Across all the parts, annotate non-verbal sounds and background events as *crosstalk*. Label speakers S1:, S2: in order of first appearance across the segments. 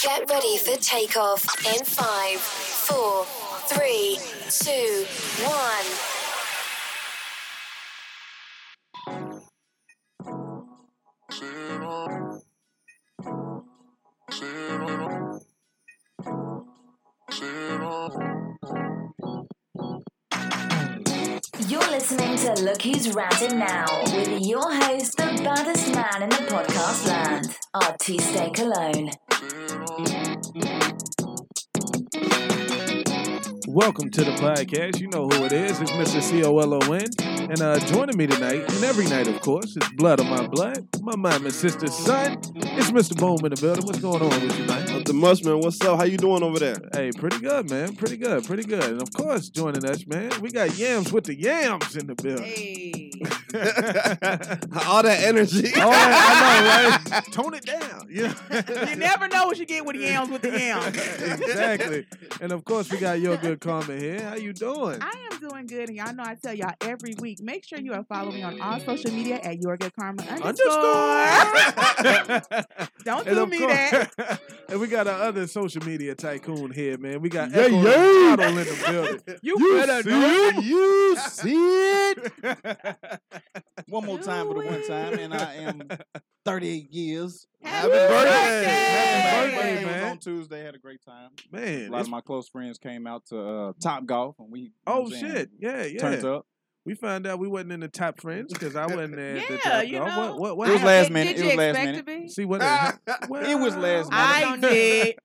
S1: Get ready for takeoff in five, four, three, two, one.
S2: You're listening to Look Who's Ratted Now with your host, the baddest man in the podcast land, Artiste Cologne.
S3: Welcome to the podcast. You know who it is. It's Mr. C O L O N. And uh, joining me tonight, and every night, of course, it's Blood of My Blood, my mom and sister's son. It's Mr. Boom in the building. What's going on with you, man?
S4: The Mushman, what's up? How you doing over there?
S3: Hey, pretty good, man. Pretty good. Pretty good. And of course, joining us, man, we got Yams with the Yams in the building.
S5: Hey.
S4: *laughs* All that energy.
S3: *laughs* All right, I know, right? Tone it down. Yeah.
S5: You never know what you get with yams with the yams.
S3: *laughs* exactly. And of course, we got your good comment here. How you doing?
S5: I am doing good, and y'all know I tell y'all every week. Make sure you are following me on all social media at your good karma underscore. Don't
S3: *laughs* And
S5: do
S3: of
S5: me
S3: course-
S5: that.
S3: *laughs* and we got our other social media tycoon here, man. We got
S4: Yeah,
S3: Echo
S4: yeah.
S3: the Model in the building.
S5: *laughs*
S6: You,
S3: see
S6: better know.
S3: it?
S4: you see it?
S6: One
S3: *laughs*
S6: more time for the one time, and I am 38 years.
S4: Happy birthday.
S3: Happy
S6: My
S3: birthday,
S6: birthday was
S3: man.
S6: on Tuesday. Had a great time. A
S3: Man,
S6: lot
S3: it's-
S6: of my close friends came out to uh, Top Golf, and we you know
S3: oh
S6: what I'm saying,
S3: shit, yeah,
S6: turned
S3: yeah.
S6: up.
S3: We found out we wasn't in the top friends because I wasn't there. at the
S5: Yeah,
S3: top
S5: you
S3: dog.
S5: know.
S3: what, what,
S6: It was
S3: what
S5: I
S6: last
S5: did-
S6: minute.
S5: Did
S6: It
S5: you
S6: was last
S5: expect
S6: minute.
S5: to be? *laughs*
S3: see what
S6: Ah, It was last *laughs*
S5: I did.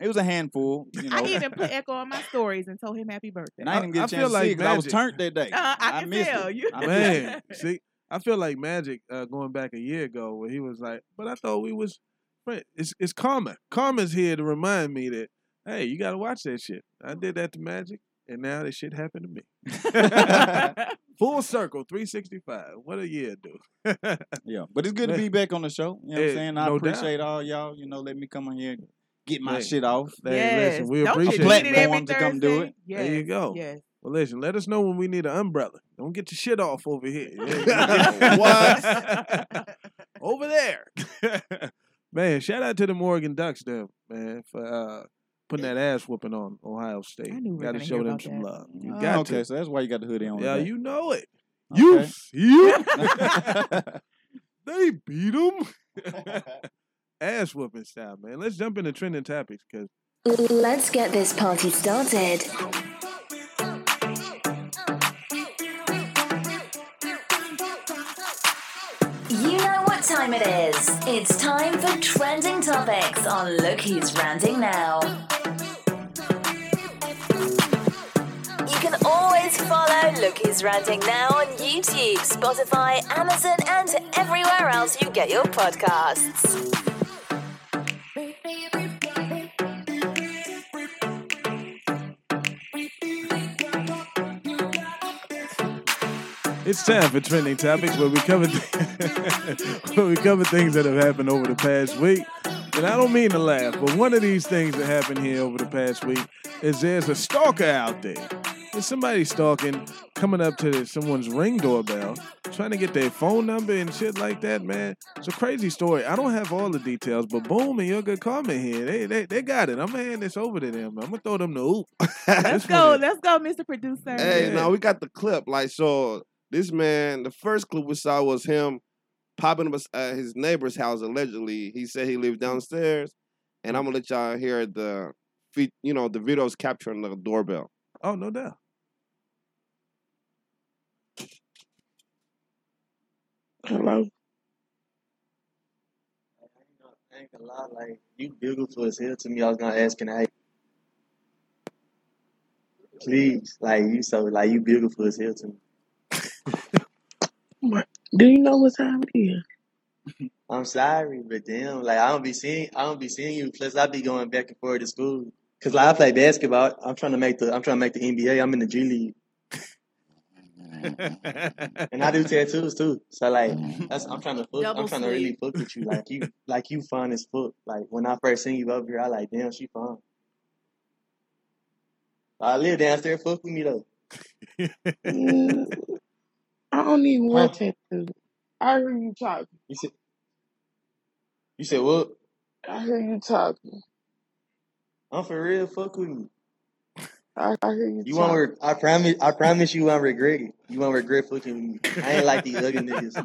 S6: It was a handful, you know.
S5: I even put Echo on my stories and told him happy birthday.
S6: and I didn't
S3: I-
S6: get
S3: I
S6: a
S3: feel
S6: chance to
S3: like
S6: see because I was
S3: magic.
S6: turned
S5: *laughs*
S6: that day.
S5: Uh, I can
S6: missed
S5: tell
S6: it.
S5: you.
S6: I missed it.
S3: man. *laughs* See, I feel like Magic uh, going back a year ago where he was like, "But I thought we was friends." It's it's karma. Karma's here to remind me that hey, you got to watch that shit. I did that to Magic, and now this shit happened to me.
S5: *laughs*
S3: *laughs* Full circle, three sixty five. What a year, dude. *laughs*
S6: Yeah, but it's good to
S3: Man.
S6: be back on the show. You know what
S3: Hey,
S6: I'm saying? I
S3: no doubt.
S6: appreciate all y'all. You know, let me come on here and get my
S3: Man.
S6: shit off.
S3: Hey,
S5: yes.
S3: listen, we
S5: Don't
S3: appreciate
S5: you need
S6: it.
S5: it every
S6: Platform to come do
S5: Thursday?
S6: it.
S5: Yes.
S3: There you go.
S5: Yes.
S3: Well, listen, let us know when we need an umbrella. Don't get your shit off
S5: *laughs*
S3: over here.
S4: What?
S3: *laughs* over there. *laughs* man, shout out to the Morgan Ducks, them, man, for uh, putting that ass whooping on Ohio State.
S5: I knew we were
S3: got to
S5: gonna
S3: show
S5: hear
S3: them
S5: about
S3: some
S5: that. Uh,
S3: love. You
S6: Ah,
S3: got
S6: okay, so that's why you got the hoodie on.
S3: to. Yeah,
S6: today.
S3: you know it.
S6: Okay.
S3: You,
S5: *laughs*
S3: *laughs* they beat them. ass whooping style, man. Let's jump into trending topics because
S2: Let's get this party started. You know what time it is. It's time for trending topics on Look Who's Ranting Now. You can always follow Look Who's Ranting Now on YouTube, Spotify, Amazon, and everywhere else you get your podcasts.
S3: It's time for trending topics where we cover *laughs* where we cover things that have happened over the past week. And I don't mean to laugh, but one of these things that happened here over the past week is there's a stalker out there. There's somebody stalking, coming up to someone's ring doorbell, trying to get their phone number and shit like that, man. It's a crazy story. I don't have all the details, but boom, and your good comment here. They they, they got it. I'm gonna hand this over to them. I'm gonna throw them the *laughs* oop.
S5: Let's go. Let's go, Mr. Producer.
S4: Hey,
S3: Yeah.
S4: now we got the clip. Like, so this man, the first clip we saw was him popping up at his neighbor's house. Allegedly, he said he lived downstairs, and I'm gonna let y'all hear the, fe- you know, the videos capturing the doorbell.
S3: Oh, no doubt.
S7: Hello.
S8: I ain't gonna lie, like you beautiful as hell to me. I was gonna ask, can I? Please, like you so like you beautiful as hell to me.
S7: Do you know what time it is?
S8: I'm sorry, but damn, like I don't be seeing, I don't be seeing you. Plus, I be going back and forth to school. Cause like I play basketball. I'm trying to make the, I'm trying to make the NBA. I'm in the G League, and I do tattoos too. So like, that's I'm trying to, fuck,
S5: Double
S8: I'm trying to really fuck with you. *laughs* Like you, like you fun as fuck. Like when I first seen you up here, I like, damn, she fun. I live downstairs. Fuck with me though.
S3: *laughs*
S7: Mm, I don't need
S6: Oh.
S7: one tattoo. I hear you talking.
S8: You said, you said what?
S7: I hear you talking.
S8: I'm for real. Fuck with me.
S7: I, I hear you.
S8: You won't.
S7: talk.
S8: Re- I promise. I promise you, won't regret it. You won't regret fucking with me. I
S3: *laughs*
S8: ain't like these ugly niggas.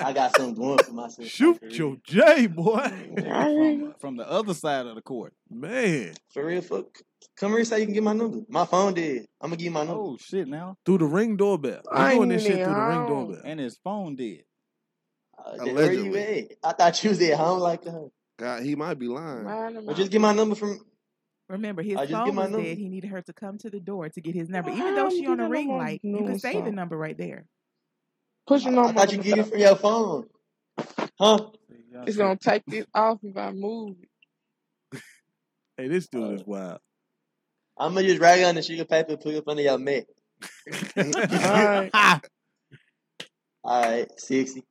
S8: I got something going for myself.
S3: Shoot
S8: for real.
S3: your J, boy.
S7: I hear you.
S6: From, from the other side of the court.
S3: Man,
S8: For real, fuck. Come here, and say you can get my number. My phone dead. I'm gonna give you my number.
S6: Oh shit! Now
S3: through the ring doorbell. He's
S7: I
S3: doing this shit
S7: need
S3: through the ring
S7: home.
S3: doorbell.
S6: and his phone dead.
S8: Uh, where you at?
S4: Allegedly.
S8: I thought you was at home like that.
S4: God, he might be lying.
S7: Mind
S8: Or
S7: about
S8: just get my number from.
S5: Remember, his
S8: I just get
S5: phone
S8: my
S5: was
S8: number.
S5: dead. He needed her to come to the door to get his number.
S7: Well,
S5: Even
S7: I
S5: though
S7: don't
S5: she on
S7: think
S5: a
S7: I know
S5: ring
S7: what I'm
S5: light, you
S7: doing,
S5: can say the
S7: so.
S5: number right there.
S7: pushing
S8: I
S7: on my
S8: thought you get it
S7: motherfucker.
S8: from your phone. Huh?
S7: It's gonna take this off if I move. it.
S3: Hey, this dude
S8: Uh,
S3: is wild.
S8: I'm gonna just rag on the sugar paper, put it up under
S3: *laughs*
S8: your mat.
S7: Alright.
S8: *laughs* All right, sixty.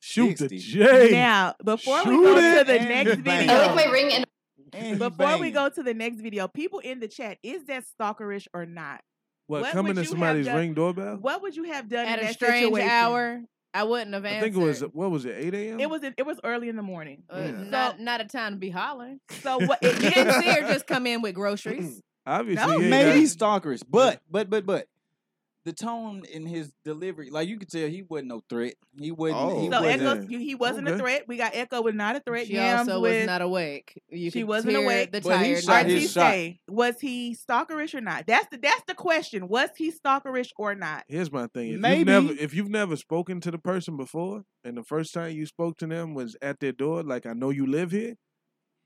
S3: Shoot the
S6: 60.
S3: J.
S5: Now, before we
S3: shoot
S5: go
S3: it
S5: to the
S6: and
S5: next
S6: bang.
S5: video,
S6: I
S9: I like my ring and
S6: And he
S5: before we
S6: banging.
S5: go to the next video, people in the chat, is that stalkerish or not?
S3: what,
S5: what
S3: coming
S5: would
S3: to
S5: you have
S3: somebody's
S5: done-
S3: ring doorbell?
S5: What would you have done
S9: at
S5: in
S9: a
S5: that
S9: strange
S5: situation?
S9: hour. I wouldn't have
S3: I
S9: answered.
S3: think it was what was it, eight a.m.
S5: It was in, it was early in the morning.
S9: Uh,
S3: Yeah.
S9: not, not a time to be hollering.
S5: So what? It,
S9: eh, You didn't see her just come in with
S4: *clears throat*
S9: groceries.
S3: obviously
S5: that was
S3: he ain't
S6: maybe
S3: got-
S6: stalkerish, but but but but the tone in his delivery, like you could tell, he wasn't no threat. He wasn't. he
S4: Oh.
S5: so
S6: wasn't.
S5: Echo,
S3: wasn't-
S5: you- he wasn't a
S3: Okay.
S5: threat. We got Echo was not a threat.
S9: She
S5: Yams
S9: also
S5: with
S9: was not awake. You
S5: She
S9: could
S5: wasn't
S9: hear
S5: awake.
S9: The
S6: But he
S9: tiredness.
S6: shot his
S5: Artiste,
S6: shot.
S5: was he stalkerish or not? That's the that's the question. Was he stalkerish or not?
S3: Here's my thing. If
S6: Maybe-
S3: you've never if you've never spoken to the person before and the first time you spoke to them was at their door, like I know you live here,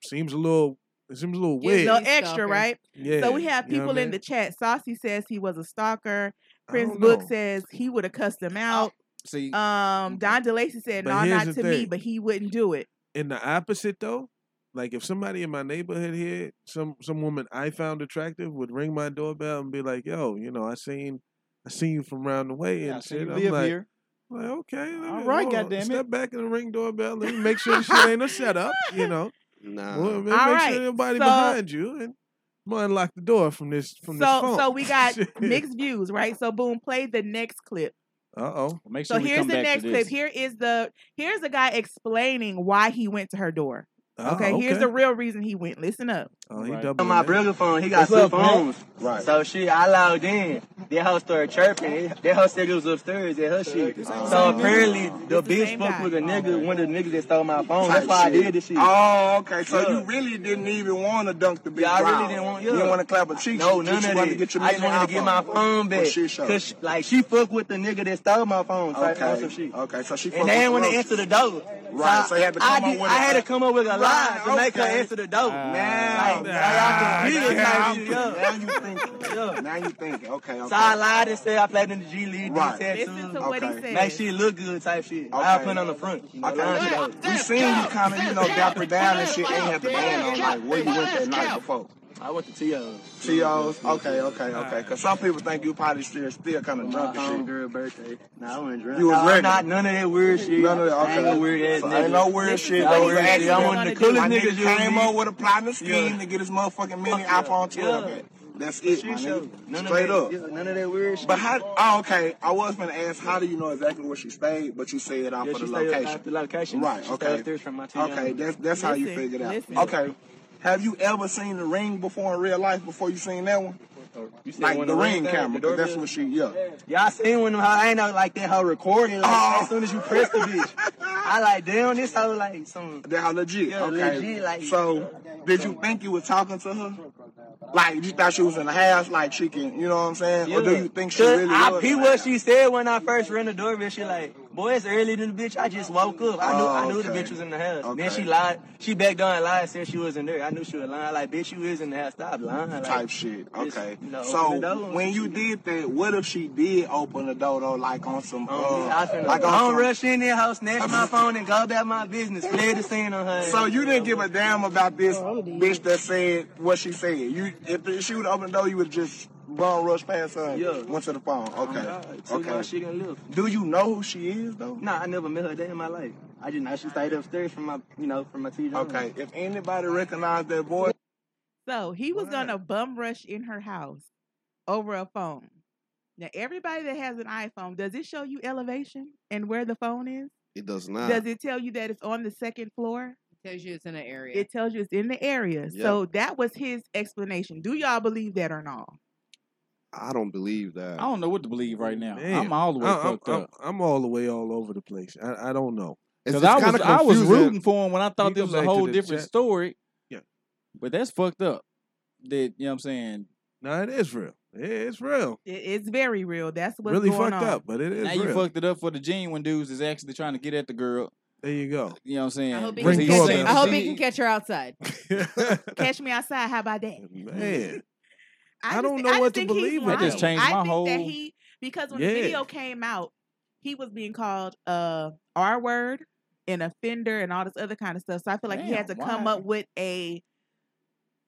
S3: seems a little it seems a little
S9: Yeah,
S3: weird.
S5: No
S9: He's
S5: extra,
S9: stalker.
S5: right?
S3: yeah.
S5: So we have
S3: you know
S5: people
S3: what I
S5: in the
S3: mean?
S5: chat. Saucy says he was a stalker.
S3: I
S5: Prince
S3: don't
S5: Book
S3: know.
S5: says he would have cussed him out.
S6: Oh, See,
S5: Um, Don DeLacy said,
S3: But
S5: "No,
S3: here's
S5: not to
S3: the
S5: me,
S3: thing.
S5: but he wouldn't do it."
S3: in the opposite though, like if somebody in my neighborhood here, some some woman I found attractive would ring my doorbell and be like, "Yo, you know, I seen I seen you from round the way
S6: yeah,
S3: and
S6: so
S3: shit."
S6: you
S3: I'm
S6: live
S3: like,
S6: here.
S3: like, okay, let
S6: All
S3: me-
S6: right,
S3: hold on,
S6: goddammit.
S3: Step back and ring doorbell. Let me make sure the shit ain't a setup. You know,
S4: Nah.
S3: well, make
S5: All
S3: sure
S5: right,
S3: nobody
S5: so-
S3: behind you and. I'm gonna unlock the door from this from this
S5: So
S3: phone.
S5: so
S3: *laughs*
S5: we got
S3: Shit.
S5: mixed views, right? So boom, play the next clip.
S3: Uh oh.
S6: Well, make
S5: So
S6: sure we
S5: here's
S6: come
S5: the
S6: back
S5: next
S6: to
S5: clip.
S6: this.
S5: Here is the here's a guy explaining why he went to her door. Okay,
S3: Oh, okay.
S5: here's the real reason he went. Listen up.
S3: Oh, he
S6: Right.
S3: doubled
S8: my brother phone, he got
S6: What's
S8: two
S6: up, man?
S8: phones.
S6: Right.
S8: So she, I logged in. That hoe started chirping. That hoe said it was upstairs. That her shit.
S6: This ain't
S8: So
S6: the same nigga?
S8: apparently the
S5: This the
S8: bitch
S5: same
S8: fuck
S5: guy.
S8: with a
S6: Oh,
S8: nigga, one of the niggas that stole my phone. That's why I did this shit.
S10: Oh, okay. So
S8: Yeah.
S10: you really didn't even want to dunk the big
S8: Yeah, I really
S10: brown.
S8: didn't want-
S10: You
S8: yeah.
S10: didn't want to clap a cheek.
S8: No,
S10: you
S8: none
S10: just
S8: of
S10: wanted
S8: that.
S10: to get your
S8: I just wanted to get my phone back.
S10: Well, she showed.
S8: Cause she, like she fuck with the nigga that stole my phone. So
S10: Okay.
S8: on some shit.
S10: Okay. So she fucked
S8: And they
S10: with
S8: didn't want to
S10: Roach.
S8: answer the door.
S10: Right, so you had
S8: I,
S10: to come up
S8: did-
S10: with
S8: I
S10: a-
S8: had to come up with a lie
S10: Right,
S8: to make her
S10: okay.
S8: answer the door.
S10: Now,
S8: like,
S10: now,
S8: I can feel it,
S10: now,
S8: type
S10: I'm-
S8: shit, yeah.
S10: now you thinking.
S8: Yeah.
S10: Now you thinking. Okay.
S8: So I
S10: Okay.
S8: lied and said I played in the G League,
S10: Right.
S8: did
S5: Listen to
S8: tattoos,
S5: what he
S10: Okay.
S5: said.
S8: make shit look good type shit. I
S10: Okay.
S8: put on the front. You know,
S10: Okay.
S8: line shit out.
S10: We seen you kind of, you know, dapper down and shit. Ain't had the band on. Like, where you went that night before?
S8: I went to T.O.
S10: T.O.'s? Okay, okay, okay. Because some people think you probably still, still kind of
S8: My
S10: drunk and shit.
S8: homegirl birthday. Nah, I wasn't drunk.
S10: You was
S8: Nah, I'm
S10: regular.
S8: not none of that weird shit.
S10: None of that,
S8: I ain't no
S10: okay.
S8: weird ass
S10: So
S8: nigga.
S10: ain't no weird
S5: Listen
S10: shit,
S5: to
S8: I
S10: no
S5: what
S8: was
S5: he
S10: weird
S5: said
S8: actually,
S5: he was
S10: shit.
S8: I'm one of
S5: gonna
S8: the
S5: do.
S10: My
S8: coolest
S10: nigga
S8: niggas you'll
S10: came
S8: meet.
S10: up with a plotting scheme
S8: Yeah.
S10: to get his motherfucking mini
S8: Fuck yeah.
S10: iPhone 12
S8: Yeah.
S10: back. That's it, my
S8: Shit show.
S10: nigga.
S8: None of
S10: Straight
S8: that.
S10: up.
S8: yeah, None of that weird shit.
S10: But how? Oh, okay. I was gonna ask, how do you know exactly where she stayed? But you said off
S8: Yeah,
S10: of
S8: she
S10: the
S8: stayed
S10: location.
S8: at the location.
S10: Right.
S8: She stayed
S10: Okay.
S8: upstairs from my T.O.
S10: Okay. That's that's how you
S5: Listen,
S10: figured out.
S5: listen.
S10: Okay. Have you ever seen the ring before in real life? Before you seen that one,
S8: You said
S10: like
S8: when
S10: the
S8: ring
S10: ring
S8: came,
S10: camera,
S8: the
S10: 'cause that's
S8: doorbell?
S10: what she. Yeah.
S8: Y'all seen when them, I ain't know like that hoe recording. Like
S10: Oh.
S8: as soon as you press the bitch, I like damn this hoe like some.
S10: That how legit.
S8: Yeah,
S10: okay.
S8: legit, like-
S10: so, did you think you were talking to her? Like you thought she was in the house, like she can, you know what I'm saying? Or do you think she
S8: Cause
S10: really
S8: I
S10: was?
S8: peep what she said when I first ran the doorbell. She like, boy, it's early than the bitch. I just woke up. I knew I
S10: Oh,
S8: knew the
S10: okay.
S8: bitch was in the house. Then
S10: Okay.
S8: she lied. She backed down and lied, said she wasn't there. I knew she was lying. Like, bitch, you is in the house. Stop lying. Like,
S10: type shit.
S8: just,
S10: Okay.
S8: you know, open the
S10: So
S8: door.
S10: when you did that, what if she did open the door though, like on some,
S8: Um, I
S10: uh,
S8: finna-
S10: like
S8: I don't
S10: on some?
S8: rush in there, house, snatch my phone and go about my business. Fled the scene on her.
S10: So you didn't give a damn about this
S9: Oh, I'm dead.
S10: bitch that said what she said. You, if she would open the door, you would just bum rush past her. and
S8: Yeah. Oh,
S10: Went to the phone. Okay.
S8: okay.
S10: Okay.
S8: she gonna live.
S10: Do you know who she is though?
S8: Nah, I never met her a day in my life. I just know she stayed upstairs from my, you know, from my TV.
S10: Okay. If anybody recognized that voice,
S5: So he was
S10: What?
S5: gonna bum rush in her house over a phone. Now everybody that has an iPhone, does it show you elevation and where the phone is?
S4: It does not.
S5: Does it tell you that it's on the second floor?
S9: Tells you it's in the area.
S5: It tells you it's in the area.
S4: Yeah.
S5: So that was his explanation. Do y'all believe that or not?
S4: I don't believe that.
S6: I don't know what to believe right now.
S3: Man,
S6: I'm all the way
S3: I- I'm-
S6: fucked
S3: I'm-
S6: up.
S3: I'm all the way all over the place. I, I don't know.
S6: Because I was I was rooting for him when I
S3: You
S6: thought
S3: can
S6: this was a
S3: back to
S6: whole
S3: the
S6: different
S3: chat.
S6: story.
S3: Yeah.
S6: But that's fucked up. That you know what I'm saying?
S3: No, it is real. It's real.
S5: It- it's very real. That's what's
S3: Really
S5: going
S3: fucked
S5: on.
S3: up, but it is
S6: now you
S3: real.
S6: fucked it up for the genuine dudes that's actually trying to get at the girl.
S3: There you go.
S6: You know what I'm saying?
S9: I hope he,
S3: Ring
S9: can catch,
S3: doorbell.
S9: I hope he can catch her
S3: *laughs*
S9: outside.
S5: *laughs* Catch me outside. How about that?
S3: Man, I
S5: just
S3: don't
S5: thi-
S3: know what to
S5: think he's
S3: believe in
S5: lying.
S6: That just changed
S5: I
S6: my
S5: think that
S6: whole-
S5: he because when
S3: Yeah.
S5: the video came out, he was being called uh R word and offender and all this other kind of stuff. So I feel like he had to
S6: Damn,
S5: come
S6: why?
S5: up with a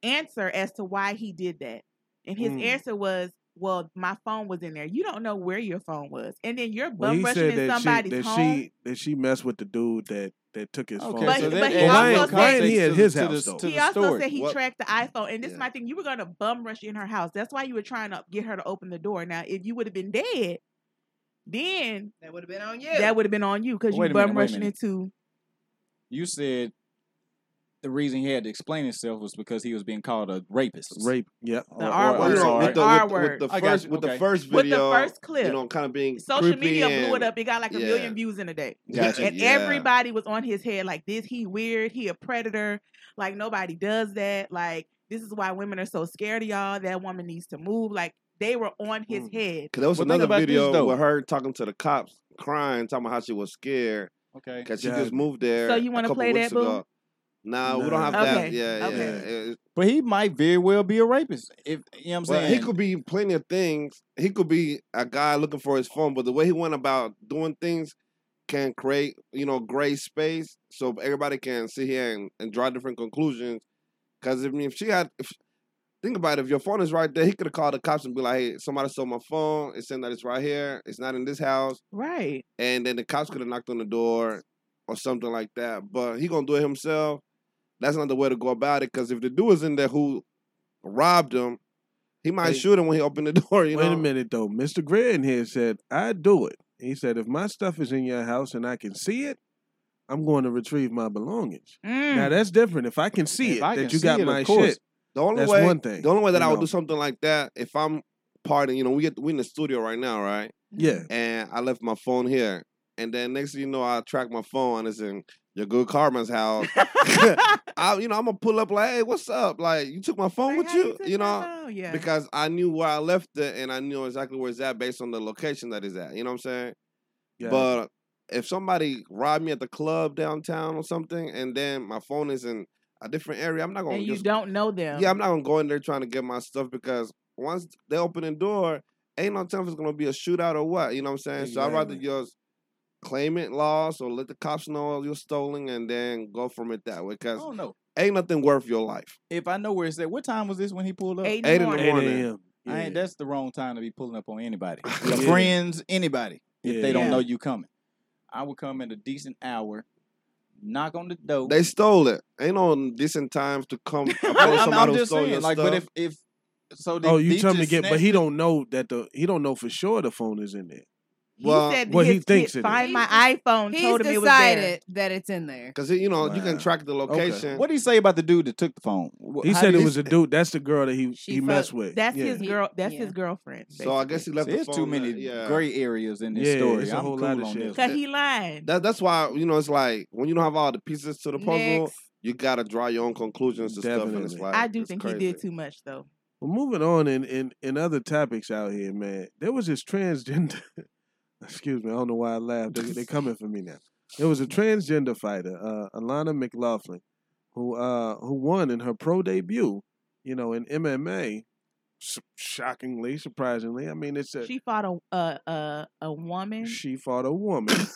S5: answer as to why he did that. And his
S3: Mm.
S5: answer was, "Well, my phone was in there. You don't know where your phone was, and then you're
S3: Well,
S5: bum
S3: he
S5: rushing
S3: said
S5: in
S3: that she
S5: somebody's
S3: that
S5: home."
S3: she that she messed with the dude that that took his phone.
S6: Okay,
S5: But-
S6: so that
S5: but he
S6: adds
S5: also
S6: some
S5: said-
S3: why ain't he
S6: context
S3: at
S6: to-
S3: his
S6: to the-
S3: house, though?
S6: to
S5: he
S6: the
S5: also
S6: story.
S5: said he
S4: What-
S5: tracked the iPhone, and this is
S4: Yeah.
S5: my thing. You were gonna bum rush in her house. That's why you were trying to get her to open the door. Now, if you would have been dead, then
S9: That would have been on you.
S5: that would have been on you because you
S6: Wait a
S5: bum
S6: minute, wait a
S5: rushing
S6: minute.
S5: into.
S6: You said the reason he had to explain himself was because he was being called a rapist.
S3: Rape. Yeah.
S5: The R
S6: Oh, or-
S5: word.
S6: I'm
S4: You know,
S6: sorry.
S4: with the,
S5: R
S4: with, the-
S5: word.
S4: with the
S6: I got
S4: first
S6: you,
S4: with
S6: okay.
S4: the first
S5: With the
S4: video,
S5: first clip.
S4: you know, kind of being
S5: Social
S4: creepy
S5: media blew it
S4: and-
S5: up. It got like a
S4: yeah.
S5: million views in a day.
S6: Gotcha.
S5: And
S4: yeah.
S5: everybody was on his head like this. He weird. He a predator. Like nobody does that. Like this is why women are so scared of y'all. That woman needs to move. Like they were on his head.
S4: Mm. Cause there was
S6: Well, think
S4: another
S6: about this,
S4: video
S6: though.
S4: with her talking to the cops, crying, talking about how she was scared
S6: Okay.
S4: because she
S3: Yeah.
S4: just moved there.
S5: So you
S4: want
S5: wanna
S4: to
S5: play that, boo?
S4: Ago. Nah, we don't
S3: Nah.
S4: have that.
S5: Okay,
S4: Yeah,
S5: okay.
S4: yeah. It-
S6: But he might very well be a rapist. If you know what I'm
S4: But
S6: saying?
S4: he could be plenty of things. He could be a guy looking for his phone, but the way he went about doing things can create, you know, gray space so everybody can sit here and, and draw different conclusions. Because I mean, if she had, if, think about it, if your phone is right there, he could have called the cops and be like, "Hey, somebody stole my phone. It's saying that it's right here. It's not in this house."
S5: Right.
S4: And then the cops could have knocked on the door or something like that. But he gonna do it himself. That's not the way to go about it. Because if the dude is in there who robbed him, he might
S3: Wait.
S4: shoot him when he opened the door. You
S3: Wait
S4: know?
S3: a minute though. Mr. Greer in here said, I do it. He said, if my stuff is in your house and I can see it, I'm going to retrieve my belongings.
S5: Mm.
S3: Now that's different. If I can see
S6: If
S3: it,
S6: I
S3: that
S6: can
S3: you
S6: see
S3: got
S6: it, of
S3: my
S6: course.
S3: shit.
S4: The only
S3: That's
S4: way,
S3: one thing,
S4: The only way that
S3: you
S4: I would
S3: know.
S4: do something like that if I'm partying, you know, we get we in the studio right now, right?
S3: Yeah.
S4: And I left my phone here, and then next thing you know, I track my phone and it's in your good
S3: *laughs*
S4: karma's house. *laughs* I, you know, I'm gonna pull up like, hey, what's up? Like, you took my phone
S5: Like,
S4: with
S5: how
S4: you,
S5: took
S4: you
S5: my
S4: know?
S5: phone? yeah.
S4: Because I knew where I left it, and I knew exactly where it's at based on the location that it's at. You know what I'm saying?
S3: Yeah.
S4: But if somebody robbed me at the club downtown or something, and then my phone is in a different area, I'm not gonna
S5: and you
S4: just
S5: don't know them.
S4: yeah, I'm not gonna go in there trying to get my stuff because once they open the door, ain't no time if it's gonna be a shootout or what. You know what I'm saying? So I'd rather
S3: Exactly.
S4: just claim it lost or let the cops know you're stolen and then go from it that way.
S6: I
S5: Oh,
S4: Cause
S6: don't know.
S4: ain't nothing worth your life.
S6: If I know where it's at, what time was this when he pulled up?
S5: Eight in the
S4: Eight in the
S5: morning.
S3: 8
S4: morning.
S3: a.m.
S6: I ain't,
S3: Yeah.
S6: that's the wrong time to be pulling up on anybody. Your
S3: Yeah.
S6: friends, anybody, if they don't
S5: Yeah.
S6: know you coming. I would come at a decent hour, knock on the door.
S4: They stole it. Ain't no decent times to
S6: *laughs*
S4: come upon
S6: But I'm,
S4: somebody
S6: I'm
S4: who
S6: just
S4: stole your
S6: saying, like,
S4: stuff.
S6: but if if so, they,
S3: Oh, you
S6: they
S3: tell him to
S6: just
S3: get, but
S6: snatched
S3: he
S4: *laughs*
S6: it-
S3: don't know that the he don't know for sure the phone is in there.
S5: He
S4: well,
S5: said
S3: Well, he
S5: his
S3: thinks
S5: kid
S3: it
S5: find
S9: is.
S5: my iPhone
S9: He's
S5: told him it was there.
S9: decided that it's in there.
S4: because you know you can
S3: Wow.
S4: track the location.
S6: What do you say about the dude that took the phone? Wh-
S3: He
S6: how
S3: said
S6: do
S3: it
S6: you-
S3: was a dude. That's the girl that he
S9: She
S3: he
S9: fuck-
S3: messed with.
S5: That's
S3: yeah.
S5: his girl. That's
S9: yeah.
S5: his girlfriend.
S4: So I guess he left
S6: See,
S4: the
S6: it's
S4: phone. uh,
S6: too many
S4: yeah.
S6: gray areas in this
S3: Yeah,
S6: story.
S3: it's a
S6: I'm
S3: whole
S6: cool
S3: lot of
S6: on
S3: shit.
S6: this.
S5: because he lying.
S4: That, that's why you know it's like when you don't have all the pieces to the puzzle,
S9: Next.
S4: you gotta draw your own conclusions to stuff, and it's
S3: Definitely.
S4: like
S5: I do
S4: it's
S5: think
S4: crazy.
S5: he did too much though.
S3: Well, moving on in, in, in other topics out here, man. There was this transgender. *laughs* excuse me, I don't know why I laughed. They, they coming for me now. There was a transgender fighter, uh, Alana McLaughlin, who uh, who won in her pro debut. You know, in MMA. Su- Shockingly, surprisingly, I mean, it's a
S5: She fought a a a, a
S7: Mm.
S5: woman.
S3: she fought a woman.
S6: *laughs*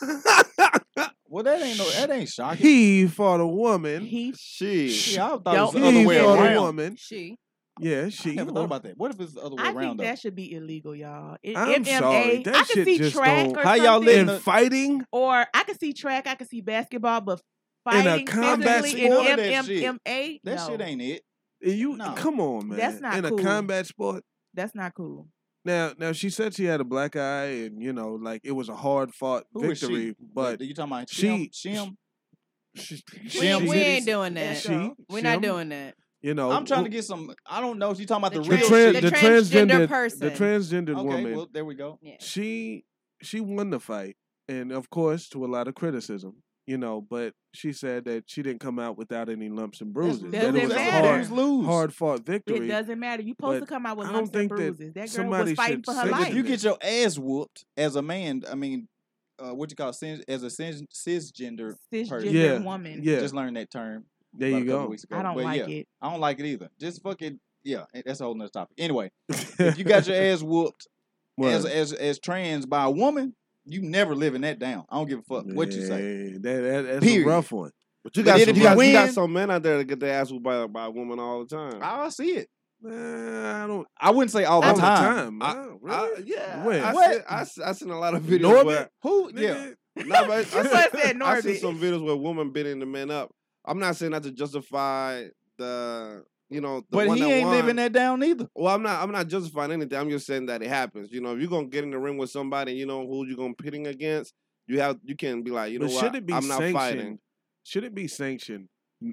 S6: Well, that ain't no, that ain't shocking.
S3: he fought a woman.
S5: He
S4: She.
S6: Yeah, I thought it
S5: Don't-
S6: was the
S3: he
S6: other way
S3: fought a
S6: around.
S3: woman.
S9: She.
S3: Yeah,
S6: I
S3: she.
S6: never
S3: or-
S6: thought about that. What if it's the other way
S5: I
S6: around?
S5: think
S6: Though?
S5: that should be illegal, y'all. I-
S3: I'm
S5: MMA.
S3: sorry, that
S5: I could
S3: shit
S5: see
S3: just
S5: track
S3: don't-
S5: or
S6: How y'all
S5: something,
S6: letting
S3: in
S6: the-
S3: fighting.
S5: or I could see track. I could see basketball, but fighting
S3: combat
S5: physically in
S6: sport? None of that shit.
S5: MMA.
S6: that
S5: no,
S6: shit ain't it.
S3: You
S6: No.
S3: come on, man.
S5: That's not
S3: in
S5: cool.
S3: a combat sport.
S5: That's not cool.
S3: Now, now she said she had a black eye, and you know, like it was a hard fought
S6: Who is she?
S3: victory, but
S6: Are you talking about
S3: she-
S6: Shim? Shim?
S3: She,
S9: We,
S3: she-
S9: we ain't doing
S3: she-
S9: that.
S3: she-
S9: We're not
S3: shim.
S9: doing that.
S3: You know,
S6: I'm trying to
S3: wh-
S6: get some. I don't know if you're talking about the,
S3: the,
S6: real
S3: tran-
S6: shit.
S3: the
S9: transgender
S3: transgender the
S9: person.
S3: transgendered
S6: okay,
S3: woman.
S6: well there we go.
S3: She she won the fight, and of course, to a lot of criticism, you know. But she said that she didn't come out without any lumps and bruises.
S5: doesn't
S3: that it was
S5: matter.
S3: a hard,
S6: Lose.
S3: hard fought victory.
S5: It doesn't matter. You supposed
S3: but
S5: to come out with
S3: I
S5: lumps
S3: don't
S5: and
S3: think that
S5: bruises. That, girl
S3: somebody
S5: was fighting
S3: should
S5: for her
S3: say
S6: But
S5: life.
S6: if you get your ass whooped as a man, I mean, uh, what you call it, cis, as a cis, cisgender person,
S5: Cisgendered Yeah, woman. yeah.
S6: Just learned that term.
S3: There
S6: about
S3: you
S6: a couple
S3: go.
S6: Weeks ago.
S5: I don't
S6: But
S5: like
S6: yeah,
S5: it.
S6: I don't like it either. Just fucking yeah. That's a whole nother topic.
S3: *laughs*
S6: Anyway, if you got your ass whooped as
S3: Word.
S6: as as trans by a woman, you never living that down. I don't give a fuck what you say.
S3: That, that that's
S6: Period.
S3: a rough one.
S4: But you got,
S6: then
S4: some,
S6: if
S4: you,
S6: you
S4: got, you got
S6: win-
S4: some men out there that get their ass whooped by, by a woman all the time.
S6: I see it.
S3: I don't.
S6: I wouldn't say all,
S4: All
S6: the
S4: the
S6: time.
S4: time.
S6: I-
S4: I, yeah,
S6: When?
S4: I,
S6: What?
S4: seen- I, s- I seen a lot of videos.
S6: Norbit?
S4: Where,
S6: Who?
S4: Yeah, nah, but I, seen-
S6: must have said
S4: I seen
S6: Norbit.
S4: some videos where women beating the men up. I'm not saying that to justify the, you know, the
S6: But
S4: one
S6: he
S4: that
S6: ain't
S4: won.
S6: living that down either.
S4: Well, I'm not. I'm not justifying anything. I'm just saying that it happens. You know, if you're gonna get in the ring with somebody, and you know who you're gonna pitting against. You have. You can be like, you know
S3: but
S4: what?
S3: should it be
S4: I'm not
S3: sanctioned?
S4: fighting.
S3: Should it be sanctioned? n-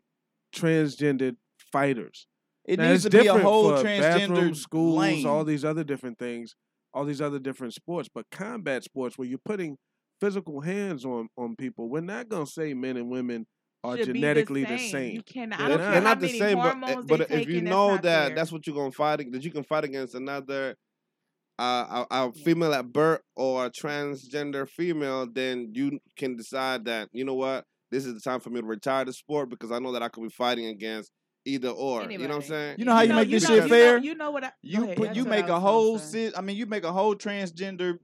S3: Transgendered fighters.
S6: It
S3: Now,
S6: needs
S3: it's
S6: to be a
S3: different
S6: whole
S3: for bathroom
S6: transgendered
S3: schools, all
S6: lane.
S3: these other different things, all these other different sports. But combat sports, where you're putting physical hands on on people, we're not gonna say men and women are
S5: Should be the
S3: genetically the
S5: same.
S3: same.
S5: You cannot- I
S4: They're
S5: don't
S4: not,
S5: care
S4: they're
S5: how
S4: not the
S5: many
S4: same,
S3: eh,
S5: hormones
S4: but
S5: they
S4: but if you
S5: taking, that's
S4: know
S5: not
S4: that
S5: fair.
S4: that's what you're gonna fight ag- that you can fight against another uh, a, a female at birth or a transgender female, then you can decide that you know what this is the time for me to retire the sport because I know that I could be fighting against either or. You know what I'm saying?
S6: You know how you, make this shit
S5: you know-
S6: fair?
S5: you know what I- go
S6: you
S5: ahead,
S6: put
S5: that's
S6: you
S5: what I
S6: make
S5: was
S6: a
S5: gonna
S6: whole
S5: say.
S6: cis, I mean you make a whole transgender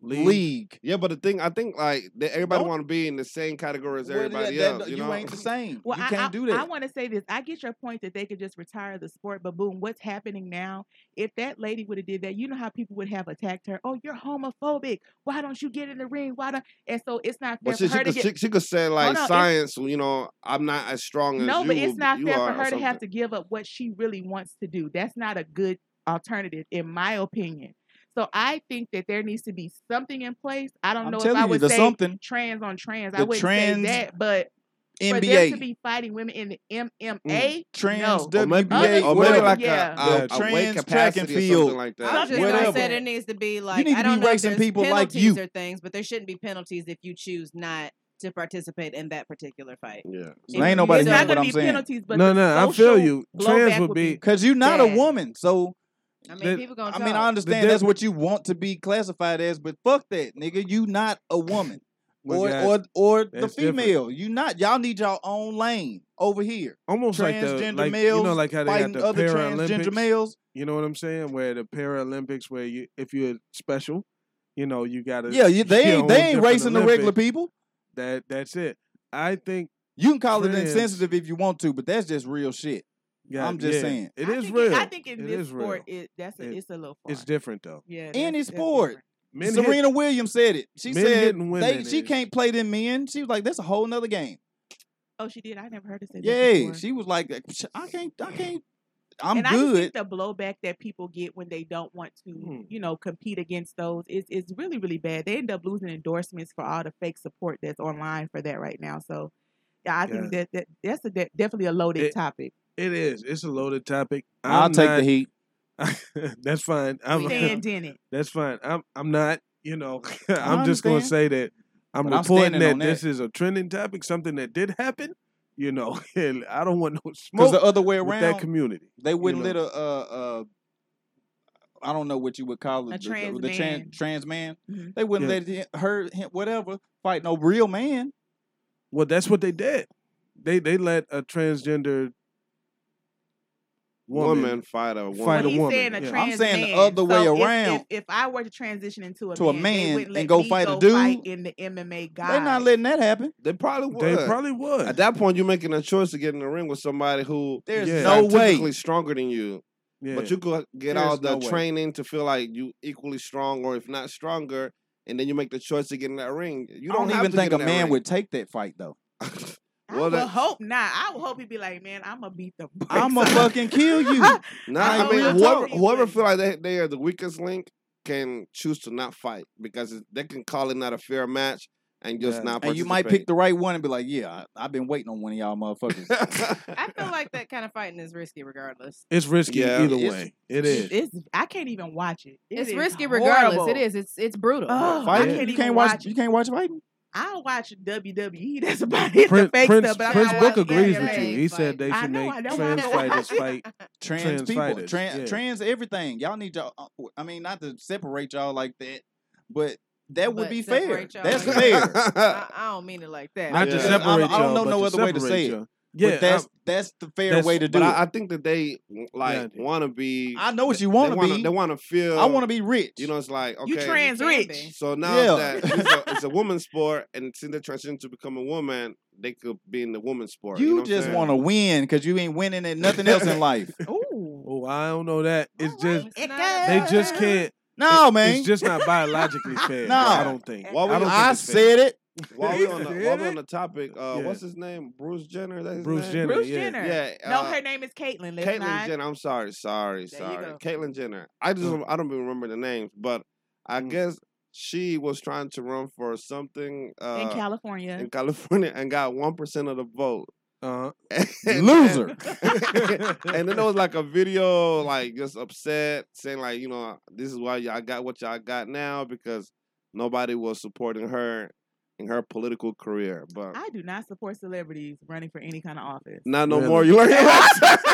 S4: league. Yeah, but the thing I think like that everybody want to be in the same category as
S6: Well, yeah,
S4: everybody
S6: that-
S4: else. You,
S6: you
S4: know?
S6: ain't the same.
S5: Well,
S6: you
S5: I,
S6: can't
S5: I,
S6: do that.
S5: I want to say this. I get your point that they could just retire the sport, but boom, what's happening now? If that lady would have did that, you know how people would have attacked her. Oh, you're homophobic. Why don't you get in the ring? Why don't? And so it's not fair
S4: But she,
S5: for her
S4: she,
S5: to
S4: could,
S5: get.
S4: she, she could say
S5: Hold
S4: like
S5: on, it's-
S4: science. You know, I'm not as strong as
S5: No,
S4: you.
S5: but it's not
S4: you
S5: fair for
S4: are," or
S5: her to have
S4: something.
S5: to give up what she really wants to do. That's not a good alternative, in my opinion. So I think that there needs to be something in place. I don't
S6: I'm
S5: know if
S6: telling
S5: I
S6: you,
S5: would
S6: the
S5: say
S6: something-
S5: trans on trans. I
S6: the
S5: wouldn't
S6: trans
S5: say that, but for them
S6: NBA.
S5: to be fighting women in the MMA,
S6: Mm. Trans
S5: no.
S4: Or maybe-
S6: WBA,
S4: or maybe
S6: whatever.
S4: like a-
S5: Yeah.
S4: a-
S6: The
S4: a weight
S6: trans track
S4: capacity
S6: and
S4: or something
S6: field,
S4: like that.
S9: I was just
S6: whatever.
S9: gonna say there needs to be like
S6: need
S9: I
S6: to
S9: don't
S6: be
S9: know if
S6: racing
S9: there's
S6: people like
S9: penalties
S6: you.
S9: or things, but there shouldn't be penalties if you choose not to participate in that particular fight.
S4: Yeah,
S6: So ain't nobody
S9: so,
S6: hearing what I'm saying.
S3: no, no, I feel you. Trans would be
S6: because you're not a woman. So
S9: I
S6: mean,
S9: people gonna
S6: I mean,
S9: talk.
S6: I understand
S9: The
S6: that's
S9: diff-
S6: what you want to be classified as, but fuck that, nigga. You not a woman,
S3: Well,
S6: or
S3: guys,
S6: or or the
S3: that's different.
S6: female. You not. Y'all need y'all own lane over here.
S3: almost like the
S6: transgender
S3: like
S6: males
S3: you know like how they got
S6: fighting
S3: the
S6: other
S3: Paralympics.
S6: transgender males.
S3: You know what I'm saying? Where the Paralympics, where you if you're special, you know you got to
S6: Yeah, you- they ain't- they ain't racing the regular people.
S3: That that's it. I think
S6: You can call it
S3: trans-
S6: insensitive if you want to, but that's just real shit.
S3: Yeah,
S6: I'm just
S3: yeah.
S6: saying.
S3: It is
S5: think it-
S3: real.
S5: I think in
S3: It
S5: this
S3: is
S5: sport,
S3: real.
S5: it- that's a- it's a little
S3: It's
S5: far.
S3: different though.
S5: Yeah,
S6: Any
S5: that's- that's
S6: sport.
S3: Men hit-
S6: Serena Williams said it. She
S3: men
S6: said
S3: hitting
S6: they,
S3: women
S6: she
S3: is-
S6: can't play them men. She was like, that's a whole nother game.
S5: Oh, she did. I never heard her say that
S6: Yeah,
S5: before.
S6: she was like, "Sh- I can't, I can't, I'm
S5: and I just
S6: good. Hmm.
S5: think the blowback that people get when they don't want to, you know, compete against those is is really really bad. They end up losing endorsements for all the fake support that's online for that right now. So, yeah, I think
S3: Yeah.
S5: that, that that's a de- definitely a loaded
S3: It-
S5: topic.
S3: It is. It's a loaded topic.
S6: I'll
S3: I'm
S6: take the
S3: not-
S6: heat.
S3: *laughs* that's fine.
S5: We stand in it.
S3: That's fine. I'm I'm not, you know, *laughs* I'm just going to say
S6: understand.
S3: that I'm
S6: But I'm
S3: reporting
S6: standing
S3: that,
S6: on that.
S3: this is a trending topic, something that did happen, you know, *laughs* and I don't want no *laughs* smoke
S6: Because the other way around,
S3: with that community.
S6: they
S3: you
S6: wouldn't
S3: know.
S6: let a, uh, uh, I don't know what you would call it,
S5: A
S6: the,
S5: trans
S6: the, the
S5: man.
S6: Trans, trans man.
S5: Mhm.
S6: They wouldn't
S3: Yeah.
S6: let him, her, him, whatever, fight no real man.
S3: Well, that's what they did. They they let a transgender woman,
S4: Woman fight a woman.
S3: Fight
S5: Well,
S3: a
S5: he's
S3: woman.
S5: saying a
S3: yeah.
S5: trans man. So if- If, if, I were to transition into a
S6: To a
S5: man,
S6: man
S5: they wouldn't
S6: and
S5: let
S6: go
S5: me
S6: fight a
S5: go
S6: dude?
S5: fight in the MMA guy.
S6: They not letting that happen.
S4: They probably would.
S3: They probably would.
S4: At that point, you're making a choice to get in the ring with somebody who
S6: There's
S4: is
S6: no way.
S4: scientifically stronger than you.
S3: Yeah.
S4: But you could get
S3: There's
S4: all the
S3: no way.
S4: training to feel like you equally strong, or if not stronger, and then you make the choice to get in that ring. You
S6: I
S4: don't,
S6: don't
S4: have
S6: even
S4: to
S6: think
S4: get
S6: a
S4: in that
S6: man
S4: ring.
S6: would take that fight though.
S4: *laughs* Well,
S5: I would
S4: that-
S5: hope not. I would hope he'd be like, man, I'm gonna beat the. *laughs*
S6: I'ma fucking kill *laughs* you.
S4: Nah,
S6: I
S4: I,
S6: know
S4: mean,
S6: real
S4: whoever,
S6: talk.
S4: whoever feel like they, they are the weakest link can choose to not fight because it- they can call it not a fair match and just not
S6: and you might pick the right one and be like, yeah, I, I've been waiting on one of y'all motherfuckers.
S9: I feel like that kind of fighting is risky regardless.
S3: *laughs* It's risky
S6: Yeah.
S3: either
S6: It's-
S3: way. It is.
S5: It's I can't even watch it. It
S9: it's
S5: is
S9: risky
S5: horrible.
S9: regardless. It is. It's it's brutal.
S5: Oh, I
S6: Fighting?
S5: can't
S6: You
S5: even
S6: can't watch-
S5: it.
S6: You can't watch fighting.
S5: I'll watch WWE. *laughs* That's about it.
S3: Prince,
S5: the fake
S3: Prince,
S5: stuff, but
S3: Prince
S5: I
S3: Book agrees
S5: yeah,
S3: with you.
S5: yeah.
S3: He said they
S5: E. I
S3: should
S5: know,
S3: make
S5: I know, I
S3: trans
S5: know.
S3: fighters fight
S6: Trans,
S3: Trans
S6: people,
S3: fighters,
S6: trans,
S3: yeah.
S6: trans everything. Y'all need to. uh, I mean, not to separate y'all like that, but that would
S9: But
S6: be fair.
S9: separate y'all
S6: That's
S9: like
S6: fair.
S9: I, I don't mean it like that.
S3: Not to
S4: Yeah.
S6: Because I,
S3: separate y'all.
S6: don't- I don't know
S3: but
S6: no
S3: to
S6: other way to
S3: separate
S6: say
S3: y'all.
S6: it.
S3: Yeah,
S6: but that's that's the fair
S3: that's-
S6: way to do
S4: But
S6: it.
S4: I,
S6: I,
S4: I think that they like
S3: Yeah.
S4: want to be.
S6: know what you
S4: they
S6: want to
S4: wanna-
S6: be.
S4: They want to feel.
S6: I want to be rich.
S4: You know, it's like okay.
S5: You trans
S9: Can
S5: rich.
S9: be.
S4: So now
S6: Yeah.
S4: that it's a, it's a woman's sport, and since they transition to become a woman, they could be in the woman's sport.
S6: you
S4: You, know
S6: just
S4: want
S6: want to win because you ain't winning at *laughs* nothing else
S4: *laughs*
S6: in
S3: *laughs*
S6: life.
S5: Ooh.
S3: Oh, I don't know that. It's just
S9: It's not
S3: they
S9: about-
S3: just can't.
S6: No, man.
S3: It's just
S6: *laughs*
S3: not biologically fair.
S6: No.
S3: I don't think.
S4: Why would
S3: I don't
S4: you-
S3: think
S6: I
S3: it's fair.
S6: said it.
S4: While we
S6: *laughs*
S4: on the while we on the topic, uh,
S3: Yeah.
S4: what's his name? Bruce Jenner. That's his
S3: Bruce
S4: name?
S3: Jenner.
S5: Bruce
S3: yeah.
S5: Jenner.
S4: Yeah.
S5: no,
S4: uh,
S5: her name is Caitlyn. Let's
S4: Caitlyn
S5: not.
S4: Jenner. I'm sorry, sorry,
S9: There you
S4: sorry.
S9: go.
S4: Caitlyn Jenner. I just
S3: Mm.
S4: I don't even remember the names, but I guess she was trying to run for something uh,
S5: in California.
S4: in California and got one percent of the vote.
S3: Uh-huh.
S4: *laughs* And-
S6: Loser.
S4: *laughs* and then there was like a video, like just upset, saying like, you know, this is why y'all got what y'all got now because nobody was supporting her in her political career. But
S5: I do not support celebrities running for any kind of office.
S4: not no
S3: Really?
S4: more. You
S5: *laughs*
S4: learn your lesson.
S3: *laughs*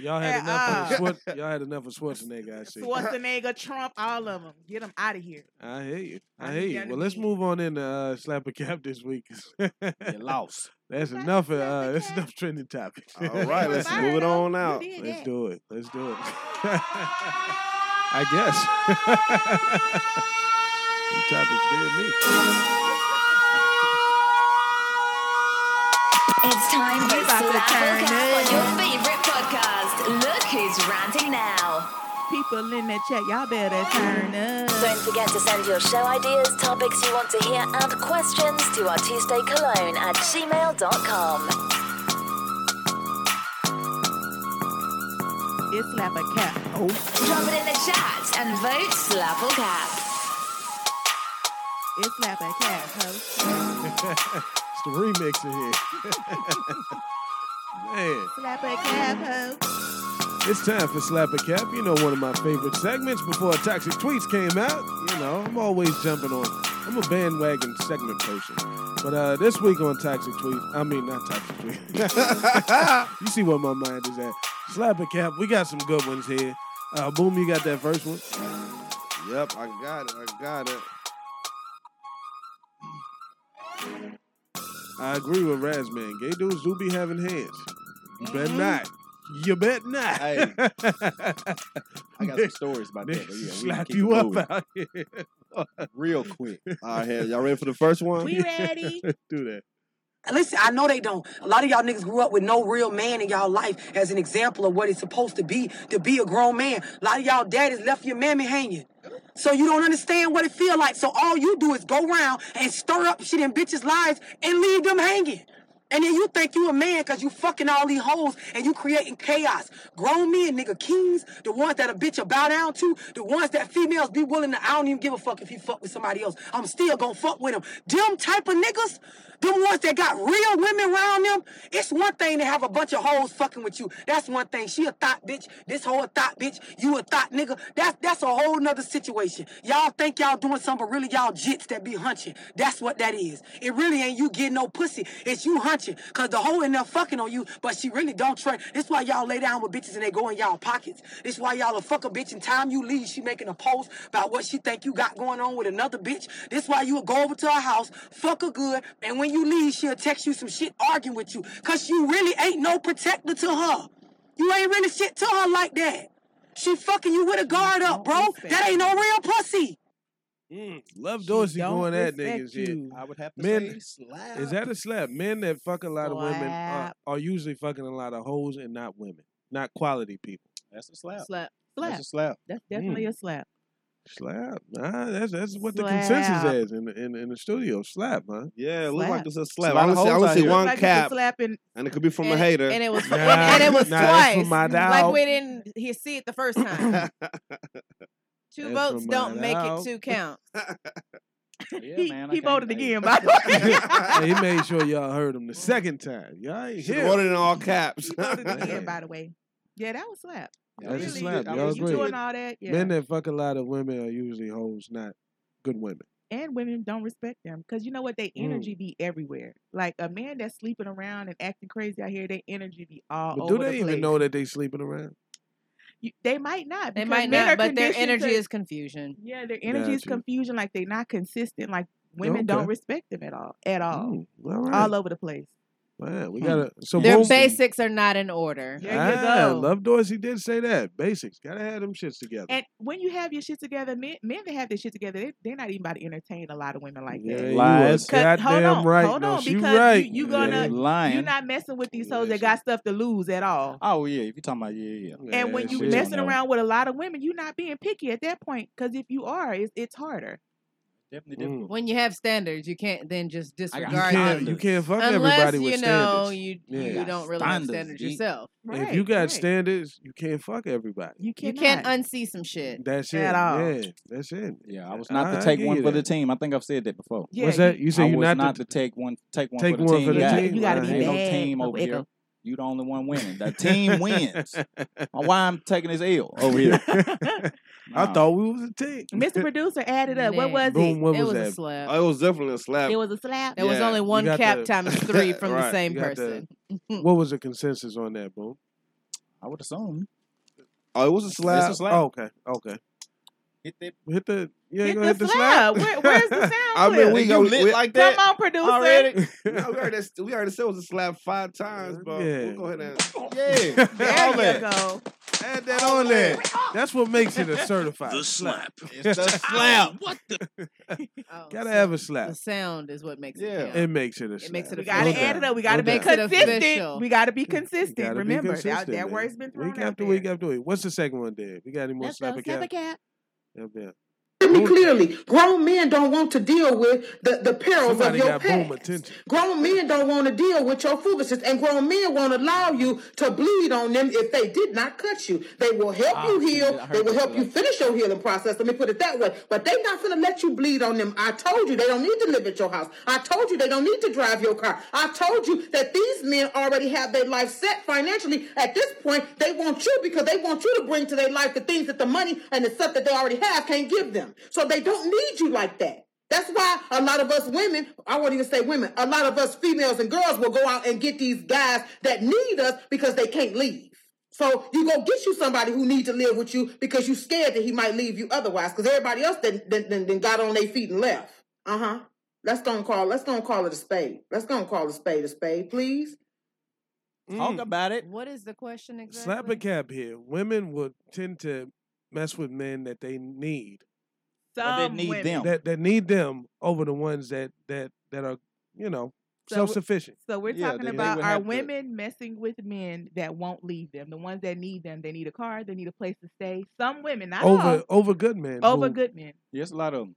S3: Y'all had
S5: Yeah,
S3: enough
S5: uh. *laughs*
S3: of Schwar- y'all had enough of Schwarzenegger. I see.
S5: Schwarzenegger, Trump, all of them. Get them out of here.
S3: I hear you. I
S5: I
S3: hear
S5: need
S3: you.
S5: y'all to
S3: Well, let's
S5: be-
S3: move on into uh, slap a cap this week.
S6: You lost.
S3: *laughs* that's
S5: Slap-
S3: enough. Of,
S5: slap a
S3: uh, that's
S5: cap.
S3: enough trending topics.
S4: All
S3: *laughs*
S4: right, let's
S5: Fire
S4: move it
S5: it up.
S4: on
S5: You
S4: out.
S5: did
S3: Let's
S5: that.
S3: do it. Let's do it. *laughs* I guess. *laughs* Them topics did me. *laughs*
S2: It's time for
S5: about
S2: Slap
S5: to turn
S2: or Cap on
S5: up.
S2: your favorite podcast. Look who's ranting now.
S5: People in that chat, y'all better turn up.
S2: Don't forget to send your show ideas, topics you want to hear, and questions to our Tuesday Cologne at gmail.com.
S5: It's slap a cap. Oh,
S2: Drop it in the chat and vote Slap or Cap.
S5: it's slap a cap. Ho.
S3: It's the remix in here. *laughs* Man,
S5: Slap a cap. Ho.
S3: it's time for Slap a Cap. You know, one of my favorite segments before Toxic Tweets came out. You know, I'm always jumping on. I'm a bandwagon segment person. But uh, this week on Toxic Tweets, I mean, not Toxic Tweets. *laughs* you see where my mind is at. Slap a Cap, we got some good ones here. Uh, boom, you got that first one?
S4: Yep, I got it. I got it.
S3: I agree with Raz, man. Gay dudes do be having hands. You bet not. You bet not.
S6: Mm-hmm. Hey.
S3: *laughs*
S6: I got some stories about that. But yeah, we can
S3: slap
S6: keep
S3: you
S6: it
S3: up
S6: moving
S3: out here. *laughs*
S6: real quick.
S4: All right, here, y'all ready for the first one?
S5: We ready?
S3: Do that.
S11: Listen, I know they don't. A lot of y'all niggas grew up with no real man in y'all life as an example of what it's supposed to be to be a grown man. A lot of y'all daddies left your mammy hanging. So you don't understand what it feel like. So all you do is go around and stir up shit in bitches' lives and leave them hanging. And then you think you a man because you fucking all these hoes and you creating chaos. Grown men, nigga, kings, the ones that a bitch will bow down to, the ones that females be willing to, I don't even give a fuck if you fuck with somebody else. I'm still gonna fuck with them. Them type of niggas, them ones that got real women around them, it's one thing to have a bunch of hoes fucking with you. That's one thing. She a thought bitch, this hoe a thought bitch, you a thought nigga. That's that's a whole nother situation. Y'all think y'all doing something, but really y'all jits that be hunching. That's what that is. It really ain't you getting no pussy. It's you hunching. Cause the hoe in there fucking on you, but she really don't try. This why y'all lay down with bitches and they go in y'all pockets. This why y'all a fuck a bitch and time you leave, she making a post about what she think you got going on with another bitch. This why you will go over to her house, fuck her good, and when you leave, she'll text you some shit arguing with you. Cause you really ain't no protector to her. You ain't really shit to her like that. She fucking you with a guard up, bro. That ain't no real pussy.
S3: Love
S5: She
S3: Dorsey
S5: don't
S3: going at
S5: respect
S3: niggas here.
S5: you.
S6: I would have to
S3: Men-
S6: say slap.
S3: Is that a slap? Men that fuck a lot of women are,
S5: Slap.
S3: are usually fucking a lot of hoes and not women, not quality people.
S6: That's a slap.
S9: Slap.
S5: Slap.
S6: That's a slap.
S4: Mm.
S5: That's definitely a slap.
S3: Slap. Nah, that's that's what the consensus
S5: Slap.
S3: is in the, in, in the studio. Slap, huh?
S4: Yeah, it looks like
S5: Slap.
S4: it's a slap.
S6: It's a lot
S4: I only see,
S6: of
S4: I
S6: hoes
S4: only
S6: out
S4: see
S6: here.
S4: one
S5: like
S4: cap,
S5: it's a slap and,
S4: and it could be from a
S9: and,
S4: hater.
S9: And
S3: *laughs*
S9: it was
S3: Nah,
S9: and it was
S3: nah, that's
S9: twice.
S5: *laughs*
S3: from my
S9: like
S3: dog.
S9: we didn't he see it the
S4: *laughs*
S9: first time. Two
S3: *laughs* That's
S9: votes
S3: from my
S9: don't make
S3: dog.
S9: it two count.
S6: Yeah,
S5: he,
S6: man, I
S5: he
S6: can't-
S5: voted
S6: I-
S5: again, by the
S4: *laughs*
S5: way.
S3: *laughs* Hey, he made sure y'all heard him the second time. Y'all ain't
S4: Should've
S3: here.
S4: ordered in all caps.
S5: he
S3: *laughs*
S5: voted again,
S4: *laughs*
S5: by the way. Yeah, that was slap.
S3: That's a
S5: Really,
S3: slap.
S5: I
S3: Y'all
S5: mean, you
S3: agree.
S5: doing all that, yeah.
S3: Men that fuck a lot of women are usually hoes, not good women.
S5: and women don't respect them because you know what? They
S3: Mm.
S5: energy be everywhere. Like a man that's sleeping around and acting crazy out here, their energy be all
S3: But
S5: over
S3: do they
S5: the
S3: even
S5: place.
S3: know that they sleeping around?
S5: You- they might not.
S12: They
S5: because
S12: might
S5: men
S12: not,
S5: are
S12: but their
S5: conditioned
S12: energy
S5: to-
S12: is confusion.
S5: Yeah, their energy is
S3: Gotcha.
S5: confusion. Like they're not consistent. Like women
S3: Okay.
S5: don't respect them at all. At all.
S3: Mm, all right.
S5: All over the place.
S3: Man, we
S5: Hmm.
S3: gotta. So
S12: Their
S3: boom.
S12: basics are not in *laughs* order.
S3: ah, Love Dorsey did say that. Basics. Gotta have them shits together.
S5: And when you have your shit together, men, men that have their shit together, they, they're not even about to entertain a lot of women like
S3: Yeah,
S5: that.
S3: you are
S6: Lies.
S5: Cut- hold
S3: goddamn
S5: on,
S3: right.
S5: hold
S3: No,
S5: on,
S3: she
S5: because
S3: right.
S5: you you
S6: Yeah,
S5: gonna
S6: you lying.
S5: you're not messing with these hoes that got stuff to lose at all.
S6: Oh yeah, if you talking about yeah, yeah.
S5: And when
S3: Yeah,
S5: you
S3: shit.
S5: messing around with a lot of women, you're not being picky at that point. Because if you are, it's it's harder.
S6: Definitely difficult.
S12: When
S5: *laughs*
S12: you have standards, you can't then just
S3: You
S12: disregard
S3: can't.
S12: them.
S3: You can't fuck
S12: Unless
S3: everybody
S12: you
S3: with
S12: know
S3: standards.
S12: you
S3: Yeah.
S12: you don't really have standards
S6: G.
S12: yourself.
S3: if you got standards, you can't fuck everybody.
S5: You
S12: You can't unsee some shit.
S3: That's it.
S12: at all.
S3: Yeah, that's it.
S6: Yeah, I was not
S3: I-
S6: to
S3: I
S6: take
S3: give
S6: one
S3: you
S6: for
S3: that.
S6: the team. I think I've said that before.
S3: Yeah, What's that? you- You say
S6: I
S3: you're
S6: was
S3: not to
S6: to take one, take one
S3: take
S6: for the
S3: one
S6: team.
S3: for the
S6: guy.
S3: team? You gotta be
S6: Ain't no
S3: bad,
S6: team over here.
S3: motherfucker.
S6: You the only one winning. The *laughs* team wins. Why I'm taking this L over here?
S3: I thought we was a team.
S5: Mr. Producer added up. What
S12: Nah.
S5: was
S3: Boom,
S5: it?
S3: what It was was a that?
S12: slap.
S4: Oh, it was definitely a slap.
S5: It was a slap.
S12: There was
S3: Yeah,
S12: only
S3: you
S12: one
S3: got
S12: cap
S3: the- *laughs*
S12: times three from
S3: Right,
S12: the same
S3: you got the-
S12: person. *laughs*
S3: what was the consensus on that, Boom?
S6: I would assume.
S4: Oh, it was a slap.
S3: slap. Oh, okay, okay.
S6: Hit the
S3: hit the yeah,
S4: Hit
S3: go
S4: the
S3: hit the slap.
S4: slap. Where-
S3: *laughs*
S4: where's the sound I mean, clip? we got- we- Come on, producer.
S3: Already?
S4: no, we already we already said it was a slap five times, bro. We'll go ahead and
S3: Yeah.
S4: There you
S5: go.
S3: *laughs*
S4: Add that
S3: on
S4: on
S3: there.
S4: there.
S3: That's what makes it a certified the slap. *laughs*
S4: It's the slap.
S3: What the?
S12: Oh,
S3: Gotta
S12: so
S3: have a slap.
S12: The sound is what makes it. count.
S3: It makes it a slap.
S12: It makes it
S5: We gotta
S3: No
S5: add it
S3: doubt.
S5: up. We gotta
S3: No
S5: be
S3: doubt.
S5: consistent. We gotta be consistent.
S3: Gotta be
S5: Remember
S3: consistent,
S5: that that
S3: man.
S5: word's been thrown
S3: Week after week after week. What's the second one, Dad? We got any more
S5: Let's
S3: slap
S5: go,
S3: a cap?
S5: slap a cap.
S3: Yeah, yeah.
S9: Hear me clearly. Grown men don't want to deal with the, the perils
S3: Somebody
S9: of your
S3: got boom
S9: past.
S3: attention.
S9: Grown men don't want to deal with your foolishness, and grown men won't allow you to bleed on them if they did not cut you. They will help
S6: Ah,
S9: you
S6: see,
S9: heal.
S6: I heard
S9: They will
S6: that
S9: help you
S6: today.
S9: finish your healing process. Let me put it that way. But they not gonna let you bleed on them. I told you they don't need to live at your house. I told you they don't need to drive your car. I told you that these men already have their life set financially. At this point, they want you because they want you to bring to their life the things that the money and the stuff that they already have can't give them. So they don't need you like that. That's why a lot of us women, I won't even say women, a lot of us females and girls will go out and get these guys that need us because they can't leave. So you go get you somebody who need to live with you because you scared that he might leave you otherwise. Because everybody else then, then, then, then got on their feet and left. Uh huh. Let's don't call. Let's don't call it a spade. Let's don't call a spade a spade, please.
S3: Talk about it.
S12: What is the question exactly?
S3: Slap a cap Mm. here. Women would tend to mess with men that they need.
S5: Some women.
S3: That that need them over the ones that that that are you know
S5: So we're-
S3: self sufficient.
S5: So we're talking about our women messing with men that won't leave them. The ones that need them, they need a car, they need a place to stay. Some women, not
S3: over
S5: all,
S3: over good men.
S5: over
S3: who-
S5: good men.
S6: Yes, a lot of them.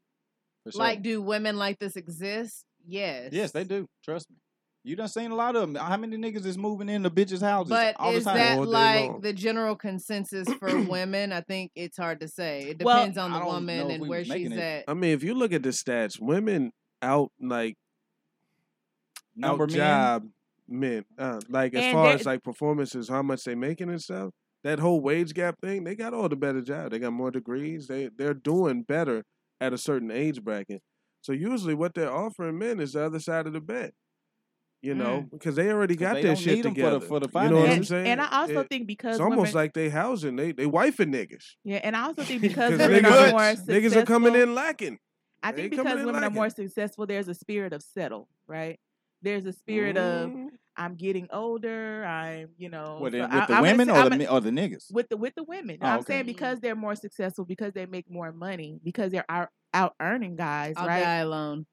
S6: For sure.
S12: Like, do women like this exist? Yes.
S6: yes, they do. Trust me. You done seen a lot of them. How many niggas is moving into bitches' houses
S12: But
S6: all
S12: is
S6: the time?
S12: that
S3: Oh,
S12: like the general consensus
S6: *clears throat*
S12: for women? I think it's hard to say. It
S6: Well,
S12: depends on
S6: I
S12: the
S6: don't know
S12: woman
S6: if
S12: and
S6: we
S12: where
S6: was making
S12: she's
S6: it.
S12: at.
S3: I mean, if you look at the stats, women out like
S6: Number men?
S3: job men. Uh, like as
S6: And
S3: far
S6: there-
S3: as like performances, how much they making and stuff. That whole wage gap thing, they got all the better job. They got more degrees. They they're doing better at a certain age bracket. So usually, what they're offering men is the other side of the bet. You know,
S5: Mm.
S3: because they already
S6: 'Cause
S3: got
S6: they
S3: their
S6: don't
S3: shit
S6: need 'em for the-
S3: together.
S6: for the
S3: You know what I'm
S5: and,
S3: saying?
S5: and I also
S3: It-
S5: think because
S3: it's almost
S5: women,
S3: like they housing, they they wifing niggas.
S5: yeah, and I also think because
S3: *laughs* 'Cause
S5: women are
S3: niggas-
S5: more
S3: niggas are coming
S5: successful-
S3: in lacking.
S5: I
S3: They
S5: think
S3: coming
S5: because
S3: in
S5: women are
S3: lacking.
S5: more successful, there's a spirit of settle, right? There's a spirit of I'm getting older. I'm, you know,
S6: Mm-hmm. What,
S5: so
S6: with
S5: I-
S6: the
S5: I'm gonna
S6: women
S5: say-
S6: or
S5: I'm
S6: the
S5: gonna-
S6: men- or the niggas?
S5: With the with the women,
S6: Oh,
S5: I'm
S6: okay.
S5: saying because they're more successful, because they make more money, because they're out out earning guys,
S12: I'll
S5: right?
S12: die alone.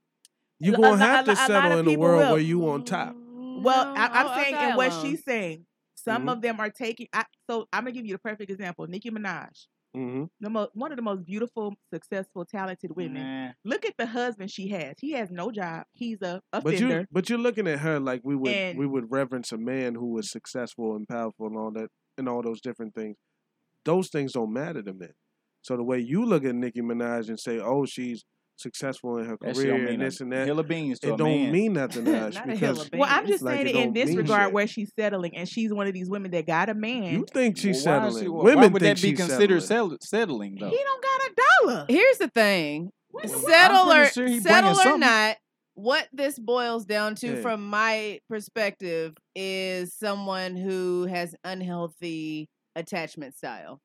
S3: You
S5: A- a
S3: gonna
S5: lo-
S3: have
S5: a
S3: to
S5: lo- a lot
S3: settle
S5: of
S3: in a
S5: people
S3: world
S5: will.
S3: where you on top.
S5: Well, I,
S12: No,
S5: I'm
S12: I'll- I'll
S5: saying,
S12: die
S5: and what
S12: alone.
S5: she's saying, some
S3: Mhm.
S5: of them are taking. I, so I'm gonna give you the perfect example: Nicki Minaj,
S3: Mm-hmm.
S5: the mo- one of the most beautiful, successful, talented women.
S6: Nah.
S5: Look at the husband she has. He has no job. He's a
S3: But you
S5: offender.
S3: but you're looking at her like we would
S5: And-
S3: we would reverence a man who was successful and powerful and all that and all those different things. Those things don't matter to men. So the way you look at Nicki Minaj and say, "Oh, she's successful in her
S6: That shit don't
S3: career
S6: mean
S3: and
S6: a
S3: this and that.
S6: hill of beans to
S3: it
S6: a
S3: don't
S6: man.
S3: mean nothing to us
S6: Not a hill
S3: because
S5: Well, I'm just
S3: like,
S5: saying
S3: it
S5: it in
S3: don't
S5: this
S3: mean
S5: regard
S3: shit.
S5: where she's settling, and she's one of these women that got a man.
S3: You think she's
S6: Well, why is
S3: settling?
S6: she- why-
S3: Women
S6: why would
S3: think
S6: that be
S3: she's
S6: considered
S3: settling.
S6: settle- settling though?
S5: he don't got a dollar.
S12: Here's the thing.
S6: I'm
S12: Settle
S6: pretty
S12: or
S6: sure he
S12: settle
S6: bringing
S12: or
S6: something.
S12: not, what this boils down to
S6: Yeah.
S12: from my perspective is someone who has unhealthy attachment style.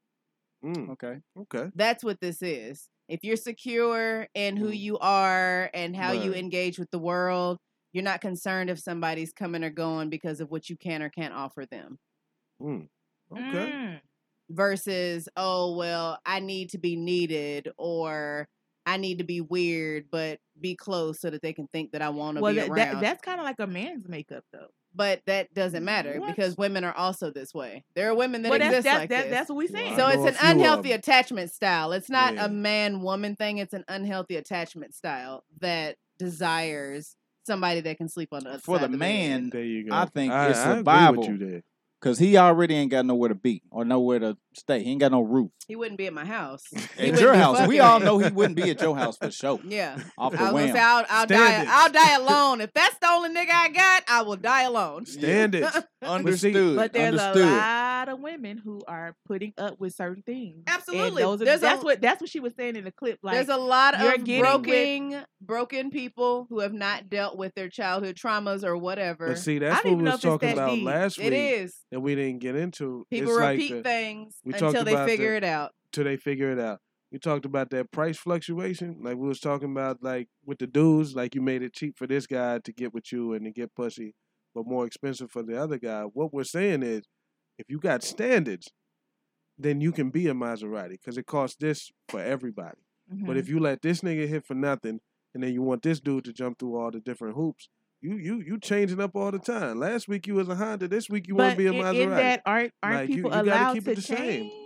S6: Mm, Okay.
S3: Okay.
S12: That's what this is. If you're secure in who you are and how you
S6: Mm. Right.
S12: engage with the world, you're not concerned if somebody's coming or going because of what you can or can't offer them.
S8: Hmm.
S3: Okay.
S12: Mm. versus oh well i need to be needed or i need to be weird but be close so that they can think that i want to
S5: Well,
S12: be
S5: that,
S12: around
S5: that, that's kind of like a man's makeup, though.
S12: but that doesn't matter
S5: What?
S12: because women are also this way there are women that
S5: Well, that's-
S12: exist
S5: that's-
S12: like
S5: that-
S12: this
S5: that's what we saying.
S12: so
S5: I
S12: it's
S5: know a
S12: an
S5: few of
S12: unhealthy
S5: them.
S12: attachment style it's not
S5: Yeah.
S12: a man woman thing it's an unhealthy attachment style that desires somebody that can sleep on the other
S6: For
S12: side
S6: the
S12: of bed.
S6: man,
S3: there you
S6: go. I think
S3: I-
S6: it's
S3: I agree with
S6: survival.
S3: you there.
S6: Cause he already ain't got nowhere to be or nowhere to stay. He ain't got no roof.
S12: he wouldn't be at
S5: *laughs*
S12: my house He
S6: At
S12: wouldn't
S6: your
S12: be
S6: house, we
S12: fucking *laughs*
S6: all
S12: me.
S6: know he wouldn't be at your house for sure.
S12: Yeah.
S6: off the
S12: I was
S6: wham.
S12: gonna say I'll, I'll die.
S6: Standards.
S12: I'll die alone. If that's the only nigga I got, I will die
S5: *laughs*
S12: alone.
S3: Standards.
S6: Understood.
S5: But there's
S6: Understood.
S5: a lot of women who are putting up with certain things.
S12: Absolutely.
S5: And those are,
S12: There's a-
S5: that's what that's what she was saying in the clip. Like
S12: There's a lot
S5: you're
S12: of
S5: getting with-
S12: broken, broken people who have not dealt with their childhood traumas or whatever.
S3: But see, that's what we was talking about last week.
S12: It is.
S3: that we didn't get into.
S12: People
S3: It's like
S12: repeat
S3: the-
S12: things
S3: we
S12: until
S3: talked
S12: they
S3: about
S12: figure
S3: the-
S12: it out.
S3: Till they figure it out. We talked about that price fluctuation, like we was talking about, like with the dudes, like you made it cheap for this guy to get with you and to get pussy, but more expensive for the other guy. What we're saying is, if you got standards, then you can be a Maserati because it costs this for everybody. But
S13: Mhm.
S5: Mm-hmm.
S3: if you let this nigga hit for nothing, and then you want this dude to jump through all the different hoops, you you you changing up all the time. Last week you was a Honda, this week you want
S5: but
S3: to be a
S5: in,
S3: Maserati.
S5: in that aren't aren't
S3: Like, you-
S5: people
S3: you gotta
S5: allowed
S3: keep it
S5: to
S3: the
S5: change?
S3: same.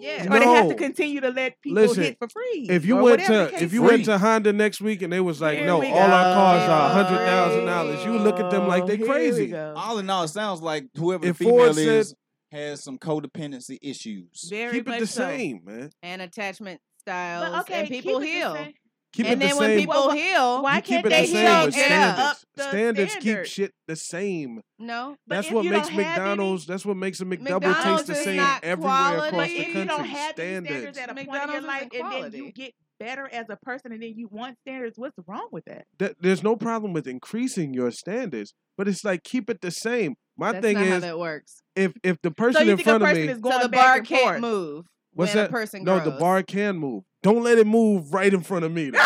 S12: Yeah.
S5: Or they have to
S3: No.
S5: continue to let people
S3: Listen,
S5: hit for free.
S3: if you
S5: or
S3: went
S5: whatever the
S3: to
S5: case
S3: if you
S5: may
S3: went
S5: be.
S3: to Honda next week and they was like,
S5: Here
S3: no,
S5: we
S3: all our cars
S5: go.
S3: are hundred thousand dollars, you look at them
S5: Oh,
S3: like they crazy.
S6: All in all, it sounds like whoever
S3: If
S6: the female
S3: Ford said-
S6: is has some codependency issues.
S12: Very Keep it much the so. same,
S3: man.
S12: And attachment styles. and
S5: okay,
S12: people
S5: keep it the
S12: heal.
S5: same.
S3: Keep
S12: and
S3: it the
S12: then
S3: same.
S12: when people
S3: Well, wh-
S12: heal,
S5: why
S3: you keep it
S12: they
S3: the same
S12: heal
S3: with
S12: and up
S3: standards.
S12: the
S3: standards keep
S12: standards.
S3: shit the same.
S12: No,
S3: that's what makes McDonald's. that's what makes a McDouble
S12: McDonald's
S3: taste the
S12: is
S3: same
S12: not
S3: everywhere across
S12: quality.
S3: the
S12: If
S3: country.
S12: you don't
S5: have these
S3: standards.
S5: standards at a point in
S12: McDonald's
S5: your life,
S12: isn't
S5: and then you get better as a person, and then you want standards. What's wrong with that?
S3: Th- there's no problem with increasing your standards, but it's like keep it the same. My
S12: That's
S3: thing
S12: not how
S3: is,
S12: that works.
S3: if if the
S12: So
S3: person
S12: you
S3: in
S12: think a
S3: front of
S12: person
S3: me,
S12: is going the
S5: back
S12: bar
S5: and
S12: can't
S5: forth.
S12: move
S3: what's
S12: when
S3: that?
S12: a person
S3: no,
S12: grows.
S3: the bar can move. Don't let it move right in front
S5: *laughs*
S3: of me. *laughs* though.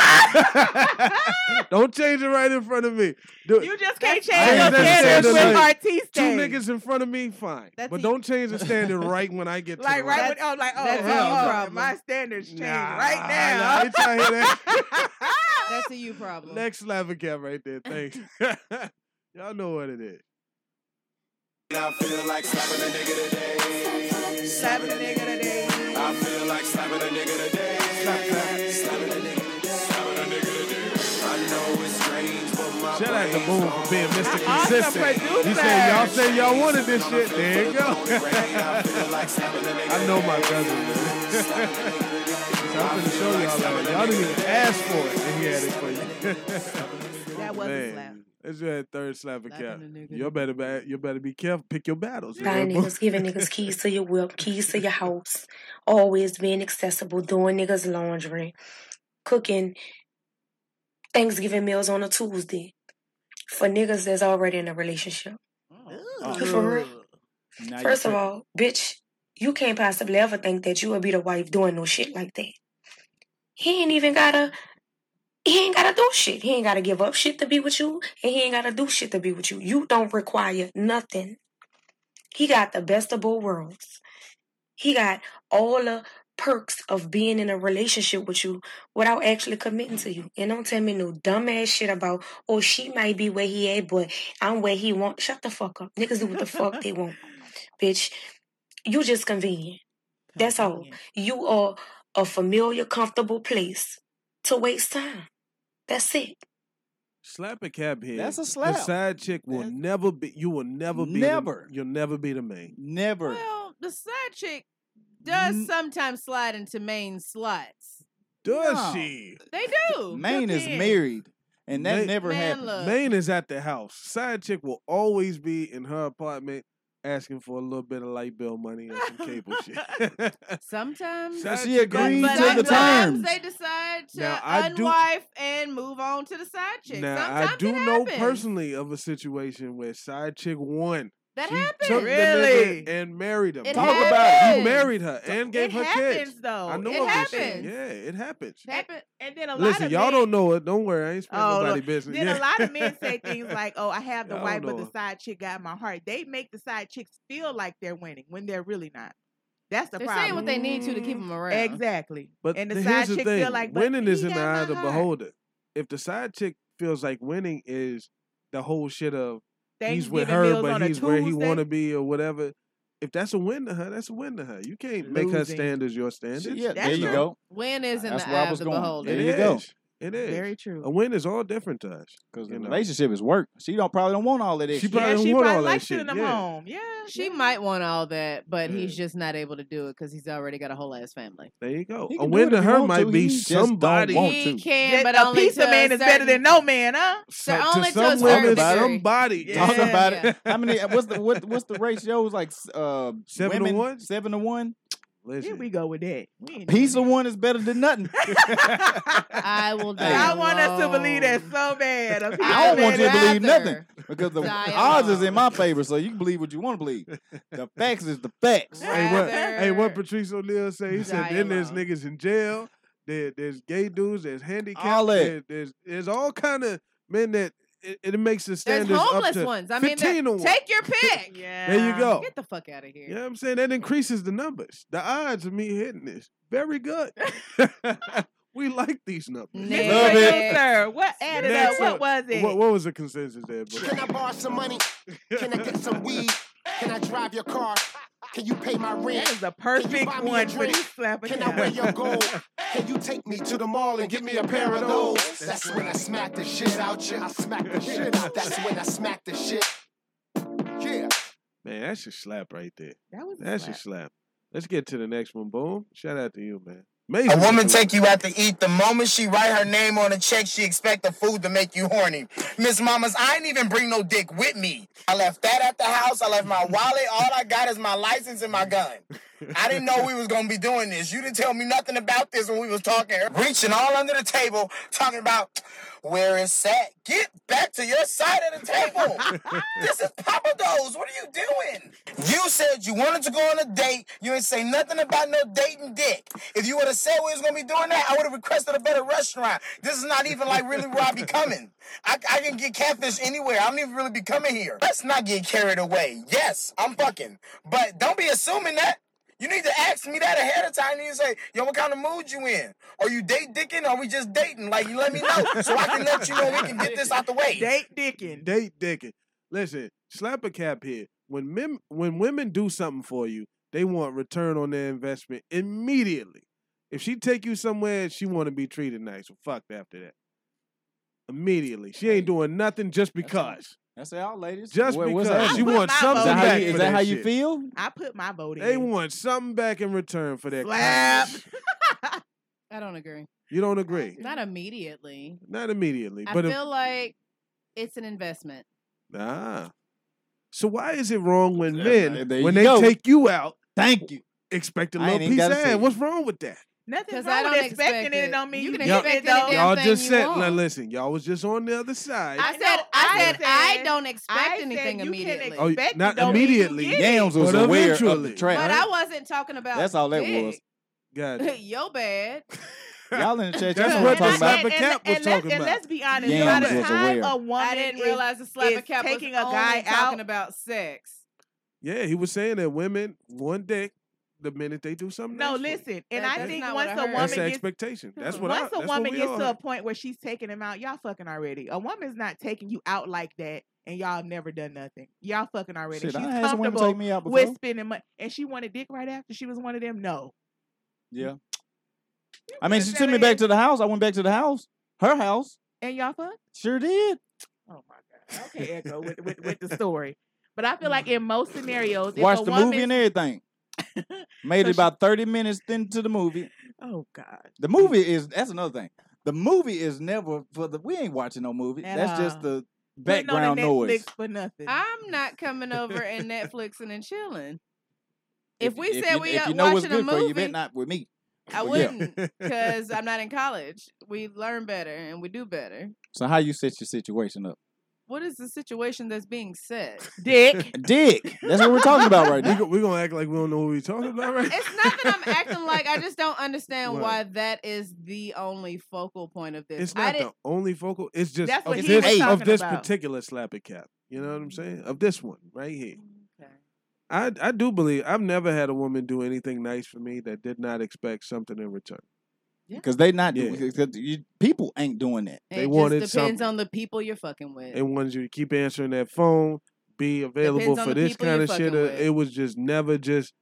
S3: Don't change it right in front of me. Do-
S5: You just can't
S3: I
S5: change your
S3: understand
S5: standards
S3: the
S5: with
S3: like,
S5: RT
S3: Two
S5: standards.
S3: niggas in front of me, fine. but don't change the standard right
S5: *laughs*
S3: when I get to
S5: Like
S3: the
S5: right
S3: rock.
S5: when I'm like, oh,
S3: that's a
S5: hell,
S3: you
S5: oh,
S3: problem.
S5: my standards change
S3: Nah,
S5: *laughs* right
S3: nah,
S5: now.
S3: I tryna
S5: *laughs*
S3: hear that.
S12: *laughs* That's a you problem.
S3: Next level cat right there.
S5: *laughs*
S3: Thanks. *laughs* Y'all know what it is.
S13: I feel like slapping a nigga
S4: Mm.
S13: today. Slapping a nigga today. I feel like slapping a nigga today. Slapping a nigga today. Slapping a nigga today. I know it's strange, but my
S3: Shout out to Boom for being Mr.
S13: awesome
S3: Consistent. He said,
S13: producer.
S3: y'all say y'all wanted this shit. There you go. I know my cousin, man. *laughs* so I'm finna show y'all that. Y'all didn't even ask for it, and he had it for you.
S5: That was a slap.
S3: That's your third slap of cap.
S5: Slapping a nigga.
S3: You better, ba- you better be careful. Pick your battles. you
S14: Buying
S3: know, Boom? *laughs*
S14: niggas, giving niggas keys to your whip, keys to your house, always being accessible, doing niggas laundry, cooking Thanksgiving meals on a Tuesday for niggas that's already in a relationship.
S2: Mm.
S14: For real.
S6: Now you
S14: First of
S6: tripping.
S14: all, bitch, you can't possibly ever think that you will be the wife doing no shit like that. He ain't even gotta he ain't gotta do shit. He ain't gotta give up shit to be with you, and he ain't gotta do shit to be with you. You don't require nothing. He got the best of both worlds. He got all the perks of being in a relationship with you without actually committing to you. And don't tell me no dumbass shit about, oh, she might be where he at, but I'm where he want. Shut the fuck up. Niggas do what the fuck they want. Bitch, you just convenient. That's all. You are a familiar, comfortable place to waste time. That's it.
S3: Slap a cab here.
S14: That's a
S3: The
S14: slap.
S3: side chick will never be. You will never be.
S6: Never.
S3: The, you'll never be the main.
S6: Never.
S12: Well, the side chick does sometimes slide into main slots.
S3: Does
S6: No.
S3: she?
S12: They do.
S6: Maine is
S12: Depends.
S6: married, and that
S3: Maine-
S6: never happened.
S3: Maine is at the house. Side chick will always be in her apartment asking for a little bit of light bill money and some cable
S5: *laughs*
S3: shit.
S12: *laughs*
S3: *laughs*
S12: Sometimes
S3: So she agreed
S12: but
S3: to the
S12: sometimes
S3: terms.
S12: They decide to
S3: Now, I do-
S12: unwife and move on to the side chick.
S3: now
S12: sometimes
S3: I do
S12: it
S3: know
S12: happens.
S3: personally of a situation where side chick won.
S12: That
S3: she
S12: happened.
S3: took the
S12: Really?
S3: nigga and married him.
S12: It
S3: Talk about it. You
S12: happens.
S3: married her and gave
S5: it
S3: her kids.
S5: happens, though.
S3: I know
S5: It
S3: of this shit.
S5: happens.
S3: Yeah, it happens.
S5: Happen- and then a lot
S3: Listen,
S5: of
S3: y'all
S5: men,
S3: don't know it. Don't worry, I ain't spreading
S5: Oh,
S3: nobody
S5: look.
S3: business.
S5: Then
S3: *laughs* Yeah.
S5: a lot of men say things like, "Oh, I have the
S3: Y'all
S5: wife, but
S3: know
S5: the
S3: her.
S5: side chick got my heart." They make the side chicks feel like they're winning when they're really not. That's the
S12: They're
S5: problem.
S12: saying what they need to to keep 'em around.
S5: Exactly.
S3: But
S5: and the
S3: th-
S5: side
S3: here's the
S5: chick
S3: thing:
S5: feel like but
S3: winning
S5: he
S3: is in the
S5: got
S3: eye
S5: my
S3: of the
S5: heart.
S3: beholder. If the side chick feels like winning is the whole shit of he's with
S5: Thanksgiving
S3: her,
S5: meals on
S3: but
S5: a
S3: he's where he want
S5: Tuesday.
S3: to be or whatever. If that's a win to her, that's a win to her. You can't make her
S5: Losing.
S3: standards your standards.
S6: yeah, That's there you true. go.
S12: Win is in
S6: That's
S12: the
S6: where I
S12: eye of
S6: was
S12: the
S6: going.
S12: beholder.
S6: There
S3: It
S6: you go.
S3: is. It is
S5: Very true.
S3: A win is all different to us because
S6: The relationship is work. She don't probably don't want all that extra.
S3: She probably don't want all that shit. yeah.
S5: Yeah,
S12: she might want all that, but he's just not able to do it because he's already got a whole ass family.
S3: There you go.
S12: He
S3: A
S12: can do
S3: win
S12: it if
S3: to
S12: he
S3: her
S12: want
S3: might
S12: to.
S3: be
S12: He just don't
S3: somebody.
S12: want He to. can,
S5: That
S12: but
S5: a
S12: only
S5: piece
S12: to
S5: of
S12: a
S5: man is better
S12: certain-
S5: than no man, huh?
S3: So- to some women, somebody.
S6: *laughs* Talk
S3: *laughs*
S6: about it. How many? What's the what, what's the ratio? It's like uh,
S3: Seven to
S6: women-
S3: one?
S6: Seven to one.
S5: Here we go with that. We ain't
S6: Piece of one is better
S5: *laughs*
S6: than nothing. *laughs*
S12: I
S3: *laughs*
S12: will.
S6: Hey.
S5: I want us to believe that so bad.
S12: *laughs*
S5: A piece
S6: I
S5: of
S6: don't
S5: man
S6: want you to
S5: is-
S6: believe nothing because
S3: *laughs*
S6: the
S5: die
S6: odds is in my favor, so you can believe what you want to believe.
S3: *laughs*
S6: The facts is the facts.
S3: Hey, what? Hey, what? Patrice O'Neal say? He said,
S6: die
S3: "Then there's niggas in jail. There, there's gay dudes. There's handicapped.
S6: All that.
S3: there- there's there's all kind of men that it, it makes the
S12: There's
S3: standards up
S12: homeless
S3: to
S12: ones. I mean,
S3: 15
S12: that-
S3: to one.
S12: take your pick.
S3: There you go.
S12: Get the fuck out of here.
S3: You know what I'm saying? That increases the numbers. The odds of me hitting this very good. *laughs* we like these numbers.
S5: Mr. Love it. Producer, what added up? What
S3: up.
S5: was it?
S3: What, what was the consensus there? bro?
S13: Can I borrow some money? Can I get *laughs* some weed? Can I drive your car? Can you pay my rent?
S5: That is the
S13: Can you
S5: perfect
S13: buy me a
S5: one for
S13: drink?
S5: this slapper.
S13: Can I wear your gold?
S5: *laughs*
S13: Can you take me to the mall and get me a pair of those? That's when I smack the shit out you. I smack the shit out. That's when I smack the shit. Yeah.
S3: Man, that's a slap right there.
S5: That was
S13: a
S3: that's a slap. Let's get to the next one. Boom. Shout out to you, man. Mason
S15: A woman
S3: Boone.
S15: take you out to eat. The moment she write her name on a check, she expect the food to make you horny. Miss Mamas, I ain't even bring no dick with me. I left that at the house. I left my wallet. All I got is my license and my gun. I didn't know we was gonna be doing this. You didn't tell me nothing about this when we was talking. Reaching all under the table, talking about where it's at. Get back to your side of the table. this is Papa Do's. What are you doing? You said you wanted to go on a date. You didn't say nothing about no dating dick. If you would have said we was gonna be doing that, I would have requested a better restaurant. This is not even like really where I be coming. I, I can get catfish anywhere. I don't even really be coming here. Let's not get carried away. Yes, I'm fucking, but don't be assuming that. You need to ask me that ahead of time. You need to say, yo, what kind of mood you in? Are you date dicking? Or are we just dating? Like, you let me know so I can let you know we can get this out the way.
S5: *laughs* Date dicking.
S3: Date dicking. Listen, slap a cap here. When men, when women do something for you, they want return on their investment immediately. If she take you somewhere, she want to be treated nice. Well, fucked after that. Immediately, she ain't doing nothing just because.
S6: That's all, ladies.
S3: Just
S6: What- what's that?
S3: because she
S6: I
S5: *laughs*
S6: put
S3: wants
S6: my
S3: something
S6: vote in.
S3: back. for
S6: Is that how you- is that how you
S3: shit.
S6: feel?
S5: I put my vote in.
S3: They want something back in return for their
S5: Slap.
S3: kindness.
S12: I don't agree.
S3: You don't agree?
S12: Not immediately.
S3: Not immediately,
S12: I
S3: but if-
S12: feel like it's an investment.
S3: Ah. So why is it wrong when men,
S6: there
S3: when
S6: you
S3: they
S6: go.
S3: take you out,
S6: thank you,
S3: expect a
S6: I
S3: little
S6: ain't even
S3: piece of
S6: gotta say
S3: ass?
S6: it.
S3: What's wrong with that?
S5: Nothing's
S12: 'Cause I
S5: wrong with
S12: don't
S5: expecting
S12: expect
S5: it.
S12: it.
S5: It don't mean
S12: You
S5: you,
S12: can
S5: did
S12: expect
S5: it
S12: any
S5: though.
S12: damn
S3: y'all
S12: thing
S3: just
S12: you
S3: said.
S12: want.
S3: now listen, y'all was just on the other side.
S12: I said, I said, I don't expect
S5: I said
S12: anything
S5: you can
S12: immediately.
S3: Oh,
S5: expect it
S3: not
S5: don't mean you
S3: immediately.
S5: get it.
S6: Yams was
S3: But
S6: aware of
S3: eventually.
S6: the trap.
S12: but I wasn't talking about.
S6: That's all that
S12: dick.
S6: was.
S5: *laughs*
S12: *laughs*
S3: Gotcha.
S12: Yo
S6: *laughs*
S12: bad.
S6: Y'all in the chat.
S3: That's
S6: Y'all know
S3: what
S6: what
S3: the
S6: I'm talking
S3: slap
S6: about.
S3: a cap was
S5: and, let's,
S3: talking
S5: and
S3: about.
S5: let's be honest.
S6: Yams
S5: by the
S6: was
S5: time
S6: aware.
S5: a woman
S12: I didn't
S5: is-
S12: realize the slap
S5: is
S12: a cap
S5: taking
S12: was
S5: a guy
S12: only
S5: out,
S12: talking about sex.
S3: Yeah, he was saying that women want dick the minute they do something.
S5: No,
S3: else for you.
S5: listen, and
S12: That-
S5: I
S12: that's
S5: think
S12: not what
S5: once
S12: I
S5: a
S12: heard.
S5: woman
S3: that's the
S5: gets
S3: expectation. That's what. I,
S5: once a
S3: that's what
S5: woman
S3: we
S5: gets
S3: all
S5: to a
S3: heard.
S5: point where she's taking him out, y'all fucking already. A woman's not taking you out like that, and y'all have never done nothing. Y'all fucking already.
S6: Shit,
S5: she's
S6: I had some women
S5: comfortable
S6: take me out
S5: with
S6: before.
S5: spending money, and she wanted dick right after. She was one of them. No,
S6: Yeah. I mean, she took me back to the house. I went back to the house, her house.
S5: and y'all fuck.
S6: Sure did.
S5: Oh my god. Okay, Echo with, with with the story, but I feel
S3: Mm.
S5: like in most scenarios, if a
S6: Watched the
S5: *laughs* woman,
S6: movie and everything. Made it about 30 minutes into the movie.
S5: Oh God.
S6: The movie is that's another thing. The movie is never for the we ain't watching no movie.
S5: At
S6: that's just
S5: all.
S6: the
S5: Putting on a
S6: background noise.
S5: Netflix for nothing.
S12: I'm not coming over and Netflixing and chilling. If, we
S6: If
S12: said
S6: you,
S12: we
S6: if
S12: are
S6: you know what's
S12: watching a
S6: good for
S12: movie,
S6: you, you bet not with me.
S12: I
S6: But yeah.
S12: wouldn't uh because I'm not in college. We learn better and we do better.
S6: *laughs* So how you set your situation up?
S12: What is the situation that's being said?
S5: Dick.
S6: *laughs* Dick.
S5: *laughs*
S6: That's what we're talking about right now.
S3: We're gonna act like we don't know what we're talking about right
S12: It's not that I'm acting like I just don't understand
S3: Right.
S12: why that is the only focal point of this.
S3: It's
S12: I
S3: not
S12: didn't,
S3: the only focal. It's just
S12: That's
S3: of
S12: what he
S3: this,
S12: was
S3: of
S12: talking
S3: this
S12: about.
S3: particular slappy cap. You know what I'm saying? Of this one right here. I I do believe I've never had a woman do anything nice for me that did not expect something in return.
S6: Because they not
S3: Yeah.
S6: doing because you, people ain't doing that.
S3: They
S12: it
S3: wanted
S12: just depends
S3: something.
S12: on the people you're fucking with.
S3: They wanted you to keep answering that phone, be available
S12: Depends on
S3: for
S12: the
S3: this
S12: people
S3: kind
S12: you're
S3: of shit.
S12: fucking
S3: or
S12: with.
S3: It was just never just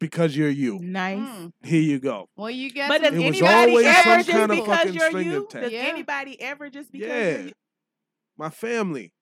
S3: because you're you.
S5: Nice.
S3: Here you go.
S12: Mm-hmm. Well, you got.
S5: But
S12: some
S5: does
S3: It was
S5: anybody
S3: always some
S5: ever just
S3: kind of
S5: because
S3: fucking
S5: you're
S3: string
S5: you?
S3: attached.
S5: Does
S3: Yeah.
S5: anybody ever just because
S3: Yeah,
S5: you're you?
S3: my family.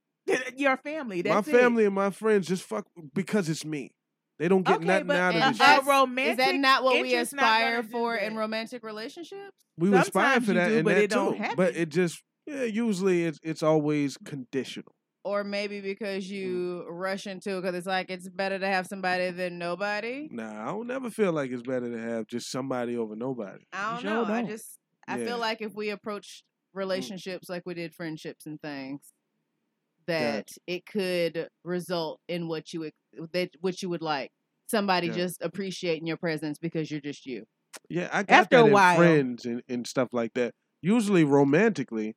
S5: your family?
S3: my
S5: That's
S3: family and my friends just fuck because it's me. They don't
S5: It.
S3: get
S5: Okay,
S3: nothing
S5: but uh,
S3: out of
S5: a,
S3: this
S5: a
S3: shit.
S5: romantic
S12: Is that not what we
S5: interest not gonna
S12: aspire
S5: do
S12: for
S5: that.
S12: in romantic relationships?
S3: We would aspire
S5: sometimes
S3: for
S5: you
S3: that
S5: do,
S3: and
S5: but
S3: that
S5: it
S3: too.
S5: don't
S3: But it just yeah, usually it's it's always conditional.
S12: Or maybe
S3: Mm.
S12: because you rush into it because it's like it's better to have somebody than nobody.
S3: Nah, I don't never feel like it's better to have just somebody over nobody.
S12: I don't
S3: sure
S12: know. I
S3: don't.
S12: just I
S3: Yeah. Mm.
S12: feel like if we approach relationships like we did friendships and things, that it could result in what you ex- that what you would like. Somebody
S3: Yeah.
S12: just appreciating your presence because you're just you.
S3: Yeah, I got
S12: After
S3: that
S12: a
S3: in
S12: while.
S3: friends and, and stuff like that. Usually romantically,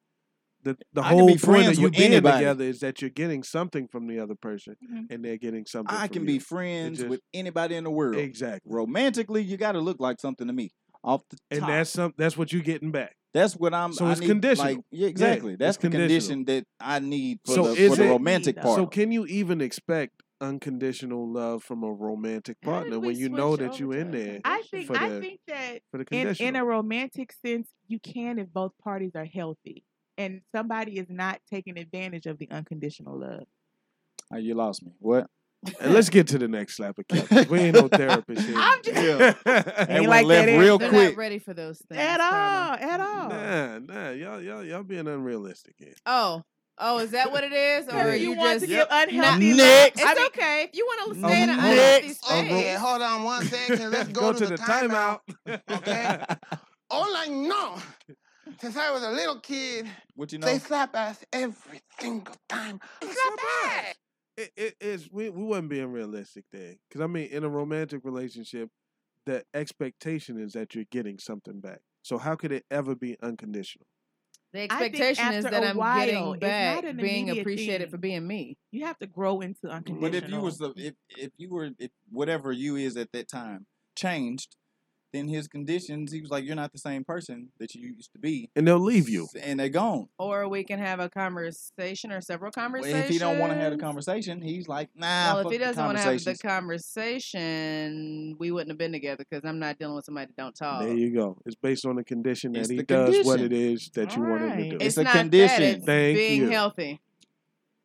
S3: the the
S6: I can
S3: whole
S6: be
S3: point of
S6: friends
S3: you
S6: with
S3: being
S6: anybody.
S3: together is that you're getting something from the other person
S6: Mhm.
S5: Mm-hmm.
S3: and they're getting something
S6: I
S3: from
S6: can
S3: you.
S6: be
S3: It
S6: friends
S3: just-
S6: with anybody in the world.
S3: Exactly.
S6: Romantically, you got to look like something to me off the
S3: and
S6: top.
S3: that's some that's what you're getting back.
S6: That's what I'm.
S3: So
S6: I
S3: it's
S6: need,
S3: conditional.
S6: Like, yeah,
S3: Yeah,
S6: exactly.
S3: it's
S6: That's the
S3: conditional.
S6: condition that I need for
S3: so
S6: the
S3: is
S6: for the
S3: it-
S6: romantic part.
S3: So can you even expect unconditional love from a romantic partner when you know that you're in there?
S5: I think
S3: for
S5: I
S3: the-
S5: think that
S3: for the
S5: in, in
S3: conditional.
S5: a romantic sense, you can if both parties are healthy and somebody is not taking advantage of the unconditional love.
S6: Oh, you lost me. What?
S3: And Uh, let's get to the next slapper cap. We ain't no therapist here.
S5: I'm just- *laughs*
S3: *laughs*
S6: Yeah. That one left
S5: that
S6: real
S5: is.
S12: They're
S6: quick.
S12: not ready for those things.
S5: At all, at all.
S3: Nah, nah, y'all, y'all, y'all being unrealistic here.
S12: Oh. Oh, is that what it *laughs* is? Or are
S3: Because
S12: you,
S3: you want
S12: just
S3: to give
S12: not-
S3: unhealthy
S12: It's
S3: love. I mean-
S12: okay if you want to
S3: Oh,
S12: stay in an
S3: hold on.
S12: unhealthy space.
S3: Oh,
S15: Okay, hold on one second. Let's go,
S3: *laughs* Go to the timeout.
S15: Okay. All I know, since I was a little kid,
S6: What you
S15: they
S6: know?
S15: slap ass every single time. Slap ass.
S3: It, it, it's we we wasn't being realistic there, because I mean, in a romantic relationship, the expectation is that you're getting something back. So how could it ever be unconditional?
S12: The
S5: I think
S12: expectation is
S5: after
S12: that
S5: a
S12: I'm
S5: while,
S12: getting
S5: it's
S12: back,
S5: not an
S12: being
S5: immediate
S12: appreciated
S5: thing.
S12: for being me.
S5: You have to grow into unconditional.
S6: But if you was the if if you were if whatever you is at that time changed, then his conditions. He was like, you're not the same person that you used to be,
S3: And they'll leave you.
S6: and they gone.
S12: Or we can have a conversation or several
S6: Well,
S12: conversations.
S6: if he don't want to have a conversation, he's like, nah.
S12: well, if
S6: fuck
S12: he
S6: the
S12: doesn't want to have the
S6: conversations.
S12: conversation, we wouldn't have been together because I'm not dealing with somebody that don't talk.
S3: There you go. It's based on the condition that
S6: It's
S3: he
S6: the
S3: does what it
S6: condition.
S3: is that you want him to do.
S12: It's, not that. It's
S3: Thank
S12: being
S3: you.
S12: healthy.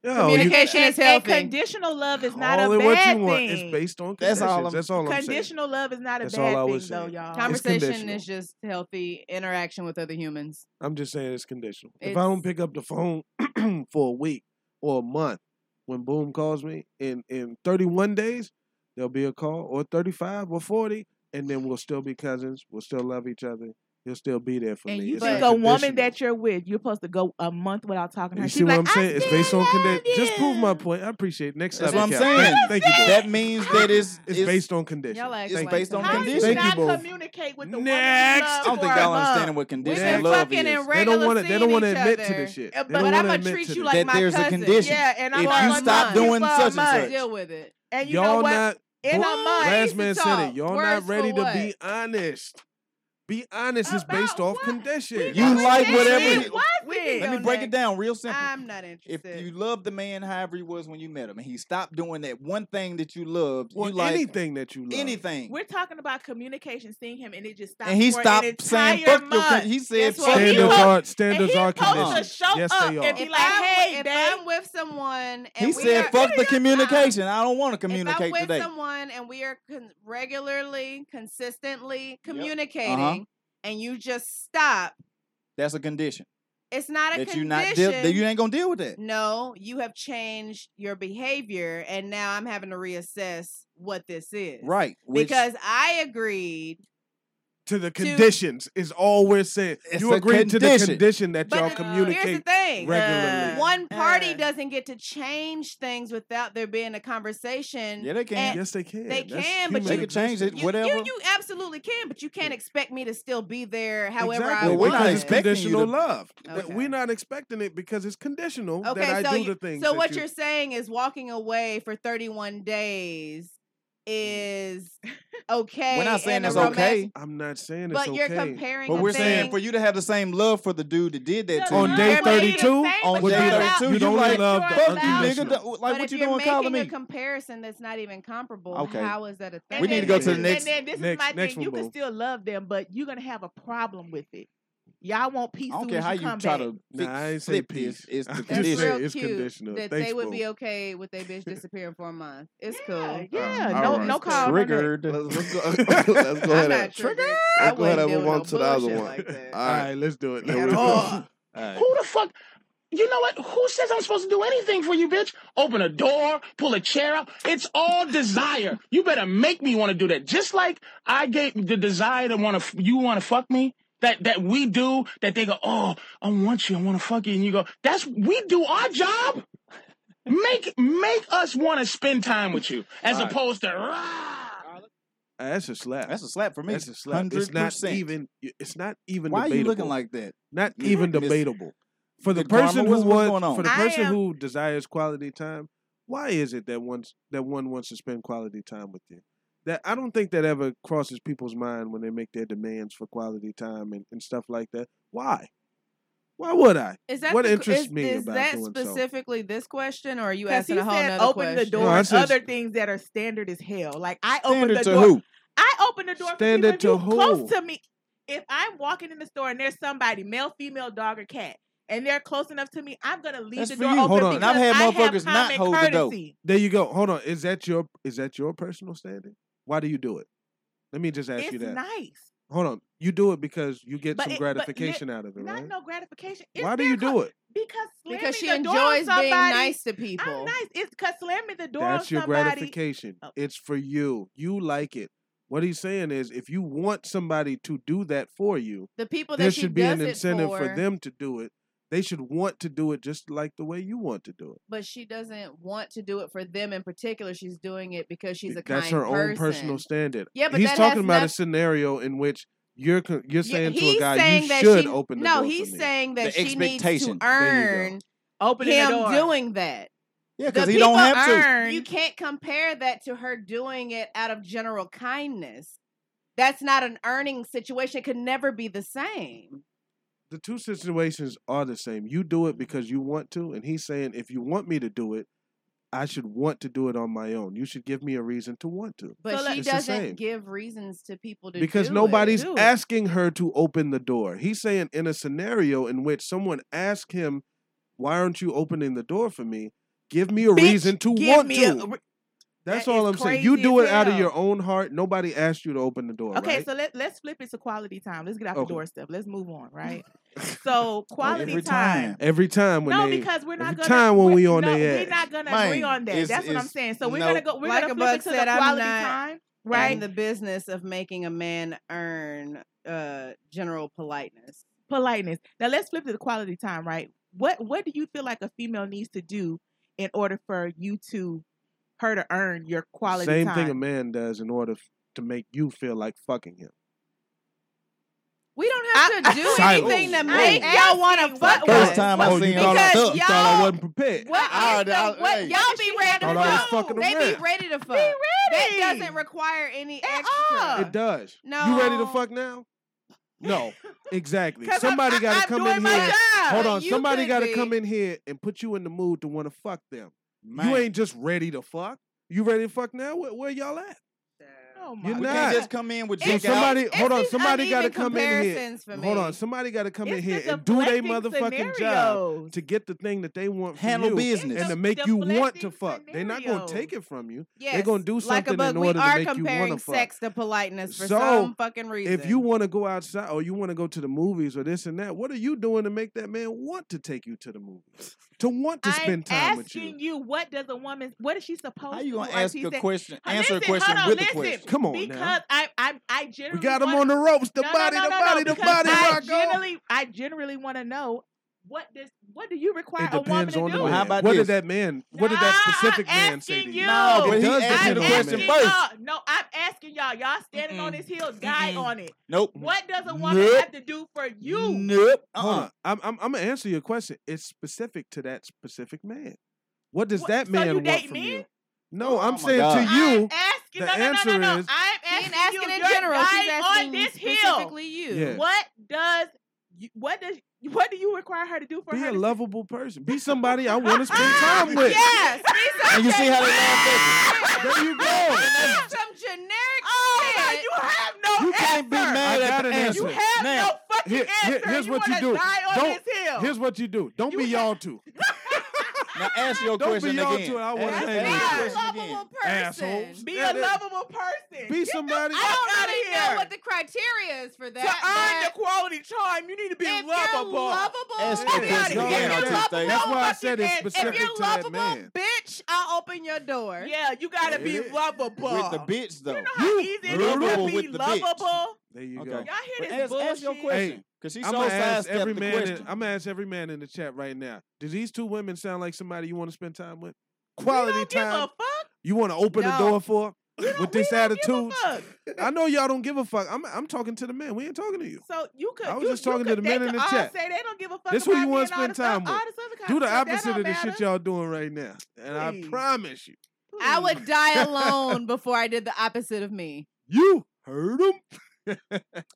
S3: No, you-
S12: Communication
S5: and,
S12: is healthy.
S5: And conditional love is not
S3: Call
S5: a
S3: it what
S5: bad
S3: you want. It's
S5: thing.
S3: based on
S6: That's all
S3: conditions.
S6: I'm-
S3: That's all I'm saying.
S5: Conditional love is not a
S3: That's all
S5: bad
S3: I
S5: thing,
S3: was
S5: though,
S3: saying.
S5: y'all.
S3: It's
S12: Conversation
S3: conditional.
S12: is just healthy interaction with other humans.
S3: I'm just saying it's conditional. if I
S12: It's-
S3: don't pick up the phone *clears throat* for a week or a month when Boom calls me in in 31 days, there'll be a call or 35 or 40, and then we'll still be cousins. We'll still love each other. He'll still be there for
S5: And
S3: me.
S5: you
S3: It's
S5: think
S3: not
S5: a woman
S3: conditional.
S5: that you're with, you're supposed to go a month without talking to her.
S3: You
S5: She's
S3: see what
S5: like,
S3: I'm
S5: "I
S3: saying? It's based on condition. Just prove my
S5: love
S3: point. I appreciate it. Next
S6: That's
S3: slide,
S6: what I'm
S3: Cap.
S6: saying.
S3: Thank you. both.
S6: That means that it's
S3: It's based on condition.
S6: Y'all act
S3: Thank
S6: like based on
S3: you.
S6: condition.
S3: Thank
S5: not
S3: you both.
S5: communicate with the
S3: Next.
S6: I don't think
S5: for a
S6: y'all
S5: month.
S6: understanding what
S3: Next.
S6: conditional love is.
S3: They don't want to. They don't want to admit to this shit.
S5: Uh, but
S3: They don't
S5: I'm
S3: wanna
S5: gonna
S3: admit
S5: treat
S3: to
S5: you
S3: this
S5: like
S3: shit.
S5: my cousin. Yeah, and I'm
S6: If
S5: gonna
S6: you
S5: love
S6: stop
S5: you
S6: doing
S5: for a
S6: such and
S5: month.
S6: such.
S12: Deal with it.
S5: And you know
S3: y'all
S5: what?
S3: not
S5: in a
S3: Boy,
S5: month,
S3: Last man said it. Y'all
S12: Words
S3: not
S12: for
S3: ready to
S12: what?
S3: be honest. Be honest is based off condition.
S6: You like whatever.
S3: We
S9: can
S6: Let me
S9: go
S6: break it
S9: next.
S6: down real simple.
S9: I'm not
S6: if
S9: interested.
S6: you love the man however he was when you met him, and he stopped doing that one thing that you loved,
S3: Well,
S6: you like
S3: anything that you love,
S6: anything,
S5: We're talking about communication, seeing him, and it just stopped.
S6: and he
S5: for an
S6: stopped saying
S5: entire
S6: "fuck your."
S5: month.
S6: con-" He said,
S5: Guess what?
S6: "Fuck
S5: He
S6: your."
S3: Standards
S5: po-
S3: are standards are
S5: supposed to
S3: conditioned.
S5: show
S3: Yes,
S5: up
S3: they
S5: and
S3: are.
S5: be like, "Hey,
S12: if I'm with someone and
S6: He
S12: we
S6: said,
S12: are, *laughs*
S6: "Fuck the communication. I don't want to
S12: if I'm
S6: communicate
S12: with
S6: today."
S12: someone and we are con- regularly, consistently
S5: Uh-huh.
S12: communicating, and you just stop,
S6: That's a condition
S12: it's not a
S6: that you
S12: condition.
S6: not deal, that you ain't gonna deal with that.
S12: no, you have changed your behavior, and now I'm having to reassess what this is.
S6: Right, which-
S12: because I agreed
S3: To the conditions is all we're saying. you
S6: a
S3: agreed to the
S6: condition.
S3: condition that
S12: But
S3: y'all
S12: the-
S3: communicate
S12: here's the thing. uh,
S3: regularly.
S12: One party doesn't get to change things without there being a conversation.
S6: Yeah, they can.
S12: and
S6: Yes, they can.
S12: They
S6: That's
S12: can, but
S6: human
S12: you
S6: They can change it,
S12: you- you-
S6: whatever.
S12: You, absolutely can, but you can't expect me to still be there. However,
S3: Exactly.
S12: I
S3: Well, we're
S12: want.
S3: not
S6: want.
S3: expecting you to
S6: Conditional
S3: love.
S12: Okay.
S3: We're not expecting it because it's conditional
S12: Okay,
S3: that I
S12: so
S3: do
S12: you-
S3: the things.
S12: so
S3: that
S12: what
S3: you,
S12: you're saying is walking away for 31 days is *laughs* okay.
S6: We're Mm. not saying
S12: and a
S6: it's
S12: romance-
S6: okay.
S3: I'm not saying
S12: it's But you're okay. comparing
S6: But
S12: a
S6: we're saying
S12: thing-
S6: for you to have the same love for the dude that did that to
S3: On
S6: you.
S3: day You're making the 32, same,
S6: on
S3: but
S6: day
S3: you're not-
S6: 32,
S3: you're
S6: you
S3: only
S6: like,
S3: love the
S6: fuck you,
S3: unconditional.
S6: nigga. Don't- *laughs* Like,
S12: but if
S6: what you
S12: are
S6: doing calling
S12: making a
S6: me?
S12: comparison that's not even comparable,
S6: Okay.
S12: how
S3: *laughs*
S12: is that a thing?
S6: We need to go to the
S5: and
S6: next.
S5: then this
S6: next,
S5: is my
S6: next
S5: thing. You
S6: one,
S5: can
S6: boo.
S5: still love them, but you're gonna have a problem with it. Y'all want peace
S6: I don't
S5: soon
S6: care
S5: as
S6: how
S5: you
S6: you
S5: come
S6: try
S5: back.
S6: to
S3: Nah,
S6: fix,
S3: I ain't say
S6: flip this.
S3: peace.
S6: It's
S3: I
S6: the
S3: just
S6: condition.
S3: said
S12: Real
S3: it's
S12: cute
S3: conditional.
S12: that
S3: Thanks,
S12: they would
S3: boo.
S12: be okay with their
S3: *laughs*
S12: bitch disappearing for a month. It's cool.
S3: Um,
S5: Yeah,
S4: All
S5: no,
S4: right.
S5: no call,
S6: Triggered.
S4: Let's,
S6: *laughs*
S4: let's go. *laughs* let's go
S12: I'm
S4: ahead.
S12: not
S4: and-
S12: triggered. I
S4: Let's go ahead
S12: wouldn't deal
S4: and move
S12: with
S4: on
S12: no
S4: to the other
S12: bullshit
S4: one.
S12: like that.
S4: All right,
S3: let's do it.
S4: Here we
S7: all.
S4: go.
S7: Who the fuck? You know what? Who says I'm supposed to do anything for you, bitch? Open a door, pull a chair out. It's all desire. You better make me want to do that. Just like I gave the desire to want to, you want to fuck me. That that we do. That they go, oh, I want you. I want to fuck you, and you go. That's we do our job. Make make us want to spend time with you, as
S3: All right.
S7: opposed to. "Rah."
S3: Uh, That's a slap.
S6: That's a slap for me.
S3: That's a slap. It's not
S6: 100%.
S3: even. It's not even.
S6: Why are
S3: debatable.
S6: you looking like that?
S3: Not
S6: Miss-
S3: even
S6: Miss-
S3: debatable. For the
S6: Good karma,
S3: person
S6: what's-
S3: who wants,
S6: what's going on?
S3: for the
S6: I
S3: person
S6: am-
S3: who desires quality time, why is it that once that one wants to spend quality time with you? That I don't think that ever crosses people's mind when they make their demands for quality time and, and stuff like that. Why? Why would I?
S12: Is that
S3: what
S12: the-
S3: interests
S12: is,
S3: me
S12: is
S3: about
S12: that
S3: doing so?
S12: specifically this question, or are you
S5: Because
S12: asking
S5: he
S12: a whole
S5: said
S12: nother
S5: open the
S12: question?
S5: door
S3: I
S5: and
S3: said-
S5: other things that are standard as hell. Like I open
S3: Standard
S5: the
S3: to
S5: door.
S3: who?
S5: I open the door
S3: Standard
S5: for people.
S3: to
S5: If you close
S3: who?
S5: to me, if I'm walking in the store and there's somebody, male, female, dog or cat, and they're close enough to me, I'm gonna leave
S6: That's
S5: the
S6: for
S5: door
S6: you.
S5: open
S6: Hold on.
S5: because
S6: And I've had
S5: I have
S6: motherfuckers not
S5: common
S6: hold the door.
S5: courtesy.
S3: There you go. Hold on. Is that your is that your personal standing? Why do you do it? Let me just ask you
S5: It's
S3: that.
S5: nice,
S3: Hold on. You do it because you get
S5: but
S3: some
S5: it- but li-
S3: gratification out of it,
S5: not
S3: right?
S5: no gratification. It's
S3: Why do you
S5: their
S3: do it?
S5: Because slamming
S12: Because she
S5: the door on
S12: enjoys being
S5: somebody,
S12: nice to people.
S5: I'm nice. It's because slamming the door
S3: That's
S5: on
S3: your
S5: somebody. Oh.
S3: gratification. It's for you. You like it. What he's saying is if you want somebody to do that for you,
S12: The people
S3: there
S12: that she
S3: should be an
S12: does it
S3: incentive for
S12: for-
S3: them to do it. They should want to do it just like the way you want to do it.
S12: but she doesn't want to do it for them in particular. She's doing it because she's a
S3: That's
S12: kind
S3: her
S12: person.
S3: own personal standard.
S12: Yeah, but
S3: he's
S12: that
S3: talking
S12: has
S3: about a
S12: noth-
S3: scenario in which you're co-
S12: Yeah,
S3: you're saying to
S12: he's
S3: a guy
S12: saying
S3: you
S12: that
S3: should
S12: she-
S3: open the
S12: no,
S3: door for
S12: he's
S3: me."
S12: saying that
S3: The
S12: she needs to
S3: expectation. There you go.
S12: earn
S5: Opening the
S12: him
S5: door.
S12: doing that.
S6: Yeah,
S12: The
S6: 'cause he don't
S12: people
S6: have to.
S12: You can't compare that to her doing it out of general kindness. That's not an earning situation. It could never be the same.
S3: the two situations are the same. You do it because you want to, and he's saying if you want me to do it, I should want to do it on my own. You should give me a reason to want to.
S12: But she
S3: It's the same.
S12: doesn't give reasons to people to
S3: because
S12: do it.
S3: nobody's
S12: Do it.
S3: asking her to open the door. He's saying in a scenario in which someone asked him, "Why aren't you opening the door for me? Give me a reason to
S5: give
S3: want
S5: me a
S3: to."
S5: re-
S3: That's
S5: That
S3: all I'm
S5: is
S3: saying. You
S5: crazy
S3: do
S5: as
S3: it out of
S5: hell.
S3: your own heart. Nobody asked you to open the door,
S5: Okay,
S3: right?
S5: so let, let's flip it to quality time. Let's get out
S3: Okay. Oh,
S5: the door stuff. Let's move on,
S3: *laughs*
S5: right? so quality
S3: every
S5: time.
S3: Every time Eh when
S5: No,
S3: they
S5: because we're not
S3: every
S5: gonna
S3: time when we on
S5: no,
S3: their
S5: we're
S3: ass.
S5: not gonna agree on that. That's what I'm saying. So we're
S12: no.
S5: gonna go we're
S12: like
S5: gonna
S12: a
S5: flip
S12: bug
S5: it to
S12: said,
S5: the
S12: I'm
S5: quality
S12: not
S5: time,
S12: In
S5: right?
S12: the business of making a man earn uh, general politeness.
S5: Politeness. Now let's flip to the quality time, right? What what do you feel like a female needs to do in order for you to her to earn your quality
S3: Same
S5: time?
S3: thing a man does in order f- to make you feel like fucking him.
S12: We don't have to do
S3: Silence.
S12: anything to
S3: Oh,
S12: make
S3: oh.
S12: y'all want to fuck
S3: First
S12: us.
S3: time I Oh, seen you thought I-
S12: because
S3: you
S12: y'all,
S3: thought I wasn't prepared.
S12: What is the- what- y'all be ready to
S3: Thought I was
S12: fuck.
S3: fucking
S12: they
S3: around.
S12: be ready to fuck. That doesn't require any extra.
S3: It does.
S12: No.
S3: You ready to fuck now? No, exactly.
S5: 'Cause I'm-
S3: Somebody
S5: I-
S3: got
S5: I'm
S3: to come
S5: doing
S3: in
S5: my
S3: here.
S5: job.
S3: Hold on.
S5: You
S3: Somebody
S5: could
S3: got
S5: be.
S3: to come in here and put you in the mood to want to fuck them. You ain't just ready to fuck. You ready to fuck now? Where, where y'all at?
S5: Oh
S3: You're
S6: We
S3: not.
S6: can't just come in with
S3: So
S6: dick out.
S3: somebody.
S6: It's
S3: Hold on.
S6: these
S3: Somebody got to
S6: uneven
S3: come in here.
S6: comparisons for
S3: Hold on.
S6: me.
S3: Somebody got to come in
S6: It's
S3: here
S6: the
S3: and do their
S6: deflecting
S3: motherfucking
S6: scenarios.
S3: job to get the thing that they want from
S6: Handle
S3: you
S6: business.
S3: and to
S6: It's
S3: make you want to fuck. They're not going to take it from you. They're
S12: Yes,
S3: going to do
S12: like a
S3: something
S12: book.
S3: in
S12: We
S3: order to
S12: are
S3: make you want
S12: comparing
S3: to fuck.
S12: sex to politeness for
S3: So,
S12: some fucking reason.
S3: If you want to go outside or you want to go to the movies or this and that, what are you doing to make that man want to take you to the movies? To want to spend time with you?
S5: asking you what does a woman what is she supposed How you
S3: gonna
S5: to
S3: ask
S5: like
S3: a
S5: she said-
S3: question-
S5: Uh,
S3: answer a
S5: listen,
S3: question
S5: hold on,
S3: with a
S5: listen,
S3: question? Come on now.
S5: because I I I generally
S3: got 'em
S5: wanna-
S3: on the ropes, the
S5: No, no,
S3: body,
S5: no,
S3: the
S5: no, no,
S3: body, the
S5: because
S3: body,
S5: I
S3: Rocco.
S5: generally I generally want to know what does what do you require
S3: It
S5: a woman
S3: depends
S5: to
S3: on
S5: do
S3: the man. what did that man? What did that specific man say to you?
S5: you. No,
S3: It
S6: but he
S3: does
S6: asked
S3: depend
S6: you the
S3: on
S6: question
S3: man.
S6: first.
S5: Y'all, no, I'm asking y'all. Y'all standing on this hill, die on it.
S6: Nope.
S5: What does a woman
S3: Nope.
S5: have to do for you?
S6: Nope.
S3: Hold
S5: Uh-uh.
S3: on. I'm, I'm I'm gonna answer your question. It's specific to that specific man. What does that
S5: so
S3: man
S5: you
S3: want
S5: date
S3: from
S5: men?
S3: you? No,
S6: Oh my
S3: I'm saying
S6: God.
S3: to you,
S5: asking- no,
S3: the
S5: no, no, no,
S3: answer
S5: no.
S3: is
S5: I'm asking,
S12: ain't asking
S5: you,
S12: in
S5: you're
S12: general. She's
S5: dying
S12: asking
S5: on this hill.
S12: specifically you.
S3: Yeah.
S5: What does you, what does what do you require her to do for
S3: be
S5: her?
S3: a
S5: to-
S3: lovable person. Be somebody I want to spend
S5: *laughs*
S3: time with.
S5: Yes,
S3: And you see how
S5: laugh
S3: they at There you go.
S12: Some generic.
S5: Oh, no, you have no.
S6: You can't be mad
S3: I
S6: at
S3: got
S6: the
S3: an
S6: answer.
S3: answer.
S6: now,
S3: Here- here- here's what you do.
S5: die on
S3: Don't,
S5: this hill.
S3: Here's what you do. Don't be
S5: *laughs*
S3: y'all two.
S6: now ask your
S3: Don't
S6: question
S3: be y'all
S6: again.
S3: two. I want
S6: Ask-
S3: to
S6: ask
S3: hang
S6: your
S3: with you.
S6: question again.
S3: Assholes.
S5: Be
S3: Yeah,
S5: a
S3: that-
S5: lovable person.
S3: Be somebody.
S12: I don't really
S5: outta
S12: know
S5: here.
S12: what the criteria is for
S5: to earn
S12: that.
S5: your quality charm, you need to be
S12: if you're
S5: lovable.
S12: lovable-
S3: Ask
S5: Get
S3: your
S5: me out of
S3: question.
S5: here.
S3: Y'all
S5: If you're
S3: understand.
S5: lovable,
S3: That's why I
S5: motherfucking
S3: said it's
S5: ass- if
S3: specific
S5: you're
S3: to that man.
S12: but bitch, I'll open your door.
S5: Yeah, you gotta be
S3: Yeah.
S5: lovable.
S6: With the bitch though.
S5: How easy it is
S6: Lovable
S5: to be
S6: with the bitch.
S5: *laughs* lovable.
S3: There you
S6: Okay.
S3: go.
S5: Y'all hear
S6: But
S5: this
S6: ask-
S5: bullshit?
S6: ask your question. 'Cause she
S3: I'm
S6: so
S3: gonna ask
S6: sidestepped
S3: every
S6: the
S3: man. In,
S6: question.
S3: I'm gonna ask every man in the chat right now. Do these two women sound like somebody you want to spend time with?
S5: We
S3: Quality
S5: don't give
S3: time.
S5: a fuck.
S3: You want to open the
S5: No.
S3: door for *laughs* with this attitude?
S5: Fuck.
S3: I know y'all don't give a fuck. I'm I'm talking to the men. We ain't talking to you.
S5: So you could.
S3: I was
S5: you,
S3: just
S5: you
S3: talking
S5: could,
S3: to the
S5: they
S3: men in
S5: could
S3: the
S5: all
S3: chat.
S5: Say they don't give a fuck
S3: This
S5: about
S3: who you
S5: want
S3: to spend time with. Do the opposite of the shit y'all doing right now, and I
S5: Please.
S3: promise you,
S12: I would die alone before I did the opposite of me.
S3: you heard him.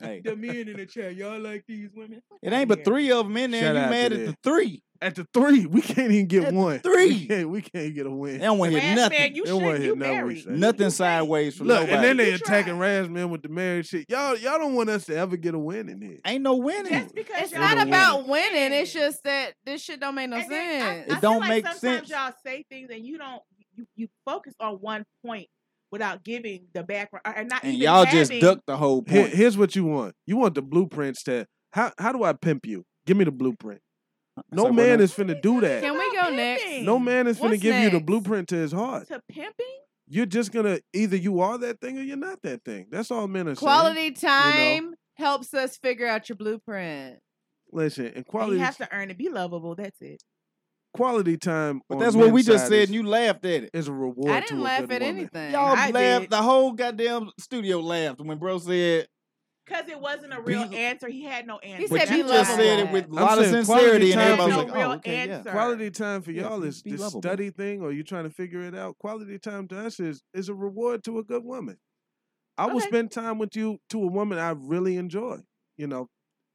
S6: Hey,
S7: The men in the chat, y'all like these women?
S6: it ain't but three of them in there.
S3: Shout
S6: and
S3: out
S6: You
S3: to
S6: mad at
S3: them.
S6: the three?
S3: At the three, we can't even get one. *laughs*
S6: three.
S3: we can't, we can't get a win.
S6: They don't want to
S5: Last
S6: hear
S5: man,
S6: nothing.
S5: you
S3: They don't wanna
S5: shouldn't.
S3: hear
S5: You
S3: nothing we
S5: married.
S3: say.
S6: Nothing sideways from
S3: Look,
S6: nobody.
S3: and then they attacking Rasman with the married shit. Y'all, y'all don't want us to ever get a win in here.
S6: ain't no winning.
S5: because
S12: It's
S5: y'all
S12: not
S3: Ain't no
S12: about winning. It's just that this shit don't make no sense.
S6: It don't
S5: like
S6: make
S5: sometimes
S6: sense.
S5: y'all say things and you don't you, you focus on one point without giving the background or and not
S6: And
S5: even
S6: y'all just
S5: having-
S6: ducked the whole
S3: Here-
S6: point.
S3: here's what you want. You want the blueprints to how how do I pimp you? Give me the blueprint. No
S6: So what
S3: man
S6: now?
S3: is finna do that.
S12: Can we go next?
S3: No man is finna
S12: What's
S3: give you the
S12: next?
S3: blueprint to his heart.
S5: to pimping.
S3: You're just gonna either you are that thing or you're not that thing. That's all men are saying.
S12: Quality
S3: know.
S12: time helps us figure out your blueprint.
S3: Listen, and
S5: And you
S3: quality
S5: have to earn it. Be lovable. That's it.
S3: quality time.
S6: But
S3: on
S6: that's what
S3: men's
S6: we just
S3: side
S6: said,
S3: is-
S6: and you laughed at it.
S3: Is a reward.
S12: I
S3: to
S12: didn't
S3: a
S12: laugh
S3: good
S12: at
S3: woman.
S12: anything.
S6: Y'all
S5: I
S6: laughed.
S5: did.
S6: The whole goddamn studio laughed when bro said.
S5: Because it wasn't a real
S6: Be-
S5: answer. He had no answer.
S6: But
S5: That's
S6: you
S5: why
S6: just
S5: I
S6: said it
S5: laughed.
S6: with a
S3: I'm
S6: lot of
S3: saying quality
S6: sincerity, and
S3: time
S6: everybody
S5: for-
S6: was like,
S5: No
S6: "Oh,
S5: real
S6: okay, yeah."
S5: answer.
S3: Quality time for
S6: Yeah,
S3: y'all
S6: be-
S3: is
S6: be
S3: this
S6: lovable.
S3: study thing, or you trying to figure it out. Quality time to us is is a reward to a good woman. I will
S5: Okay.
S3: spend time with you to a woman I really enjoy. You know,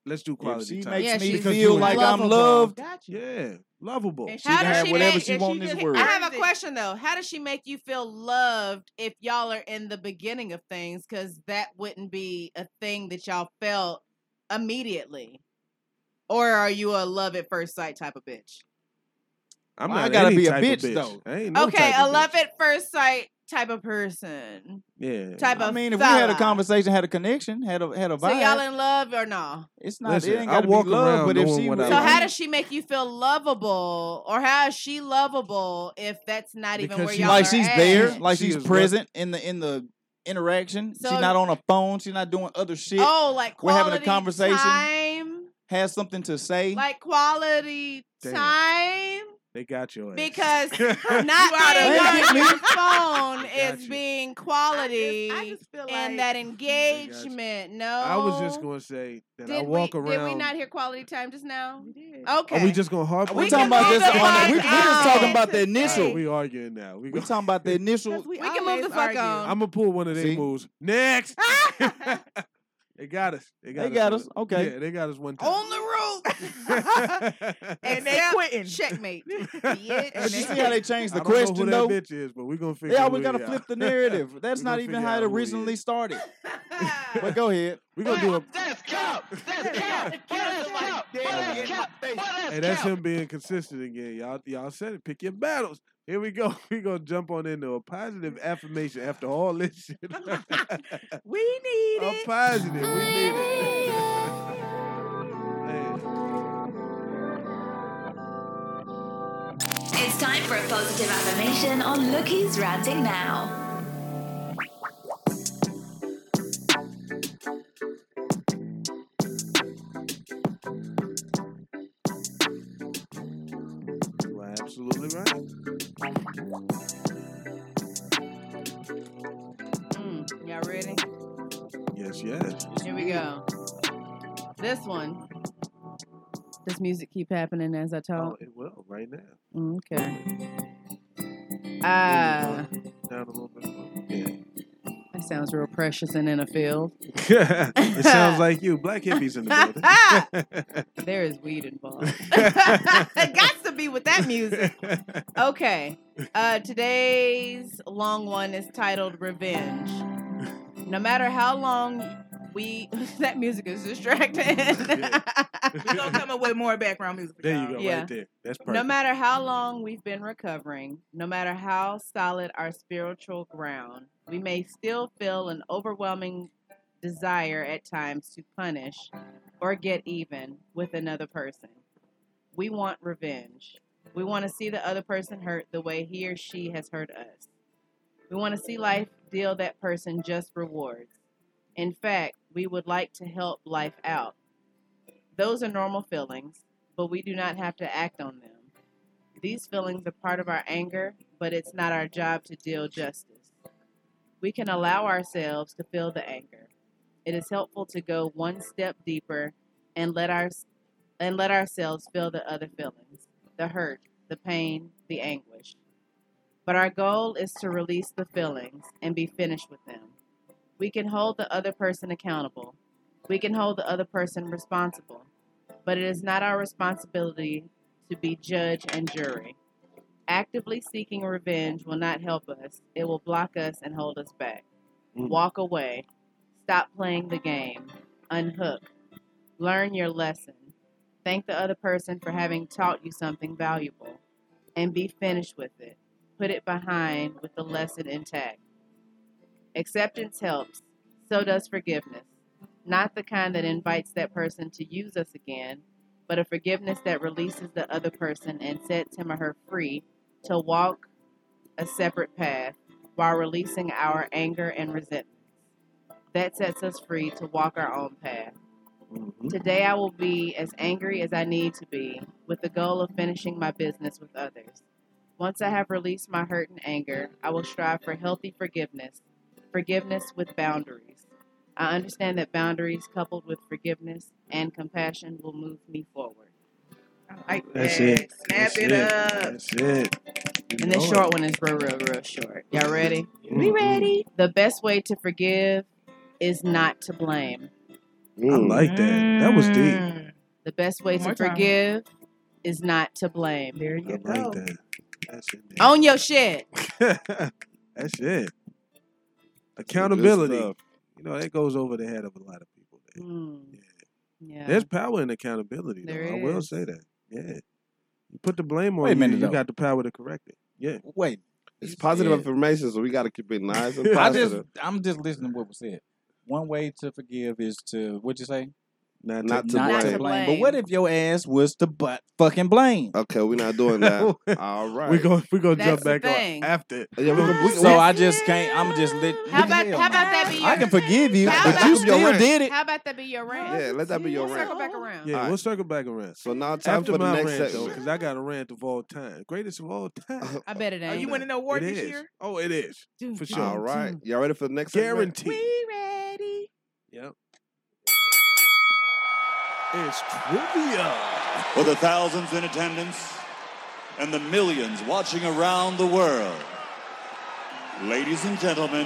S3: let's do quality
S6: she
S3: time.
S6: makes
S12: Yeah, me she's
S3: Because
S6: feel
S3: you
S6: like
S3: enjoy-
S6: I'm loved.
S5: Got you.
S3: yeah, lovable.
S5: And she
S12: How
S5: earned
S12: does
S6: have
S12: she
S6: whatever
S12: make?
S6: she
S5: and
S6: want in
S5: she
S6: this
S5: just
S6: world.
S12: I have
S5: earned
S12: a
S5: it.
S12: question though. How does she make you feel loved if y'all are in the beginning of things? Because that wouldn't be a thing that y'all felt immediately. Or are you a love at first sight type of bitch?
S3: I'm
S6: Well, I
S3: not
S6: gotta
S3: any
S6: be a
S3: type of
S6: bitch,
S3: bitch.
S6: though.
S3: I ain't no
S12: okay,
S3: type
S12: a
S3: of
S12: love
S3: bitch.
S12: at first sight type of person.
S3: Yeah.
S12: Type
S6: I
S12: of
S6: mean, if we had a
S12: fella.
S6: conversation, had a connection, had a had a
S12: So
S6: vibe,
S12: y'all in love or no?
S6: it's not.
S3: Listen,
S6: it ain't
S3: I
S6: gotta
S3: walk
S6: be love.
S3: around
S6: But if
S3: knowing
S6: she,
S3: what
S6: was-
S3: I
S12: So
S3: like.
S12: how does she make you feel lovable, or how is she lovable if that's not even
S3: Because
S12: where
S3: she-
S12: y'all
S6: like
S12: are
S6: she's
S12: at?
S6: there, like
S3: She
S6: she's
S3: is what-
S6: present in the in the interaction.
S12: So-
S6: she's not on a phone. She's not doing other shit.
S12: Oh, like
S6: We're
S12: quality
S6: having a conversation.
S12: time,
S6: Has something to say.
S12: like quality
S3: Damn.
S12: time,
S3: They got your ass.
S12: because not being
S6: Thank
S12: on
S6: you,
S12: your
S6: Nick.
S12: phone
S3: got
S12: is
S3: you.
S12: being quality
S5: I just feel like
S12: and that engagement. No,
S3: I was just gonna say that I
S12: Did
S3: walk
S12: we,
S3: around.
S12: Did we not hear quality time just now?
S5: did.
S12: Okay.
S3: Are we just gonna harp?
S6: We're
S3: on
S6: talking
S3: that?
S6: about
S12: move
S6: this.
S12: the
S6: on the- we, we
S12: fuck
S6: just talking about the
S5: on.
S3: All right,
S6: initial.
S3: we arguing now. We go.
S6: We
S3: *laughs*
S6: talking about the initial.
S5: we,
S12: We can move
S5: always
S12: the fuck
S5: argue.
S12: on.
S3: I'm gonna pull one of their
S6: See?
S3: moves next. *laughs* they got us. They got,
S16: They got
S3: on
S16: us.
S3: the-
S16: Okay.
S3: Yeah, they got us one time.
S12: on the roof.
S3: *laughs*
S5: and they
S12: Except
S5: quitting. *laughs*
S12: Checkmate. Bitch.
S3: And
S6: you see
S12: *laughs*
S6: how they changed the
S3: I don't
S6: question
S3: know who
S6: though?
S3: That bitch is, but we're gonna figure.
S6: They always
S3: got
S6: gotta flip
S3: *laughs*
S6: the narrative. That's not even how it originally started. but go ahead.
S3: We're gonna do a.
S12: *laughs*
S3: Hey, that's him being consistent again. Y'all, y'all said it. Pick your battles. Here we go. *laughs* We're gonna jump on into a positive affirmation after all
S12: *laughs*
S3: this shit. *laughs*
S5: we need
S3: a
S5: it.
S3: positive. We need it.
S12: *laughs*
S3: Man.
S2: It's time for a positive affirmation on Look Who's Ranting Now.
S3: You are absolutely right.
S12: Mm, y'all ready?
S3: Yes, yes.
S12: Here we go. This one. This music keep happening as I
S3: Oh,
S12: talk. Mm,
S3: it will right now.
S12: Okay. Ah,
S3: Down a little bit. more. Yeah.
S12: *laughs* that sounds real precious and in a field.
S3: *laughs* it sounds like you. Black hippies in the
S12: *laughs*
S3: building. *laughs*
S12: there is weed involved. *laughs* Got to be with that music. Okay. Uh, today's long one is titled Revenge. No matter how long we *laughs* that music is distracting.
S5: We're
S3: *laughs*
S5: gonna come up with more background music.
S3: There you go,
S12: Yeah.
S3: right there. That's perfect.
S12: No matter how long we've been recovering, no matter how solid our spiritual ground, we may still feel an overwhelming desire at times to punish or get even with another person. We want revenge. We want to see the other person hurt the way he or she has hurt us. We want to see life deal that person just rewards. In fact, we would like to help life out. Those are normal feelings, but we do not have to act on them. These feelings are part of our anger, but it's not our job to deal justice. We can allow ourselves to feel the anger. It is helpful to go one step deeper and let our and let ourselves feel the other feelings, the hurt, the pain, the anguish. But our goal is to release the feelings and be finished with them. We can hold the other person accountable. We can hold the other person responsible. But it is not our responsibility to be judge and jury. Actively seeking revenge will not help us, it will block us and hold us back. Walk away. Stop playing the game. Unhook. Learn your lesson. Thank the other person for having taught you something valuable and be finished with it. Put it behind with the lesson intact. Acceptance helps, so does forgiveness. Not the kind that invites that person to use us again, but a forgiveness that releases the other person and sets him or her free to walk a separate path while releasing our anger and resentments. That sets us free to walk our own path.
S3: Mm-hmm.
S12: Today, I will be as angry as I need to be with the goal of finishing my business with others. Once I have released my hurt and anger, I will strive for healthy forgiveness, forgiveness with boundaries. I understand that boundaries coupled with forgiveness and compassion will move me forward.
S3: That's it.
S5: Snap
S3: That's
S5: it up.
S3: That's it.
S12: And this short one is real, real, real short. Y'all ready?
S3: We
S12: ready. The best way to forgive is not to blame.
S3: I like that. That was deep.
S12: The best way
S5: One
S12: to
S5: more time.
S12: forgive is not to blame.
S5: There you
S3: I like that. That's it.
S12: Own your shit.
S3: That's it. Accountability.
S4: stuff.
S3: You know, that goes over the head of a lot of people.
S12: Yeah.
S3: There's power in accountability. Though.
S12: There
S3: I will
S12: is.
S3: say that. Yeah. You put the blame on
S4: Wait a
S3: you,
S4: minute,
S3: you
S4: though.
S3: got the power to correct it. Yeah.
S6: Wait.
S4: It's positive
S6: Yeah.
S4: information, so we got to keep it nice and
S6: *laughs* I just
S4: positive.
S6: I'm just listening to what was said. One way to forgive is to what you say?
S3: Not
S4: to- Not to blame.
S6: But what if your ass was to butt fucking blame?
S4: Okay, we're not doing
S6: *laughs*
S4: that. All right.
S3: We're going we gonna jump
S4: That's the
S3: back on
S4: thing.
S3: after.
S4: Yeah, we- we-
S6: So I just can't I'm just lit
S12: How about how about that be your
S6: I can forgive you,
S12: how
S6: but
S12: about
S6: you
S12: that-
S6: still did it.
S12: How about that be your rant?
S4: Yeah, let that be your rant.
S12: Circle back around.
S3: Yeah,
S4: All right.
S3: we'll circle back around.
S4: So now time
S3: After
S4: for the
S3: my
S4: next
S3: rant, though,
S4: segment.
S3: because I got a rant of all time. Greatest of
S4: *laughs*
S3: all time.
S12: I bet it
S5: Oh,
S12: ain't.
S5: you winning an award
S3: It
S5: this
S3: is.
S5: year?
S3: Oh, it is.
S5: Dun,
S3: For
S5: dun,
S3: sure.
S4: All right. Y'all ready for the next segment?
S3: Guaranteed.
S5: We ready.
S3: Yep. It's trivia.
S13: For the thousands in attendance and the millions watching around the world, ladies and gentlemen,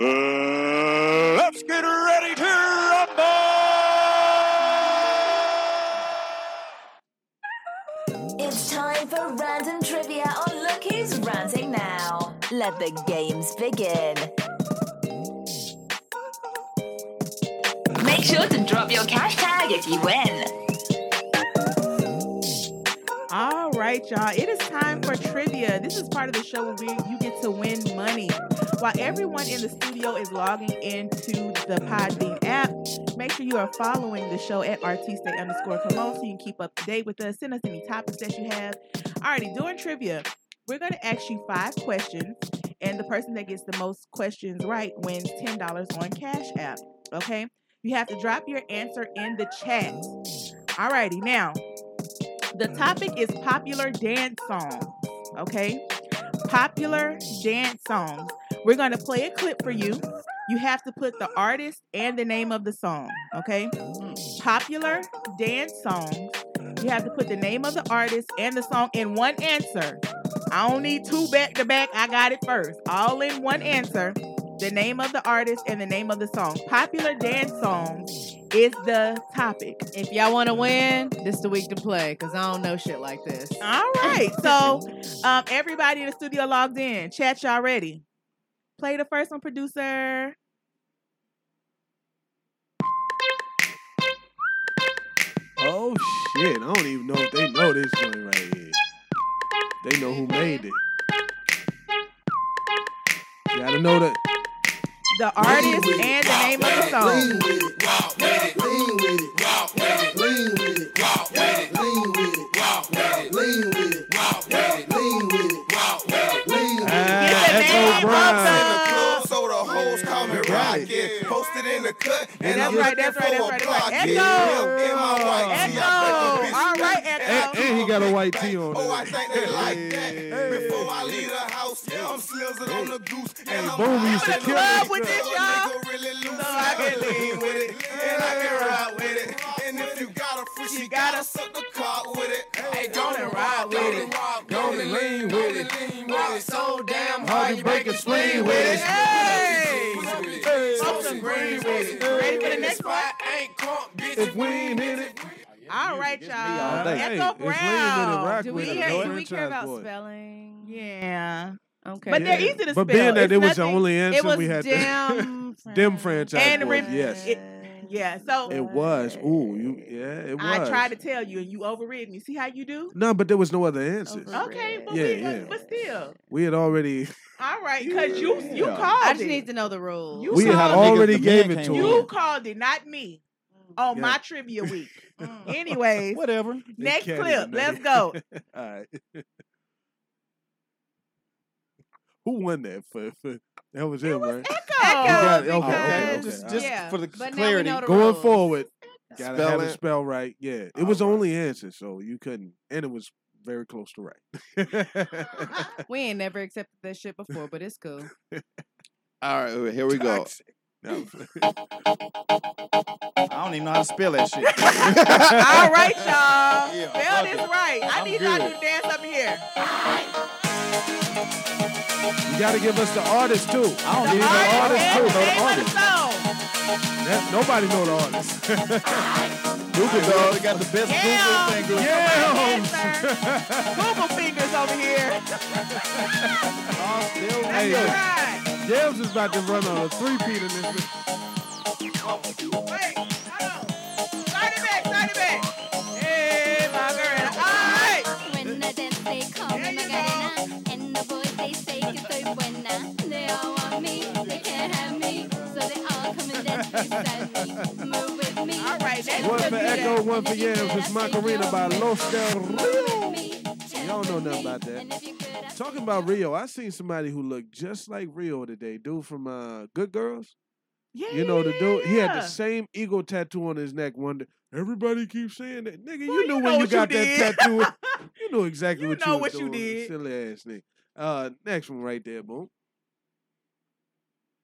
S13: uh, let's get ready to rumble!
S2: let the games begin. Make sure to drop your cash tag if you win.
S5: *laughs* All right, y'all. It is time for trivia. This is part of the show where we, you get to win money. While everyone in the studio is logging into the Podbean app, make sure you are following the show at Artiste underscore Camo so you can keep up to date with us. Send us any topics that you have. Alrighty, doing trivia. We're going to ask you five questions, and the person that gets the most questions right wins $10 on Cash App. Okay? You have to drop your answer in the chat. Alrighty, now the topic is popular dance songs. Okay? Popular dance songs. We're going to play a clip for you. You have to put the artist and the name of the song. Okay? Popular dance songs. You have to put the name of the artist and the song in one answer. I don't need two back to back. I got it first. All in one answer. The name of the artist and the name of the song. Popular dance songs is the topic.
S12: If y'all want to win, this the week to play because I don't know shit like this.
S5: All right.
S12: *laughs*
S5: So, um, everybody in the studio logged in. Chat, y'all ready? Play the first one, producer.
S3: Oh shit! I don't even know if they know this joint right here. They know who made it. Gotta know that.
S5: The artist and the name of the song.
S13: And I'm
S5: right,
S13: right
S5: that's right, that's right, that's right.
S13: Echo.
S5: Oh, Echo. All right,
S3: And, and he got a white tee on. there. Boom, we used to kill
S13: love
S3: this
S13: with
S3: girl.
S13: this, y'all. So I can lean with it, and I can ride with it. And if you got a freak, you gotta suck the cock with it. Hey, don't and ride with it. Don't and lean with it. Walk so damn hard, you break a swing with it. Hey, something green with it. Ready for the next spot? Ain't crunk, bitch. If we ain't in it,
S5: All right, y'all.
S3: all day. Hey,
S5: Echo
S3: it's lean with it,
S5: Brown.
S3: rock Do we with it, hear- no do we care franchise about boy.
S5: spelling? Yeah.
S12: Okay.
S5: But they're
S3: Yeah.
S5: easy to spell.
S3: But being that
S5: It's
S3: it was the
S5: nothing-
S3: only answer
S5: was
S3: we had,
S5: damn
S3: *laughs* to, dim franchise.
S5: and
S3: boy,
S5: rem-
S3: yes,
S5: it- yeah. So
S3: it was. Ooh, you. Yeah, it was.
S5: I tried to tell you, and you overrid me. See how you do?
S3: No, but there was no other answers.
S5: Okay, but
S3: yeah,
S5: we,
S3: yeah.
S5: but still,
S3: We had already.
S5: all right, because you you
S3: Yeah.
S5: called.
S12: I just
S5: it.
S12: need to know the rules.
S5: You
S3: we
S5: called
S3: had
S5: it.
S3: already gave it to
S5: You
S3: him.
S5: called it, not me. On
S12: Mm.
S3: Yeah.
S5: my trivia
S12: *laughs*
S5: week. Anyways,
S6: whatever.
S5: Next
S3: can't
S5: clip.
S3: even know *laughs*
S5: Let's
S3: that.
S5: go.
S3: All right. Who won that? For, for that was him, right? You got it. Okay, okay, okay.
S6: Just,
S3: All
S6: just
S3: right.
S6: for the
S12: but now we
S6: clarity.
S12: know the
S3: Going
S12: rules.
S3: forward, gotta have
S6: Spelling.
S3: it spell right. Yeah, it was the only answer, so you couldn't, and it was very close to right. *laughs*
S12: We ain't never accepted that shit before, but it's cool.
S4: All right, here we go.
S6: *laughs* I don't even know how to spell that
S5: *laughs*
S6: shit.
S5: All right, y'all.
S6: Yeah,
S5: Spell
S6: fuck
S5: this
S6: it.
S5: right. I
S6: I'm
S5: need y'all
S6: good.
S5: to dance up here.
S3: you gotta give us the artist too. I
S6: don't even know
S5: Artist
S3: artist
S5: and the name of the
S3: too. No artist.
S5: song.
S3: That- nobody know the artist. *laughs*
S6: Google dog. They got the best
S5: Yeah.
S6: Google thing going.
S13: *laughs*
S5: Google fingers over here.
S3: Hey,
S5: That's
S3: look,
S5: right.
S3: James is about to run on a three-peat in this. bitch.
S5: Wait, hold on. Slide it back, slide it back. Hey, my girl. All right.
S16: When the dance they call me Macarena,
S17: uh,
S16: and the boys they say que soy buena. They all want me, they can't have me, so they all come and dance beside me, move with me. All right,
S3: One for Echo, one for Yams. It's Macarena by Los Del Rio. Y'all know nothing about that. Talking about Rio, I seen somebody who looked just like Rio today. Dude from uh, Good Girls.
S5: Yeah,
S3: you know the dude. He had
S5: yeah.
S3: the same eagle tattoo on his neck. One day, everybody keeps saying that, nigga. You knew
S5: you know
S3: when you
S5: what you
S3: got that
S5: did. *laughs*
S3: tattoo. you knew exactly
S5: You
S3: what you
S5: know
S3: was
S5: what you
S3: doing,
S5: did.
S3: Silly ass nigga. Uh, next one right there, boom.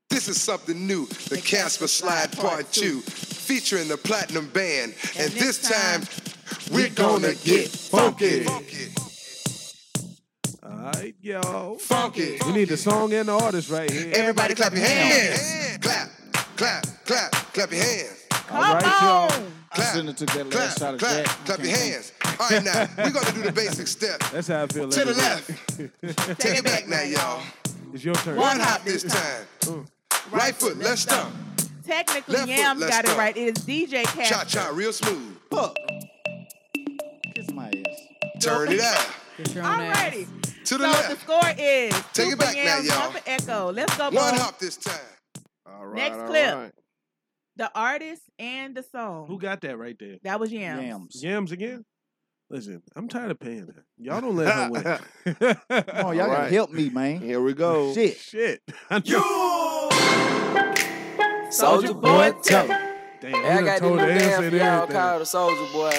S17: This is something new, the Casper Slide Part 2, featuring the Platinum Band. And this time, we're gonna get funky.
S3: All right, yo. Funky. We need the song and the artist right here.
S17: Everybody clap your hands. Clap, clap, clap, clap your hands.
S3: All right, y'all.
S6: I shouldn't have took that last shot of
S17: Clap,
S6: that.
S17: clap your hands. All right, now, we're gonna do the basic step.
S3: That's how I feel.
S17: To the
S3: every day.
S17: left. Take it back now, y'all.
S3: It's your turn.
S17: One hop this time. Right foot, left stomp.
S5: Technically,
S17: Left foot,
S5: Yam
S17: left
S5: got it
S17: thumb.
S5: right. It is DJ
S17: Cha
S5: Cat.
S17: cha, real smooth.
S6: Fuck.
S17: Kiss my ass. Turn it out.
S5: Alrighty.
S17: To the
S5: so
S17: left.
S5: the score is
S17: Take it
S5: Super
S17: back now,
S5: Yam,
S17: y'all.
S5: Papa Echo. Let's go.
S17: One
S5: Bo.
S17: hop this time.
S4: All
S5: right, Next all clip. right. The artist and the song.
S3: Who got that right there?
S5: That was Yams.
S3: Yams. Yams again? Listen, I'm tired of paying her. Y'all don't let
S17: *laughs*
S3: her win. *laughs* Come
S6: on, y'all gotta help me, man.
S4: Here we go.
S6: Shit.
S3: Shit.
S18: Soldier boy, tell him. Hey, I
S3: Damn, you done
S18: got
S3: told
S18: this
S3: the
S18: new
S3: answer
S18: damn
S3: and
S18: y'all
S3: everything.
S18: called a soldier boy.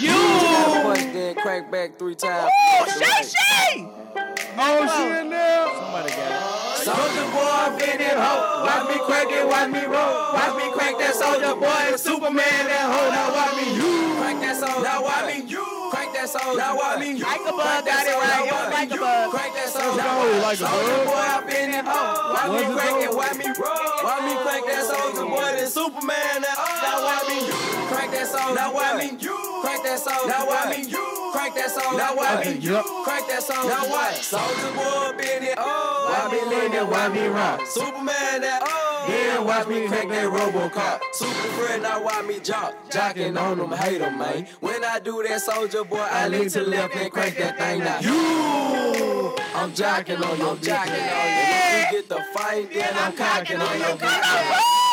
S18: You got punch, then crank back three times. Oh, shay shay!
S13: Oh, shit, now.
S18: Somebody got it.
S13: Soldier boy, been in hoe. Watch me crank it, watch me roll. Watch me crank that soldier boy. Superman that hoe. Now watch me you. Crank that soldier. Now watch me you. Crank that soldier. Now watch me you. Like a bug got it right. It was like a bug. Crank that soldier.
S18: No, like a
S13: soldier
S18: bug.
S13: boy, I've been in hoe. Watch me
S18: Was it
S13: crank it,
S18: though?
S13: watch me roll. Watch me crank that soldier boy. Then Superman that hoe. Now watch me you. Crank that soldier. Now watch me you. Crank that soldier. Now watch me you. Crank that soldier. Now watch me you. Crank that soldier. Now watch. Soldier boy, been in hoe. Watch me lean and watch me rock. Superman that hoe. Then watch me crank that Robocop. Super Fred, now watch me jock. Jocking on them, hate them, man. When I do that, soldier boy, I lean to left and crank that thing now. You! I'm jocking on you, I'm jocking on you. We get the fight, then I'm cocking on you.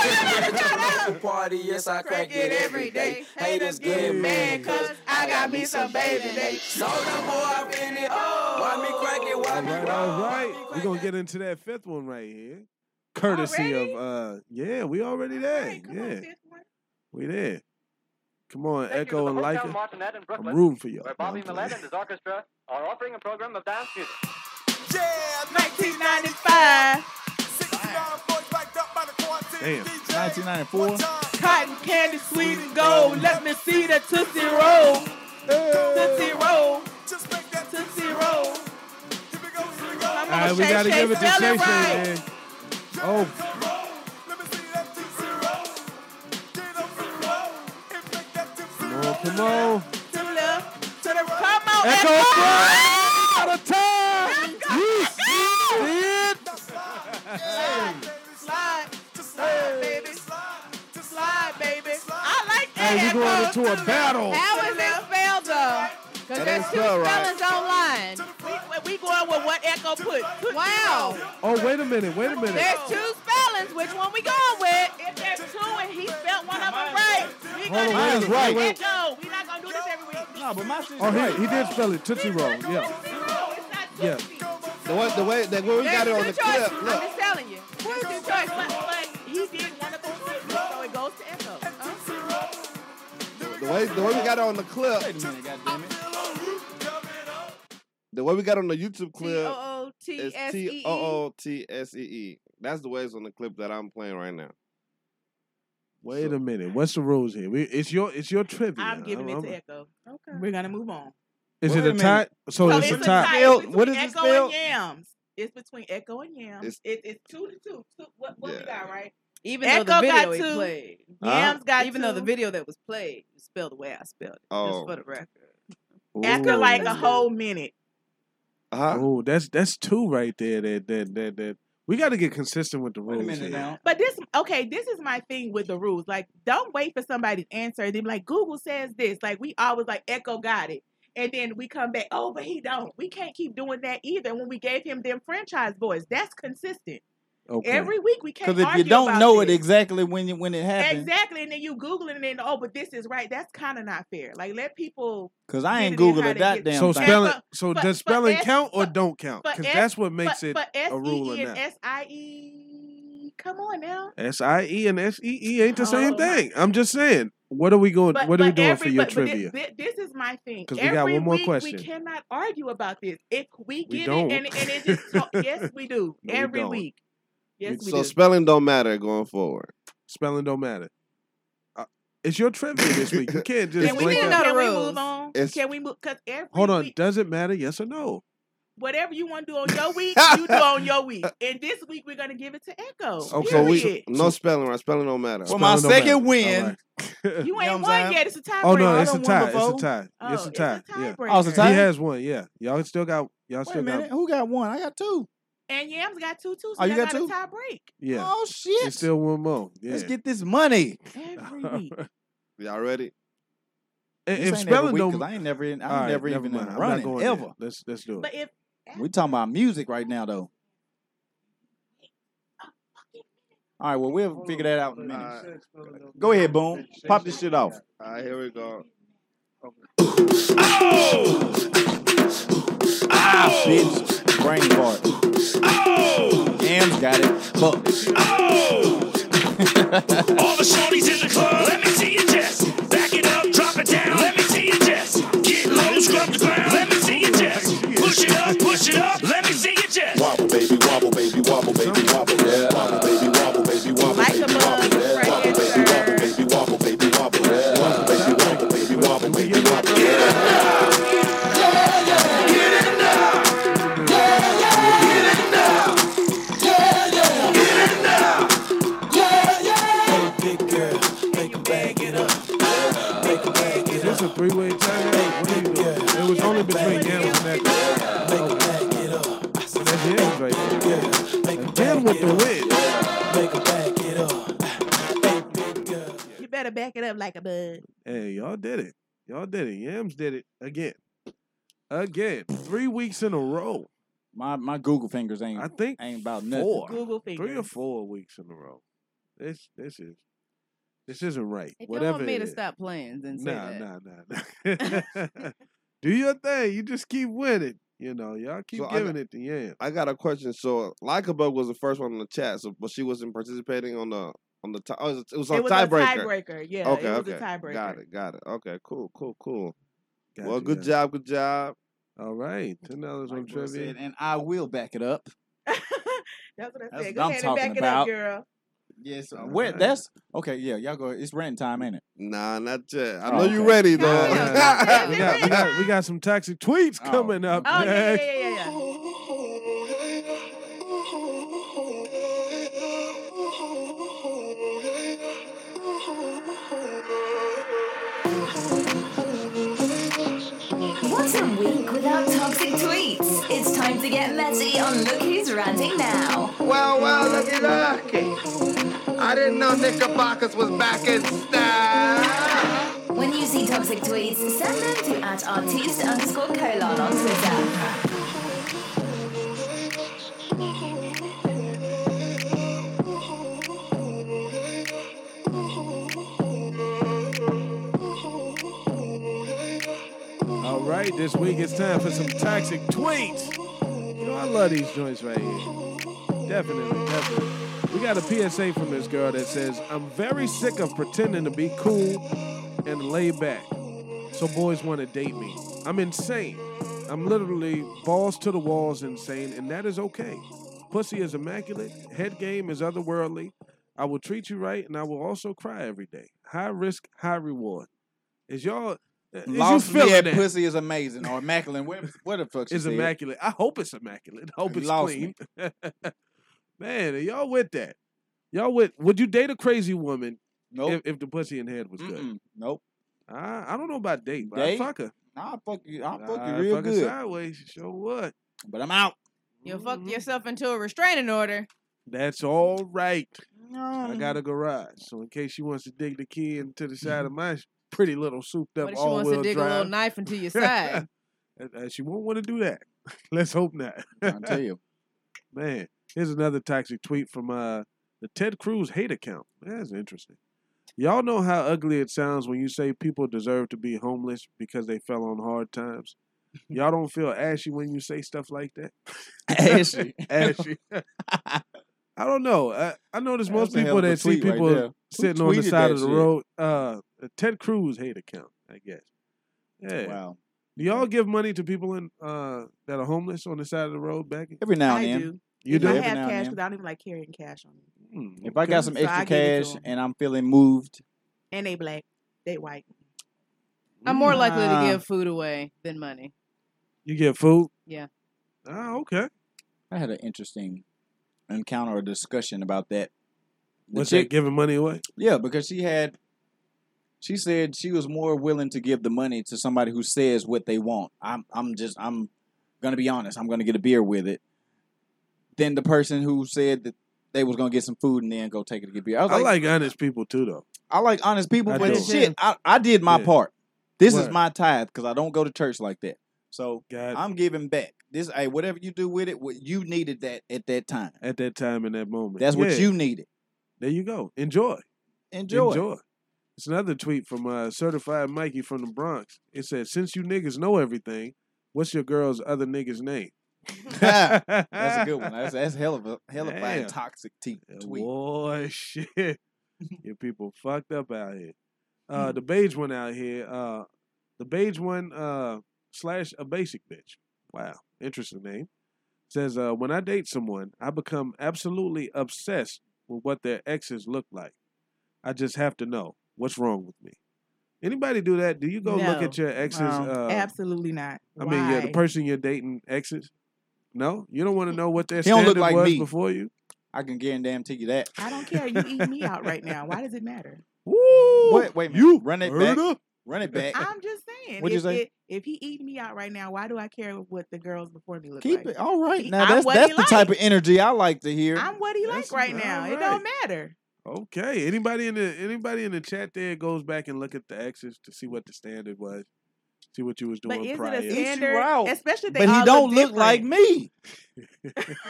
S13: Just party, yes, I crank it every day. Haters get mad, cause I got me some baby day. Soldier boy, I'm in it. Oh, why me crank it, why
S3: All
S13: me
S3: right, all right. We're gonna get into that fifth one right here. Courtesy of uh yeah, we already there. yeah. We there. Come on, Echo and
S19: Hotel
S3: Leica.
S19: Martinet in Brooklyn,
S3: I'm rooting for y'all.
S19: Where Bobby
S3: No, I'm
S19: Millett and his orchestra are offering a program of dance music.
S13: Yeah,
S5: 1995.
S3: Damn.
S6: 1994.
S5: Cotton candy, sweet and gold. Let me see the Tootsie Roll. Tootsie Roll. Tootsie Roll.
S3: All right, we gotta give it to Shay Shay, man. Oh, come on, come on.
S5: To the left, to the right. Come on,
S13: Echo
S5: Echo.
S13: Out of time! Yes! It!
S5: Slide, slide, baby. Slide, baby. I like that.
S13: Hey, we going
S5: Echo.
S13: into a battle.
S12: How is it spelled though? Because
S13: That
S12: there's
S13: ain't
S12: two
S13: spelled right.
S12: spellings online.
S5: We, we going with what Echo put.
S12: Wow.
S3: Oh, wait a minute, wait a minute.
S12: There's two spellings. Which one we going with?
S5: If there's two and he spelled one of them right, we
S3: Hold on,
S5: gonna
S3: wait a
S5: do
S3: minute,
S5: it.
S3: wait.
S5: Echo. We not gonna do this every week.
S6: No, but my shit.
S3: Oh, hey, he did spell it Tootsie Roll. Yeah, yeah.
S4: The way, the way, the way we got it on the
S5: There's two choices.
S4: clip.
S5: I'm
S4: Look.
S5: just telling you. There's two choices. But, but he did one of the choices, so it goes to Echo. Uh,
S4: The way, the way we got it on the clip.
S6: Wait a minute, goddammit.
S4: The way we got it on the YouTube clip is
S5: T-O-O-T-S-E-E.
S3: E
S12: E
S4: T O O T S E E. That's the way it's on the clip that I'm playing right now.
S3: Wait a minute. What's the rules here? We, it's your it's your trivia. Oh,
S5: I'm giving it
S3: I'm-
S5: to Echo. Okay. We're gonna move on.
S3: Is
S4: Wait
S3: it a
S4: a
S3: tie?
S4: minute.
S3: So,
S5: So
S3: it's,
S5: it's
S3: a tie.
S5: It's between Echo and Yams. It's between Echo and Yams.
S4: It's-
S5: It's, it, it's two to two. two what what we got right?
S12: Even
S5: Echo
S12: though the video
S5: got
S12: he
S5: two.
S12: played.
S5: Yams got
S12: Even
S5: two.
S12: though the video that was played was spelled the way I spelled it.
S4: Oh.
S12: Just for the record.
S5: After
S3: Ooh.
S5: like a whole minute.
S3: Oh, that's that's two right there. That that that that. We got to get consistent with the rules here.
S5: But this okay, this is my thing with the rules. Like, don't wait for somebody's answer. They be like, Google says this. Like, we always like Echo got it. And then we come back, oh, but he don't. We can't keep doing that either. When we gave him them franchise boys, that's consistent. Every week we can't
S6: Because if you
S5: argue
S6: don't
S5: about
S6: know
S5: this.
S6: it exactly when you, when it happened,
S5: Exactly, and then you Google it, and then oh, but this is right. That's kind of not fair. Like let people.
S6: because I ain't
S5: get it in how
S6: Google a
S5: they get it.
S6: goddamn
S3: So
S6: thing.
S3: spelling.
S5: for- for-
S3: so does
S5: for
S3: spelling
S5: S-
S3: count or don't count?
S5: for
S3: Because
S5: S-
S3: that's what makes
S5: for-
S3: it
S5: for
S3: a rule
S5: SEE and
S3: or not.
S5: S I E. Come on now.
S3: S I E and S E E ain't the same
S5: Oh, my-
S3: thing. I'm just saying. What are we going?
S5: But,
S3: what are
S5: but
S3: we doing
S5: every,
S3: for your
S5: but, but thi-
S3: trivia?
S5: thi- this, is my thing.
S3: 'Cause we
S5: Every
S3: got one more
S5: week
S3: question.
S5: we cannot argue about this. If we
S3: We
S5: get
S3: don't.
S5: it, and, and it just talk, yes, we do
S3: *laughs* No, we
S5: every
S3: don't.
S5: week. Yes, we,
S4: so
S5: do.
S4: spelling don't matter going forward.
S3: Spelling don't matter. Uh, it's your trivia this week. You can't just.
S5: Can we,
S3: blink
S5: move-
S3: it.
S5: can we move on?
S3: It's-
S5: Can we move? Because every
S3: Hold on. Does it matter? Yes or no?
S5: whatever you want to do on your
S3: *laughs*
S5: week, you do on your week. And this week we're gonna give it to Echo.
S4: So we
S5: period.
S4: no spelling right. Spelling don't matter.
S6: For my
S4: Spelling don't
S6: second
S4: matter.
S6: win.
S5: *laughs* you ain't
S6: know what I'm
S5: won
S6: saying?
S5: yet. It's a tie.
S3: Oh
S5: breaker.
S3: no,
S5: I
S3: it's a
S5: done won
S3: tie. It's a
S5: before.
S3: tie. it's
S5: Oh,
S3: a
S5: it's
S3: tie.
S5: a
S3: yeah.
S5: tiebreaker. Oh, it's a
S3: He
S5: tie?
S3: has one. Yeah. Y'all still got. Y'all
S6: Wait a
S3: still got.
S6: *laughs* minute, who got one? I got two.
S5: And Yams got two too. So
S3: Oh, you
S5: I
S3: got
S5: got,
S3: two?
S5: a tie break.
S3: Yeah.
S6: Oh shit!
S3: It's still one more. Yeah.
S6: Let's get this money.
S3: *laughs*
S5: Every
S3: week.
S4: Y'all ready?
S3: And
S6: This
S3: if
S6: ain't every
S3: spelling
S6: week,
S3: don't-
S6: 'cause I ain't never, in, I'm
S3: All right,
S6: never,
S3: never
S6: even in
S3: mind. I'm not
S6: running
S3: going there.
S6: ever.
S3: Let's let's do
S5: But if
S6: We talking about music right now though. All right, well we'll figure that out in a minute. Go ahead, boom. Pop this shit off.
S4: All right, here we go.
S6: Ah, bitch. Brain fart. Yams got it. Fuck.
S13: *laughs* All the shorties in the club, let me see your chest. Back it up, drop it down, let me see your chest. Get low, scrub the ground, let me see your chest. Push it up, push it up, let me see your chest. Wobble, baby, wobble, baby, wobble, baby, wobble, yeah. Wobble, baby, wobble, baby, wobble, baby, wobble, yeah. Wobble, baby, wobble, baby, wobble, baby, wobble, yeah. Wobble, baby, wobble, baby, wobble, baby, wobble, yeah.
S3: it. It's a three-way tie. What are you doing? It was only between Yams and that. Make it up. That's Yams right there. And Yams with the win.
S5: you better back it up like a bud.
S3: Hey, y'all did it. Y'all did it. Yams did it again. Again. Three weeks in a row.
S6: My my Google fingers ain't
S3: I think
S6: ain't about nothing.
S3: four. Three or
S5: fingers.
S3: four weeks in a row. This this is this isn't right.
S12: If
S3: Whatever
S12: y'all want me
S3: it
S12: to
S3: is.
S12: stop playing, then say
S3: Nah,
S12: that.
S3: nah, nah,
S12: *laughs*
S3: nah. *laughs* Do your thing. You just keep winning. You know, y'all keep
S4: So I
S3: giving
S4: got-
S3: it to Yams.
S4: I got a question. So Lykabug was the first one in the chat, so but she wasn't participating on the on the tie. Oh, it was- it was on
S5: It was a
S4: tiebreaker.
S5: tiebreaker, yeah,
S4: Okay.
S5: it was
S4: okay.
S5: a tiebreaker.
S4: Got it. Got it. Okay. Cool. Cool. Cool.
S3: Got
S4: well,
S3: you,
S4: good
S3: yeah.
S4: job. Good job.
S3: All right. Ten dollars
S6: Like
S3: on
S6: Will said,
S3: trivia.
S6: and I will back it up.
S5: That's what I said.
S6: That's what
S5: Go
S6: I'm
S5: ahead and
S6: talking
S5: back
S6: about.
S5: it up, girl.
S6: Yes.
S3: All
S6: Where
S3: right.
S6: that's okay. Yeah, y'all go. It's rent time, ain't it?
S4: Nah, not yet. I
S6: Oh,
S4: know you
S6: okay.
S4: ready
S6: Come
S4: *laughs* though.
S6: on,
S3: *laughs* Yeah, we, got, we, got, we got some toxic tweets
S6: Oh.
S3: coming up
S5: Oh yeah,
S3: next.
S5: yeah, yeah, yeah. yeah.
S2: What's a week without toxic tweets? It's time to get messy on Look Who's Ranting Now.
S13: Well, well, looky, lucky. uh, I didn't know Knickerbockers was back in style.
S2: When you see toxic tweets, send them to at artiste underscore colon on Twitter.
S3: All right, this week it's time for some toxic tweets. You know, I love these joints right here. Definitely, definitely. We got a PSA from this girl that says, I'm very sick of pretending to be cool and laid back. So boys want to date me. I'm insane. I'm literally balls to the walls insane, and that is okay. Pussy is immaculate, head game is otherworldly. I will treat you right, and I will also cry every day. High risk, high reward. Is y'all is
S6: Lost
S3: you feeling
S6: me at
S3: that?
S6: pussy is amazing or immaculate. What, what the fuck? she
S3: It's
S6: said.
S3: immaculate. I hope it's immaculate. I hope
S6: You
S3: it's
S6: lost
S3: clean. *laughs* Man, are y'all with that? Y'all with? Would you date a crazy woman?
S6: Nope.
S3: If, if the pussy and head was good.
S6: Mm-mm. Nope.
S3: I, I don't know about date, but I
S6: Date?
S3: fuck her.
S6: Nah, I fuck you. I fuck you
S3: I'd
S6: real
S3: fuck her
S6: good.
S3: sideways. Mm-hmm. Sure would.
S6: But I'm out.
S12: You'll fuck yourself into a restraining order.
S3: That's all right. I
S12: no,
S3: got
S6: Mm.
S3: a garage, so in case she wants to dig the key into the
S6: Mm-hmm.
S3: side of my pretty little souped
S12: What
S3: up
S12: if she wants to
S3: all-wheel
S12: dig a little
S3: drive,
S12: knife into your
S3: *laughs*
S12: side?
S3: uh, uh, she won't want to do that. *laughs* Let's hope not.
S6: I tell you.
S3: *laughs* Man, here's another toxic tweet from uh, the Ted Cruz hate account. That's interesting. Y'all know how ugly it sounds when you say people deserve to be homeless because they fell on hard times. Y'all don't feel ashy when you say stuff like that.
S6: Ashy.
S3: *laughs*
S6: *laughs*
S3: ashy. I don't know. I, I notice
S6: That's
S3: most
S6: a hell
S3: people
S6: of a
S3: that see
S6: tweet right
S3: people
S6: there. Who
S3: sitting on the
S6: tweeted
S3: side
S6: that
S3: of the
S6: shit?
S3: road. Uh, the Ted Cruz hate account, I guess. Yeah.
S6: Oh, Wow.
S3: Do y'all give money to people in, uh, that are homeless on the side of the road, Becky?
S6: Every now
S5: I
S6: and then.
S5: do.
S3: You
S5: I
S3: do? Hmm,
S6: Every now
S5: have cash
S6: and then.
S5: because I don't even like carrying cash on me.
S6: If I got some
S5: So I
S6: extra
S5: give it to
S6: cash
S5: 'em.
S6: and I'm feeling moved,
S5: And they black, they white.
S12: I'm more likely to
S6: Nah.
S12: give food away than money.
S3: You get food?
S12: Yeah.
S3: Oh, okay.
S6: I had an interesting encounter or discussion about that. The
S3: What's that
S6: chick-
S3: giving money away?
S6: Yeah, because she had, she said she was more willing to give the money to somebody who says what they want. I'm, I'm just, I'm gonna be honest. I'm gonna get a beer with it. than the person who said that they was gonna get some food and then go take it to get beer. I
S3: I
S6: was
S3: like,
S6: like,
S3: honest people too, though.
S6: I like honest people,
S3: I
S6: but
S3: do.
S6: shit, I, I did my
S3: Yeah.
S6: part. This is
S3: Word.
S6: my tithe because I don't go to church like that. So I'm giving back. This, hey, whatever you do with it, what you needed that at that time.
S3: At that time in that moment,
S6: That's what
S3: Yeah.
S6: you needed.
S3: There you go. Enjoy.
S6: Enjoy.
S3: It's another tweet from uh, certified Mikey from the Bronx. It said, "Since you niggas know everything, what's your girl's other nigga's name?"
S6: that's a good one. That's, that's hell of a hell of a
S3: Damn.
S6: toxic te- tweet.
S3: Boy, *laughs* shit. Your people fucked up out here.
S6: Mm.
S3: Uh, the beige one out here. Uh, the beige one uh, slash a basic bitch. Wow, interesting name. Says uh, when I date someone, I become absolutely obsessed with what their exes look like. I just have to know what's wrong with me. Anybody do that? Do you go
S5: No.
S3: look at your exes?
S5: No.
S3: uh,
S5: Absolutely not.
S3: I mean, yeah, the
S5: Why?
S3: person you're dating exes. No, you don't want to know what their
S6: He don't
S3: standard
S6: look like
S3: was
S6: me.
S3: before you.
S6: I can guarantee you that.
S5: I don't care. You eat me out right now. Why does it matter?
S6: Wait, wait a minute. You run it back. Run it back.
S5: I'm just saying.
S6: What'd you
S5: if,
S6: say?
S5: If, if he eating me out right now, why do I care what the girls before me look
S6: Keep
S5: like?
S6: it all right.
S5: He-
S6: Now
S5: I'm
S6: that's
S5: what he
S6: that's the type of
S5: like.
S6: energy I like to hear.
S5: I'm what he like right now. It don't matter.
S3: Okay. Anybody in the anybody in the chat there goes back and look at the exes to see what the standard was, see what you was doing
S5: But is
S3: prior.
S5: it a standard? Especially if they
S6: but
S5: all
S6: he don't look,
S5: different.
S6: like me.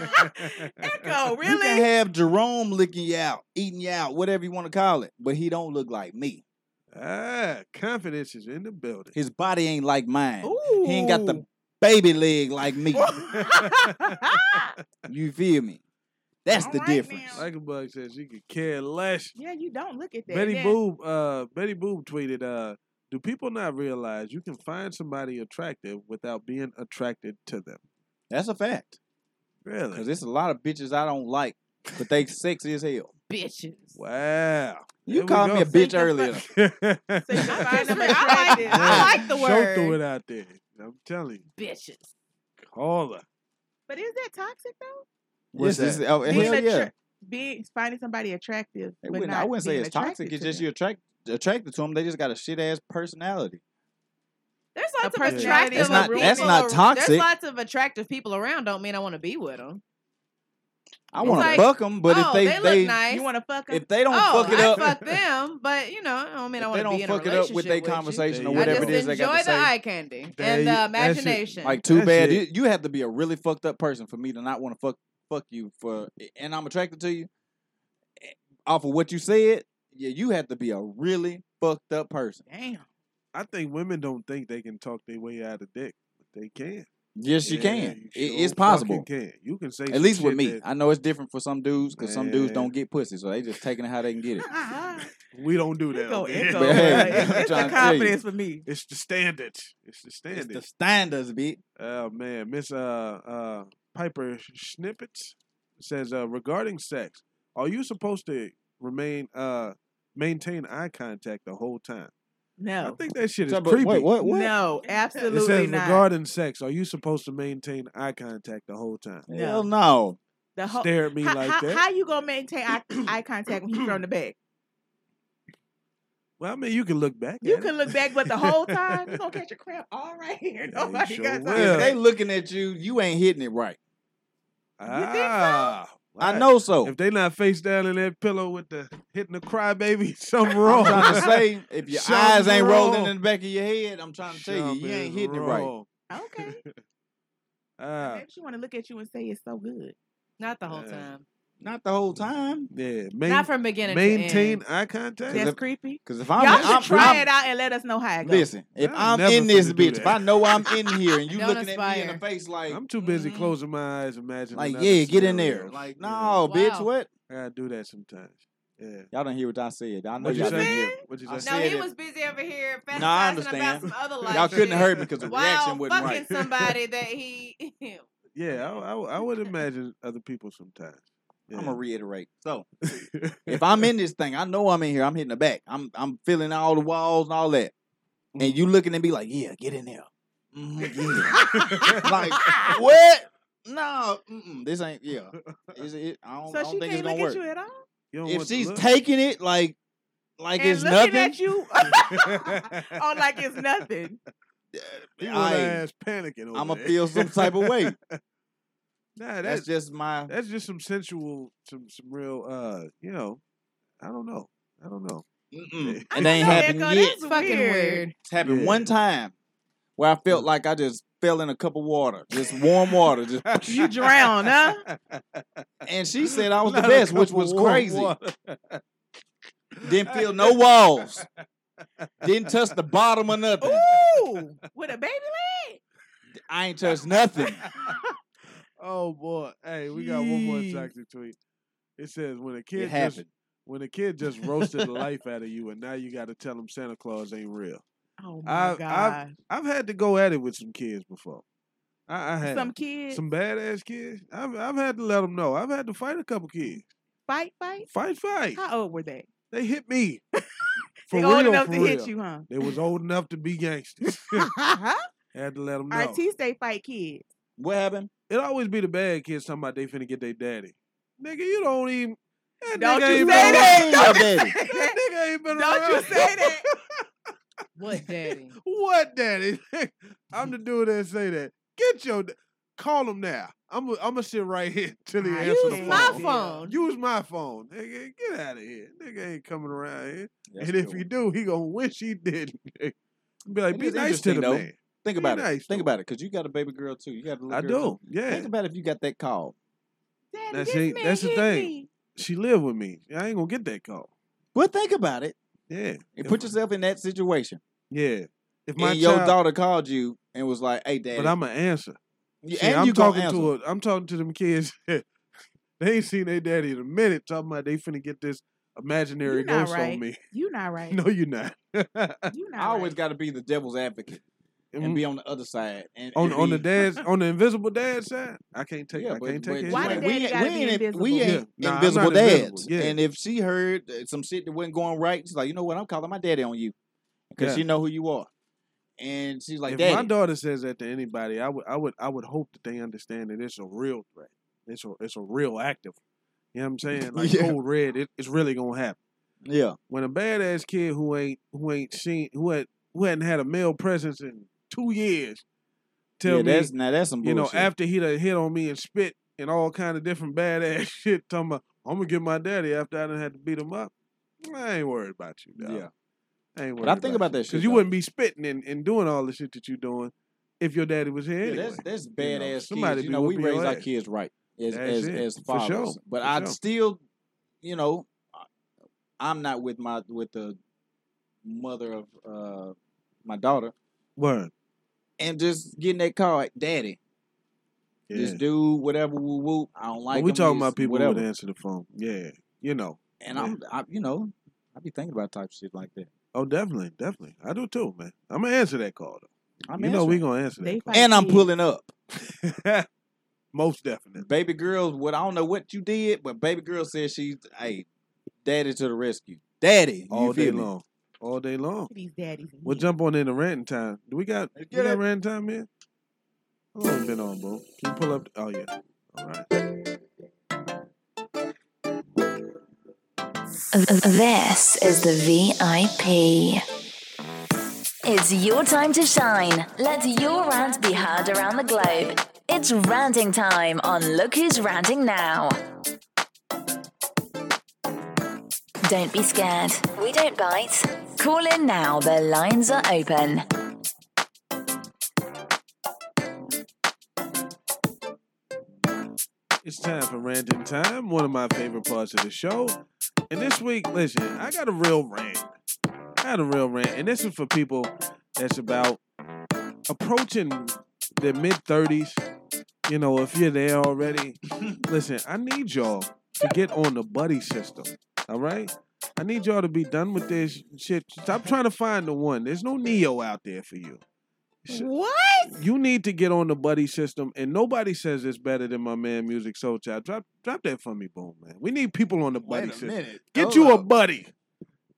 S5: Echo,
S6: You
S5: really?
S6: can have Jerome licking you out, eating you out, whatever you want to call it, but he don't look like me.
S3: Ah, confidence is in the building.
S6: His body ain't like mine. He ain't got the baby leg like me. you feel me? That's the difference.
S3: Like a bug says, you could care less.
S5: Yeah, you don't look at that.
S3: Betty
S5: Then-
S3: Boob, uh, Betty Boob tweeted, uh, "Do people not realize you can find somebody attractive without being attracted to them?"
S6: That's a fact.
S3: Really?
S6: Because it's a
S3: *laughs*
S6: lot of bitches I don't like, but they sexy as hell.
S5: Bitches.
S3: Wow.
S6: You called me a bitch earlier.
S5: I like, I like the
S3: Show
S5: word.
S3: threw it out there. I'm telling you,
S5: Bitches.
S3: call her.
S5: But is that toxic though?
S3: What's
S6: Yes,
S3: that?
S6: it's- oh, *laughs* hell
S5: attra-
S6: yeah.
S5: being finding somebody attractive,
S6: They
S5: but
S6: wouldn't-
S5: not
S6: I wouldn't say
S5: being
S6: it's toxic.
S5: attracted
S6: It's
S5: to
S6: just
S5: them.
S6: you're attract, attracted to them. They just got a shit ass personality.
S12: There's lots
S5: A
S12: of
S5: personality
S12: attractive
S6: That's not-
S12: people.
S6: that's not toxic.
S12: There's lots of attractive people around. Don't mean I want to be with them.
S6: I
S12: It's
S6: want to
S12: like,
S6: fuck 'em, fuck them, but
S12: oh,
S6: if they
S12: they look
S6: they,
S12: nice.
S5: You want to fuck 'em?
S6: if they don't
S12: oh,
S6: fuck it
S12: I
S6: up,
S12: fuck them, but you know, I don't mean I
S6: if
S12: want to be
S6: they don't
S12: in a
S6: fuck it
S12: relationship
S6: up with their
S12: with you.
S6: conversation or
S12: I
S6: whatever it
S12: just
S6: is they got
S12: enjoy
S6: to
S12: the
S6: say.
S12: eye candy
S6: There
S12: and
S6: you-
S12: the
S6: that's it.
S12: imagination.
S6: Like too
S3: That's
S6: bad. You,
S3: it.
S6: you have to be a really fucked up person for me to not want to fuck fuck you for and I'm attracted to you. eh, Off of what you said, yeah, you have to be a really fucked up person.
S5: Damn.
S3: I think women don't think they can talk their way out of dick, but they can.
S6: Yes, you
S3: Yeah,
S6: can.
S3: you
S6: It- it's
S3: sure fucking
S6: possible.
S3: Can you can say
S6: At
S3: some
S6: least with
S3: shit
S6: me.
S3: that-
S6: I know it's different for some dudes because some dudes
S3: Man.
S6: don't get pussy, so they just taking it how they can get it.
S3: we don't do that.
S6: go
S3: over here.
S6: echo, But
S3: *laughs*
S6: hey, like, it's- I'm it's the trying to tell you. confidence
S5: for me.
S3: It's the standards. It's the standards.
S6: the standards, bitch.
S3: Oh man, Miss uh uh Piper Snippets says uh regarding sex, are you supposed to remain uh maintain eye contact the whole time?
S5: No.
S3: I think that shit is
S6: So, but
S3: creepy.
S6: wait, what- what?
S5: No,
S3: It
S5: absolutely
S3: says
S5: not.
S3: regarding sex, are you supposed to maintain eye contact the whole time?
S5: No. Hell
S6: no.
S5: The whole,
S3: Stare at me
S5: how,
S3: like
S5: how,
S3: that.
S5: How you gonna maintain
S6: *clears throat*
S5: eye, eye contact when you from the back?
S3: Well, I mean, you can look back.
S5: You
S3: at it.
S5: can look back, but the whole time you gonna *laughs* catch a cramp all right here. Nobody
S3: sure
S5: got time.
S3: will.
S6: If they looking at you, you ain't hitting it right.
S3: Ah,
S6: I know so.
S3: If they not face down in that pillow with the hitting the crybaby, *laughs* something
S6: I'm
S3: wrong.
S6: trying to say, if your
S3: Something
S6: eyes ain't rolling
S3: wrong.
S6: in the back of your head, I'm trying to tell you, you
S3: Something
S6: ain't
S3: is
S6: hitting it right.
S3: wrong.
S5: Okay.
S3: Ah,
S5: Maybe she want to look at you and say it's so good.
S12: Not the whole
S3: Yeah.
S12: time.
S6: Not the whole time.
S3: yeah. Main,
S12: Not from beginning to
S3: maintain
S12: end.
S3: eye contact.
S5: That's creepy.
S6: Because if
S5: Y'all
S6: I'm,
S5: should
S6: I'm,
S5: try
S6: I'm-
S5: it out and let us know how it goes.
S6: listen, if
S3: I'm
S6: I'm,
S3: never
S6: in this
S3: finna do
S6: bitch, if
S3: that.
S6: I know I'm in here and you
S12: Don't
S6: looking at me in
S12: aspire.
S6: the face like,
S3: I'm too
S5: Mm-hmm.
S3: busy closing my eyes, imagining.
S6: like
S3: other
S6: yeah, get in there.
S3: scenarios,
S6: Like
S3: you
S6: no,
S3: know.
S6: bitch, what?
S3: I gotta do that sometimes. Yeah.
S6: Y'all don't hear what I said. I know
S3: What'd you
S6: y'all
S3: say?
S6: didn't hear.
S3: What'd you
S6: I
S3: say?
S12: No,
S6: said
S12: he
S6: it.
S12: was busy over here
S6: No, I
S12: fantasizing about
S6: understand.
S12: some
S3: *laughs*
S12: other life.
S6: Y'all couldn't
S12: shit
S6: have heard me because the
S12: While
S6: reaction wasn't
S12: fucking
S6: right.
S12: somebody that he. *laughs*
S3: Yeah, I, I, I would imagine other people sometimes. *laughs*
S6: I'm
S3: Yeah.
S6: gonna reiterate.
S3: *laughs*
S6: So, if I'm in this thing, I know I'm in here. I'm hitting the back. I'm I'm feeling all the walls and all that. And
S3: Mm-hmm.
S6: you looking at me like, yeah, get in there. Mhm,
S3: *laughs*
S6: yeah. like what? No, mm-mm, mm, this
S3: *laughs*
S6: ain't. Yeah, Is it, I don't,
S5: So
S6: I don't
S5: she
S6: think it's
S5: can't look
S6: gonna
S5: at
S6: work.
S5: you at all.
S6: If she's taking it like like
S5: and
S6: it's
S5: looking
S6: nothing,
S5: at you,
S6: *laughs*
S5: *laughs* oh, like it's nothing.
S3: Your
S6: I-
S3: ass panicking over
S6: I'ma
S3: there.
S6: feel some type of way.
S3: *laughs* Nah,
S6: That's just my.
S3: That's just some sensual, some some real. uh, You know, I don't know. I don't know.
S6: Mm. Mm-mm. It ain't happened yet.
S12: fucking weird.
S6: It's happened
S3: Yeah. Mm.
S6: one time where I felt like I just fell in a cup of water, just warm
S3: *laughs*
S6: water. Just
S12: you drowned, huh?
S6: And she said I was the
S3: Not a
S6: best, which
S3: cup of
S6: was
S3: warm
S6: crazy.
S3: water. *laughs*
S6: Didn't feel no walls. Didn't touch the bottom of nothing.
S5: Ooh, with a baby leg.
S6: I ain't touched nothing.
S3: Oh boy! Hey, we got one more toxic tweet. It says when a kid just
S6: happened.
S3: when a kid just roasted the life out of you, and now you got to tell him Santa Claus ain't real.
S5: *laughs* Oh my
S3: I've, I've
S5: God.
S3: I've had to go at it with some kids before. I, I had
S5: Some kids?
S3: some badass kids. I've I've had to let them know. I've had to fight a couple kids.
S5: Fight, fight,
S3: fight, fight.
S5: How old were they?
S3: They
S5: *laughs*
S3: hit me. For
S5: They old
S3: real,
S5: enough
S3: for
S5: to hit
S3: real.
S5: you, huh?
S3: They was old enough to
S5: *laughs*
S3: be gangsters. *laughs* had to let them know.
S5: Artiste they fight kids.
S6: What happened?
S3: It always be the bad kids talking about they finna get their daddy. Nigga, you don't even. That
S5: Don't
S3: nigga
S5: you
S3: ain't
S5: say
S3: been
S5: that.
S3: around.
S5: Don't
S3: That
S5: you
S3: nigga- that nigga ain't been
S5: Don't you
S3: around.
S5: say that.
S3: *laughs*
S12: What daddy?
S3: what daddy? *laughs*
S5: *laughs*
S3: I'm the dude that say that. Get your. da- Call him now. I'm gonna I'm sit right *laughs* here till he
S5: Nah,
S3: answer the
S5: use
S3: phone.
S5: my phone.
S3: Use my phone. Nigga, get out of here. Nigga ain't coming around here.
S6: That's
S3: and
S6: a
S3: if
S6: good
S3: he do, he gonna wish he didn't. *laughs* Be like,
S6: It
S3: be
S6: is
S3: nice to
S6: interesting,
S3: the
S6: though.
S3: man.
S6: Think
S3: Be
S6: about it.
S3: nice to
S6: Think
S3: him.
S6: about it, because you got a baby girl too. You got a little
S3: I
S6: girl
S3: do, yeah.
S6: Think about if you got that call.
S3: Now,
S6: this
S3: see,
S6: man
S3: that's the
S6: hit
S3: thing.
S6: me.
S3: She lived with me. I ain't gonna get that call.
S6: But think about it.
S3: Yeah.
S6: And put yourself in that situation.
S3: Yeah. If
S6: If
S3: my
S6: my your
S3: child-
S6: daughter called you and was like, "Hey, dad,"
S3: But I'm gonna answer.
S6: Yeah,
S3: See,
S6: and
S3: I'm
S6: you gonna
S3: talking to a, I'm talking to them kids. *laughs* they ain't seen their daddy in a minute. Talking about they finna get this imaginary
S5: You not
S3: ghost
S5: right.
S3: on me.
S5: You not right.
S3: *laughs* no, you're not.
S6: I always got to be the devil's advocate and be on the other side. And
S3: Mm-hmm. on
S6: and
S3: on the
S6: be-
S3: dad's on the invisible dad's side. I can't take.
S6: Yeah,
S3: I
S6: but-
S3: can't take
S6: but
S3: it.
S6: Why the
S3: anyway.
S6: daddy We gotta ain't- be we ain't- invisible? we ain't
S3: Nah, I'm
S6: invisible
S3: not invisible.
S6: dads.
S3: Yeah.
S6: And if she heard that some shit that wasn't going right, she's like, "You know what? I'm calling my daddy on you because
S3: Yeah.
S6: she know who you are." And she's like,
S3: if my
S6: "Daddy,
S3: daughter says that to anybody, I would I would I would hope that they understand that it's a real threat. It's a it's a real active. You know what I'm
S6: *laughs*
S3: saying? Like
S6: Yeah.
S3: cold red, it, it's really gonna happen.
S6: Yeah.
S3: When a badass kid who ain't who ain't seen who had who hadn't had a male presence in two years tell
S6: Yeah,
S3: me
S6: that's- now that's some
S3: you know
S6: bullshit.
S3: after he done hit on me and spit and all kind of different badass *laughs* shit talking about I'm gonna get my daddy after I done had to beat him up. I ain't worried about you. Dog.
S6: Yeah.
S3: I ain't worried.
S6: But I think about that shit,
S3: because you
S6: though.
S3: wouldn't be spitting and, and doing all the shit that you're doing if your daddy was here.
S6: Yeah,
S3: anyway.
S6: that's that's
S3: You know,
S6: badass kids.
S3: somebody
S6: You
S3: be
S6: know, we
S3: whooping your
S6: raise our
S3: ass.
S6: kids right as
S3: That's
S6: as
S3: it,
S6: as
S3: for
S6: fathers.
S3: sure,
S6: But
S3: for
S6: I
S3: sure.
S6: still, you know, I- I'm not with my with the mother of uh my daughter.
S3: Word.
S6: And just getting that call, like, daddy. This
S3: Yeah.
S6: dude, whatever, woo woo. I don't like
S3: but we
S6: him.
S3: talking
S6: this,
S3: about people
S6: whatever.
S3: who would answer the phone. Yeah, you know.
S6: And
S3: yeah.
S6: I'm, I, you know, I be thinking about type shit like that.
S3: Oh, definitely, definitely. I do too, man. I'm gonna answer that call though.
S6: I'm
S3: you know we
S6: answering.
S3: gonna answer
S6: They
S3: that. Call.
S6: fight And I'm kids. pulling up.
S3: *laughs* Most definitely.
S6: Baby girl, what I don't know what you did, but baby girl says she's, hey, daddy to the rescue. Daddy, you
S3: all
S6: feel
S3: day
S6: me?
S3: long, all day long.
S5: These daddies.
S3: We'll jump on into ranting time. Do we got we
S5: get
S3: got
S5: it.
S3: ranting time here? How long we been on, bro? Can you pull up? Oh yeah. All right.
S2: This is the VIP. It's your time to shine. Let your rant be heard around the globe. It's ranting time on Look Who's Ranting Now. Don't be scared. We don't bite. Call in now. The lines are open.
S3: It's time for ranting time, one of my favorite parts of the show. And this week, listen, I got a real rant. I had a real rant, and this is for people that's about approaching their mid thirties. You know, if you're there already, listen, I need y'all to get on the buddy system. All right, I need y'all to be done with this shit. Stop trying to find the one. There's no Neo out there for you.
S12: What?
S3: You need to get on the buddy system, and nobody says this better than my man Music Soul Child. Drop, drop that for me, boom, man. We need people on the buddy
S6: Wait a
S3: system.
S6: minute.
S3: Get
S6: Hold
S3: you a
S6: up.
S3: buddy.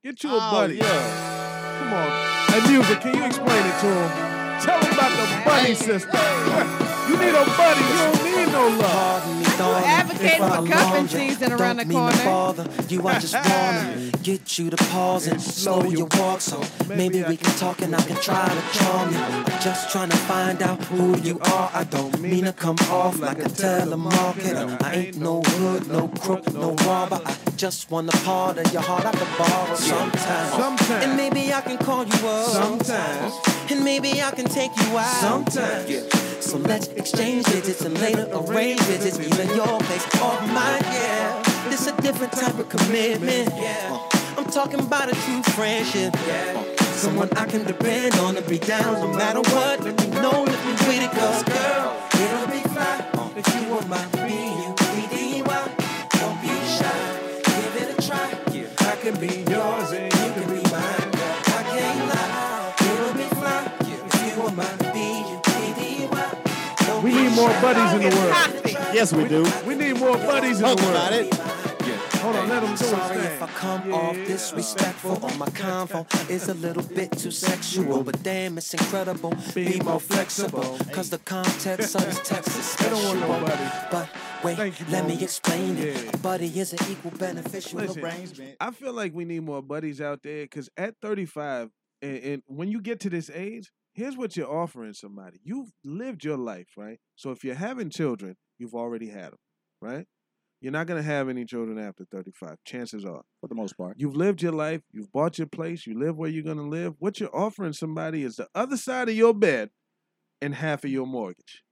S3: Get you a
S6: Oh,
S3: buddy.
S6: yeah.
S3: Come on. Hey, Music, can you explain it to him? Tell them about the buddy system. *laughs* you need a buddy. You don't need no love.
S12: You advocating
S20: If I
S12: for cuffing
S20: alarmed you,
S12: season around the
S20: don't mean to
S12: corner.
S20: bother You, I just wanna get you to pause and slow your walk. So maybe we can talk and I can try to charm you. I'm just trying to find out who you are. I don't mean to come off like a telemarketer. I ain't no hood, no crook, no robber. I just want to part of your heart at the bar sometimes.
S3: Sometimes.
S20: And maybe I can call you up. Sometimes. And maybe I can take you out. Sometimes. So let's exchange digits and later arrange visits, even your place or mine, yeah. This a different type of commitment, yeah. I'm talking about a true friendship, yeah. Someone I can depend on to be down no matter what. Let me know if you with it, cause girl, it'll be fly if you want my B-U-E-D-Y. Don't be shy, give it a try. I can be yours and you can be mine, girl. I can't lie, it'll be fly if you want my B-U-E-D-Y.
S3: We need more buddies in the world.
S6: Yes, we do.
S3: We need more buddies in the
S20: Talk
S3: world.
S20: about it.
S3: Hold on, let them do his
S20: Sorry if
S3: thing.
S20: I come off disrespectful or my convo is a little bit too sexual, but damn, it's incredible. Be more flexible, cause the context of this text is
S3: *laughs* They don't want
S20: special.
S3: nobody.
S20: But wait, let
S3: Mom.
S20: me explain
S3: Yeah.
S20: it. A buddy is an equal beneficial
S3: Listen,
S20: arrangement.
S3: I feel like we need more buddies out there because at 35, and, and when you get to this age, here's what you're offering somebody. You've lived your life, right? So if you're having children, you've already had them, right? You're not going to have any children after 35, chances are.
S6: For the most part.
S3: You've lived your life, you've bought your place, you live where you're going to live. What you're offering somebody is the other side of your bed and half of your
S12: *laughs*
S3: mortgage.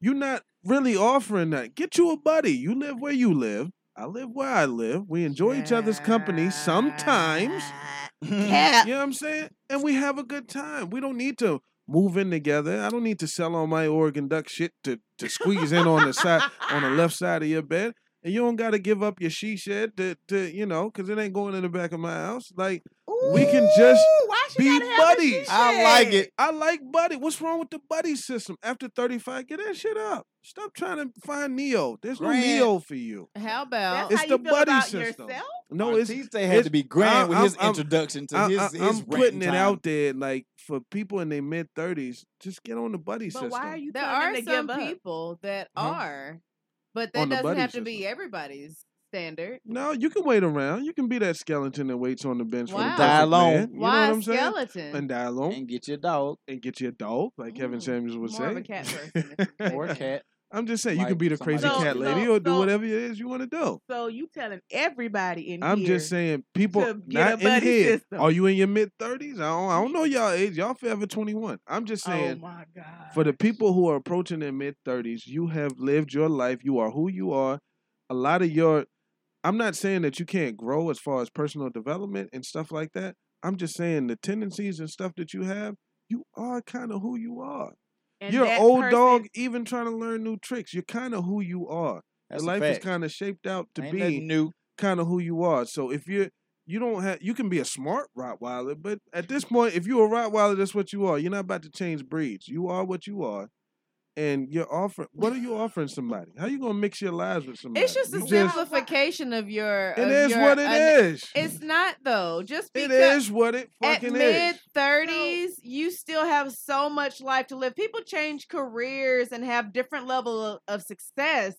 S3: You're not really offering that. Get you a buddy. You live where you live. I live where I live. We enjoy each other's company sometimes.
S12: Yeah.
S3: *laughs* You know what I'm saying? And we have a good time. We don't need to move in together. I don't need to sell all my Oregon duck shit to, to squeeze in on the side on the left side of your bed. And you don't gotta give up your she shed to, to you know, cause it ain't going in the back of my house. Like we can just be buddies.
S6: I like it.
S3: I like buddy. What's wrong with the buddy system? After 35, get that shit up. Stop trying to find Neo. There's
S6: Grant.
S3: no Neo for you.
S12: How about
S3: it's the buddy system. No, it's
S6: Artiste had to be grand with his introduction to his- his
S3: I'm putting
S6: ranting
S3: it
S6: time.
S3: out there, like for people in their mid 30s, just get on the buddy system.
S12: There
S5: telling
S12: are
S5: them to
S12: some
S5: give up?
S12: people that
S3: Huh?
S12: are, but that
S3: On the
S12: doesn't
S3: buddy
S12: have to be everybody's standard.
S3: No, you can wait around. You can be that skeleton that waits on the bench for the
S12: Wow.
S3: perfect
S12: Die alone.
S3: man. You
S12: Why
S3: know
S12: a
S3: what I'm saying?
S12: skeleton?
S3: And die alone.
S6: And get your dog.
S3: And get your dog, like Kevin Samuels would
S12: More
S3: say.
S12: of a cat person.
S6: or a cat.
S3: I'm just saying, you
S6: Like
S3: can be the
S6: somebody
S3: crazy
S5: So-
S3: cat lady
S5: so-
S3: or do
S5: so-
S3: whatever it is you want to do.
S5: So you telling everybody in
S3: I'm
S5: here
S3: just saying, people
S5: to get a
S3: not in
S5: buddy
S3: here.
S5: system.
S3: Are you in your mid 30s? I don't, I don't know y'all age. Y'all forever 21. I'm just
S5: Oh
S3: saying,
S5: my God.
S3: for the people who are approaching their mid 30s, you have lived your life. You are who you are. A lot of your, I'm not saying that you can't grow as far as personal development and stuff like that. I'm just saying the tendencies and stuff that you have, you are kind of who you are.
S5: And
S3: You're an
S5: that
S3: old
S5: person-
S3: dog, even trying to learn new tricks. You're kind of who you are.
S6: That's a
S3: your life is
S6: fact.
S3: kind of shaped out to
S6: Ain't
S3: be
S6: nothing new.
S3: kind of who you are. So if you're you don't have you can be a smart Rottweiler, but at this point, if you're a Rottweiler, that's what you are. You're not about to change breeds. You are what you are. And you're offering what are you offering somebody? How you gonna mix your lives with somebody?
S12: It's just a
S3: You
S12: simplification of your.
S3: It
S12: of
S3: is
S12: your
S3: what it is.
S12: It's not though. Just
S3: It
S12: because
S3: is what it
S12: at
S3: fucking
S12: mid
S3: is.
S12: thirties, you still have so much life to live. People change careers and have different level of, of success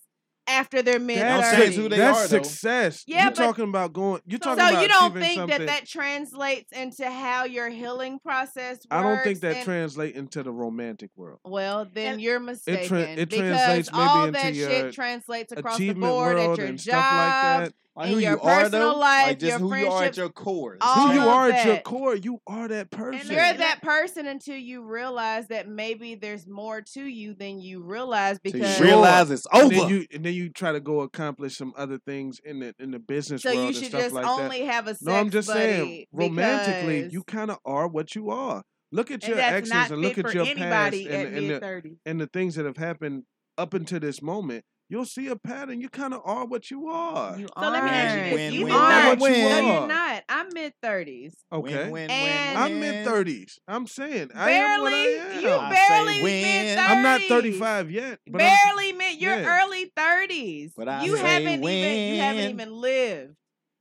S12: after their mid
S3: That's,
S12: thirties.
S3: suc- that's success.
S12: Yeah,
S3: you're
S12: but-
S3: talking about going. You're
S12: So
S3: talking about
S12: you don't
S3: achieving
S12: think
S3: something.
S12: that that translates into how your healing process works?
S3: I don't think that
S12: and-
S3: translates into the romantic world.
S12: Well, then you're mistaken.
S3: it
S12: because
S3: translates maybe
S12: all
S3: into
S12: that
S3: your
S12: shit translates across the
S3: achievement
S12: board at
S3: world
S12: your
S3: and
S12: job,
S3: stuff like that.
S6: Like
S12: in
S6: who
S12: your
S6: you are,
S12: personal
S6: though.
S12: life,
S6: like just
S12: your
S6: who you are at
S12: friendships,
S6: your core.
S12: all
S3: who you
S12: of
S3: are at your
S12: that.
S3: core, you are that person.
S12: You're that person until you realize that maybe there's more to you than you realize because
S6: realize it's
S3: And then
S6: over.
S3: you and then you try to go accomplish some other things in the in the business
S12: So you
S3: world and
S12: should
S3: stuff
S12: just
S3: like
S12: only
S3: that.
S12: have a
S3: no, I'm
S12: sex
S3: just saying,
S12: buddy
S3: romantically, you
S12: because-
S3: kind of are what you are. Look at
S5: And
S3: your
S5: that's
S3: exes
S5: not
S3: and look
S5: fit
S3: at
S5: for
S3: your past
S5: anybody
S3: and,
S5: at
S3: the- and, the,
S5: mid-thirties.
S3: and the things that have happened up until this moment. You'll see a pattern. You kind of are what you are. You
S12: So let me ask you this.
S3: Win,
S12: you
S3: win,
S12: aren't.
S3: win, win.
S12: No, you're not. I'm mid thirties.
S3: Okay.
S12: And
S3: I'm mid thirties. I'm saying I am what I am.
S12: Barely- you I say barely win.
S3: I'm not
S12: mid-thirties.
S3: 35 yet. But I'm-
S12: barely mid. You're
S3: Yeah.
S12: early thirties.
S3: But I
S12: You
S3: say
S12: haven't even you haven't
S3: when.
S12: even lived.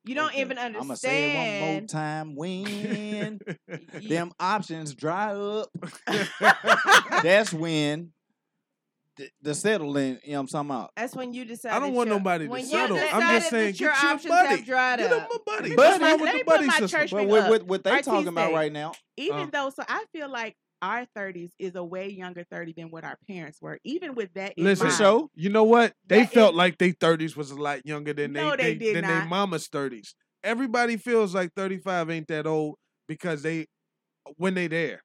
S12: You don't even
S6: I'm gonna say it one more
S12: understand.
S3: *laughs*
S6: time when them options dry up. That's when the, the settling. You know what I'm talking about.
S12: That's when you decide.
S6: don't
S12: that
S6: want
S12: your-
S6: nobody to
S12: when you
S6: settle. I'm just
S12: decided that
S6: saying, get
S12: your
S6: your
S12: options
S6: buddy.
S12: have dried
S6: Get
S12: up.
S6: him a buddy.
S12: Because,
S6: Buddy.
S12: like,
S6: With
S12: let
S6: the
S12: me put
S6: buddy
S12: my
S6: system.
S12: church
S6: Well,
S12: ring
S6: what-
S12: up.
S6: what- what they
S12: RT
S6: talking about
S12: said,
S6: right now.
S5: Even
S6: Uh.
S5: though, so I feel like our 30s is a way younger 30 than what our parents were. Even with that, in
S3: Listen,
S5: mind,
S3: you know what? They felt like they thirties was a lot younger than
S5: No, they did
S3: than their
S5: not.
S3: mama's thirties. Everybody feels like thirty five ain't that old because they when they there.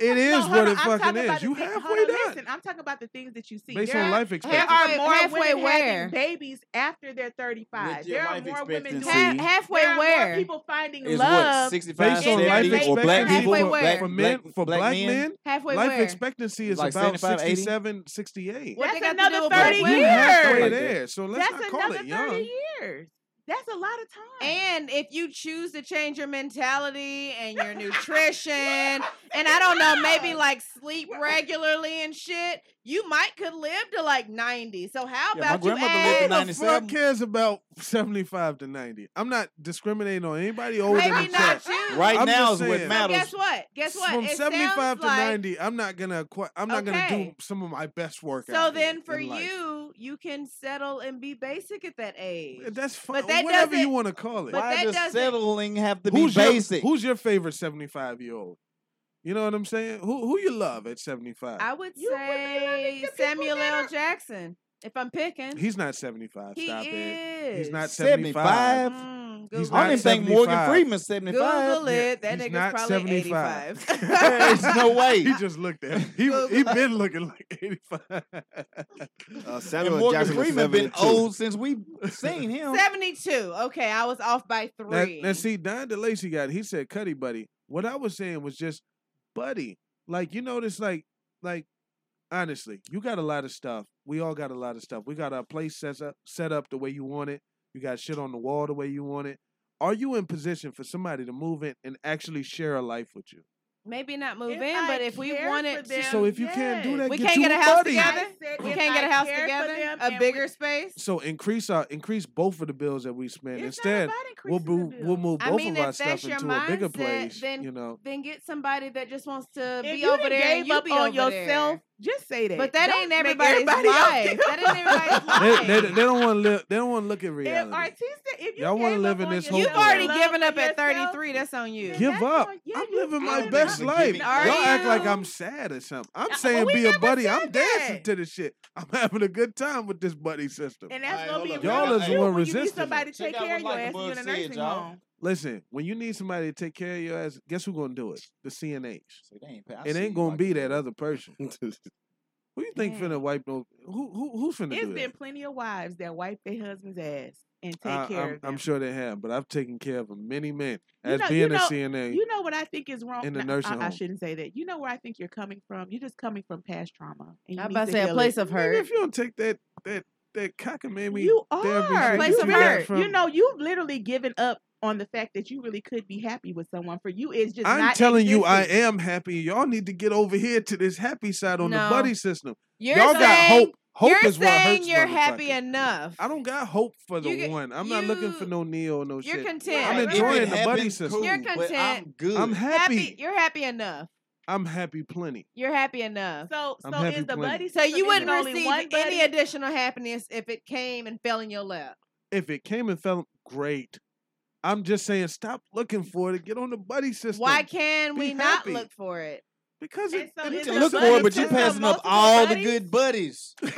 S3: it
S5: No,
S3: is
S5: hold
S3: what
S5: on,
S3: it
S5: I'm
S3: fucking
S5: talking about
S3: is.
S5: the
S3: You
S5: thi-
S3: halfway
S5: hold on, Listen, I'm talking about the things that you see.
S3: Based
S5: there
S3: on
S5: are-
S3: life
S5: There
S3: expectancy.
S5: are more
S12: Halfway
S5: women
S12: where?
S5: having babies after they're 35.
S6: With your
S5: There are
S6: life
S5: more women doing
S6: expectancy Ha-
S12: halfway
S5: there are more
S12: where?
S5: people finding
S6: Is
S5: love
S6: what 65,
S3: Based on life
S6: 70, or black
S3: expectancy
S6: people,
S3: for,
S6: black,
S3: for men,
S6: black-
S3: for black, men,
S12: Halfway
S3: life
S12: where?
S3: expectancy is
S6: Like
S3: about
S6: 75, 80?
S3: 67, 68.
S12: What they
S5: That's
S12: got to do
S5: another
S12: with black
S5: 30
S12: women?
S3: You halfway
S12: Like that.
S3: there, so let's
S12: That's
S3: not call
S12: another
S3: it young.
S5: years. That's a lot of time.
S12: And if you choose to change your mentality
S5: *laughs*
S12: and your nutrition, and I don't know, maybe like sleep regularly and shit, you might could live to like 90. So how
S3: Yeah, my
S12: about you
S3: grandmother
S12: add
S3: Who the fuck cares about 75 to 90? I'm not discriminating on anybody older
S12: Maybe
S3: than
S12: not
S3: that.
S12: you.
S6: Right
S3: I'm
S6: now
S3: just
S6: is what
S3: saying,
S6: matters.
S12: Guess what? Guess what?
S3: From
S12: It
S3: 75
S12: sounds
S3: to
S12: like-
S3: 90, I'm not gonna acqui- I'm not gonna do
S12: Okay.
S3: some of my best work.
S12: So then for
S3: in life.
S12: you, you can settle and be basic at that age.
S3: That's
S12: But
S3: fine.
S12: that
S3: Whatever you
S12: doesn't-
S3: want to call it.
S12: but Why that does doesn't-
S6: settling have to be
S3: who's your-
S6: basic?
S3: who's your favorite 75 year old? You know what I'm saying? Who who you love at 75?
S12: I would say Samuel L. Jackson. If I'm picking,
S3: He's not 75.
S12: He
S3: Stop it. He's
S12: is. Mm,
S3: not 75.
S6: 75.
S3: He's
S6: I
S3: not
S6: didn't think
S3: 75.
S6: Morgan Freeman's 75.
S12: Google it. That
S3: He's
S12: nigga's
S3: not
S12: probably
S3: 75.
S12: 85.
S3: *laughs*
S6: There's no
S13: *laughs*
S6: way.
S3: He just looked at him. He, he been looking like 85.
S4: Uh,
S6: And
S4: Samuel
S6: Morgan
S4: Jackson was
S6: Freeman been
S4: 72.
S6: old since we
S3: *laughs*
S6: seen him.
S12: 72. Okay, I was off by
S3: Now,
S12: three.
S3: now see, Don DeLacy got. He said, "Cuddy, buddy." What I was saying was just, buddy. Like you notice, like, like, honestly, you got a lot of stuff. We all got a lot of stuff. We got our place set up, set up the way you want it. You got shit on the wall the way you want it. Are you in position for somebody to move in and actually share a life with you?
S12: Maybe not move in,
S5: I
S12: but if we
S5: care
S12: wanted
S5: for
S12: to.
S5: them,
S3: So if you can't do that,
S12: we
S3: get
S12: can't
S3: you
S12: get a
S3: a
S12: house
S3: buddy.
S12: together.
S5: said
S12: We
S5: if
S12: can't get
S5: I
S12: a house
S5: care for
S12: together.
S5: them
S12: A
S5: and
S12: bigger space.
S3: So increase our increase both of the bills that we spend. Instead, we'll move we'll move
S12: I
S3: both
S12: mean,
S3: of our
S12: if that's
S3: stuff
S12: your
S3: into a bigger
S12: mindset,
S3: place.
S12: then- *laughs*
S3: you know,
S12: Then get somebody that just wants to
S5: If
S12: be
S5: you
S12: over
S5: done
S12: there and
S5: gave
S12: you
S5: up
S12: be
S5: on
S12: over there.
S5: yourself, just say that.
S12: But that
S5: Don't
S12: ain't
S5: make
S12: everybody's
S5: everybody else
S12: life.
S5: do
S12: That ain't everybody's life.
S3: they, they, they don't want to live. They don't want to look at
S5: If
S3: reality.
S5: artista, if you
S3: Y'all want to
S5: gave
S3: live
S5: up
S3: in
S5: on
S3: this whole.
S12: You've already
S5: love
S12: given
S5: for
S12: up at
S5: yourself,
S12: 33. That's on you.
S3: Give up.
S5: yeah,
S3: I'm
S5: you
S3: living my
S5: giving
S3: best
S5: up.
S3: life. Y'all
S12: Are
S3: act like
S12: you?
S3: I'm sad or something. I'm saying be a buddy. I'm dancing to this shit. *laughs* I'm having a good time with this buddy system.
S5: And that's gonna be
S3: up. Y'all
S5: real
S3: is
S5: cute when
S3: one
S5: you need
S3: resisting
S5: somebody
S3: it.
S5: to take
S6: Check out
S5: care of your
S6: what
S5: ass.
S6: Like the
S5: You in a
S6: Bug said,
S5: nursing
S6: y'all.
S5: home.
S3: Listen, when you need somebody to take care of your ass, guess who gonna do it? The CNH.
S6: It ain't, I
S3: It
S6: see
S3: ain't
S6: you
S3: gonna
S6: like
S3: be that other person. *laughs* who you think
S5: Dang.
S3: finna wipe those? Who who who
S5: Mm.
S3: finna
S5: It's been
S3: do that?
S5: plenty of wives that wipe their husband's ass and take
S3: I,
S5: care
S3: Uh, I'm,
S5: of them.
S3: I'm sure they have, but I've taken care of many men as
S5: know-
S3: being
S5: know,
S3: a CNA.
S5: You know what I think is wrong
S3: in the
S5: no,
S3: nursing
S5: I, I
S3: home.
S5: shouldn't say that. You know where I think you're coming from. You're just coming from past trauma. And you
S12: I'm
S5: need
S12: about to say a
S5: heal
S12: place
S5: it.
S12: of
S3: Nigga,
S12: hurt.
S3: if you don't take that that that cockamamie
S5: You
S3: therapy
S5: are.
S3: shit
S5: You,
S3: you
S5: really-
S3: got from,
S5: you know, you've literally given up on the fact that you really could be happy with someone. For you, it's just
S3: I'm
S5: not
S3: telling you, I
S5: existing.
S3: am happy. Y'all need to get over here to this happy side on
S12: No.
S3: the buddy system.
S12: You're
S3: all got
S12: saying-
S3: hope. Hope
S12: you're
S3: is what hurts.
S12: saying you're happy
S3: motherfucker.
S12: enough.
S3: I don't got hope for the
S12: You get-
S3: one. I'm not looking for no Neo or no
S12: You're
S3: shit.
S12: content.
S3: I'm
S12: If it
S3: enjoying the buddy
S12: happens,
S3: system.
S12: You're content.
S3: I'm happy.
S12: You're happy enough.
S3: I'm happy plenty.
S12: You're happy enough.
S5: So,
S3: I'm so happy is the plenty. buddy
S12: So
S5: system
S12: you
S5: is
S12: wouldn't
S5: only
S12: receive
S5: one buddy?
S12: any additional happiness if it came and fell in your lap.
S3: If it came and fell, great. I'm just saying, stop looking for it. Get on the buddy system.
S12: Why can
S3: Be
S12: we
S3: happy.
S12: not look for it?
S3: Because
S12: it,
S6: You can look for it, but you're passing up all the good buddies.
S12: But
S5: *laughs*
S12: if,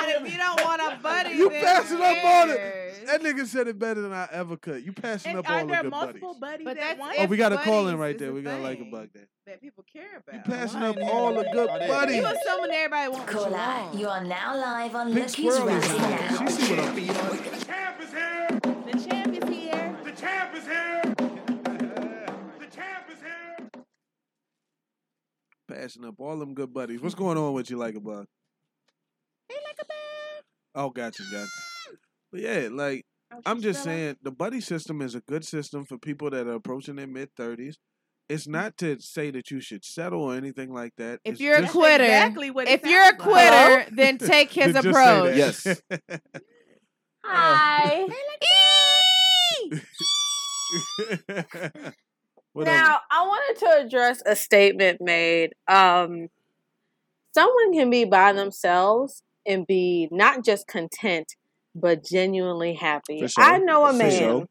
S12: but if you don't want a buddy,
S3: You
S12: then
S3: passing up on it.
S12: where's-
S3: That nigga said it better than I ever could. You passing
S5: And
S3: up
S5: are
S3: all the
S5: there
S3: good buddies.
S5: multiple buddies
S12: But
S5: at
S12: that's
S5: once?
S3: Oh, we got
S12: if
S3: a call in
S12: buddies
S3: right
S12: is
S3: there.
S12: the
S3: We're gonna like a
S12: thing
S3: bug there.
S12: that people care about.
S3: You passing up all the good
S6: Oh,
S3: buddies.
S12: You assuming everybody wants what you
S2: Caller,
S12: want.
S2: you are now live on
S3: Big
S2: Lucky's
S3: Squirrel is
S2: Round.
S3: back. She see what I'm doing.
S12: The champ is here.
S13: The champ is here. *laughs* The champ is here.
S3: Passing up all them good buddies. What's going on with you, like a bug? Hey, like a bug. Oh, gotcha, gotcha. But yeah, like I'm just saying, the buddy system is a good system for people that are approaching their mid thirties. It's not to say that you should settle or anything like that.
S12: If
S3: It's
S12: you're a
S3: just-
S12: quitter,
S5: exactly what it
S12: if you're a
S5: sounds like.
S3: *laughs*
S12: quitter, then take his
S3: Did just say
S12: approach.
S21: Oh.
S3: that.
S4: Yes.
S12: Hi.
S21: me.
S3: *laughs* Whatever.
S21: Now, I wanted to address a statement made. Um, someone can be by themselves and be not just content, but genuinely happy.
S22: For sure.
S21: I know a
S22: For
S21: man
S22: sure.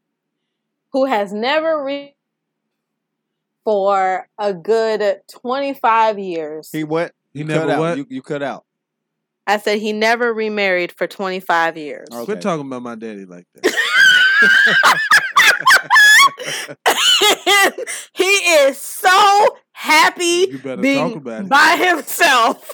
S21: who has never read for a good 25 years.
S6: He what?
S3: He
S6: you
S3: never
S6: cut out.
S3: what?
S6: You, you cut out.
S21: I said he never remarried for 25 years.
S3: Quit talking about my daddy like that.
S21: *laughs* he is so happy
S3: You better
S21: being
S3: talk about it.
S21: by himself.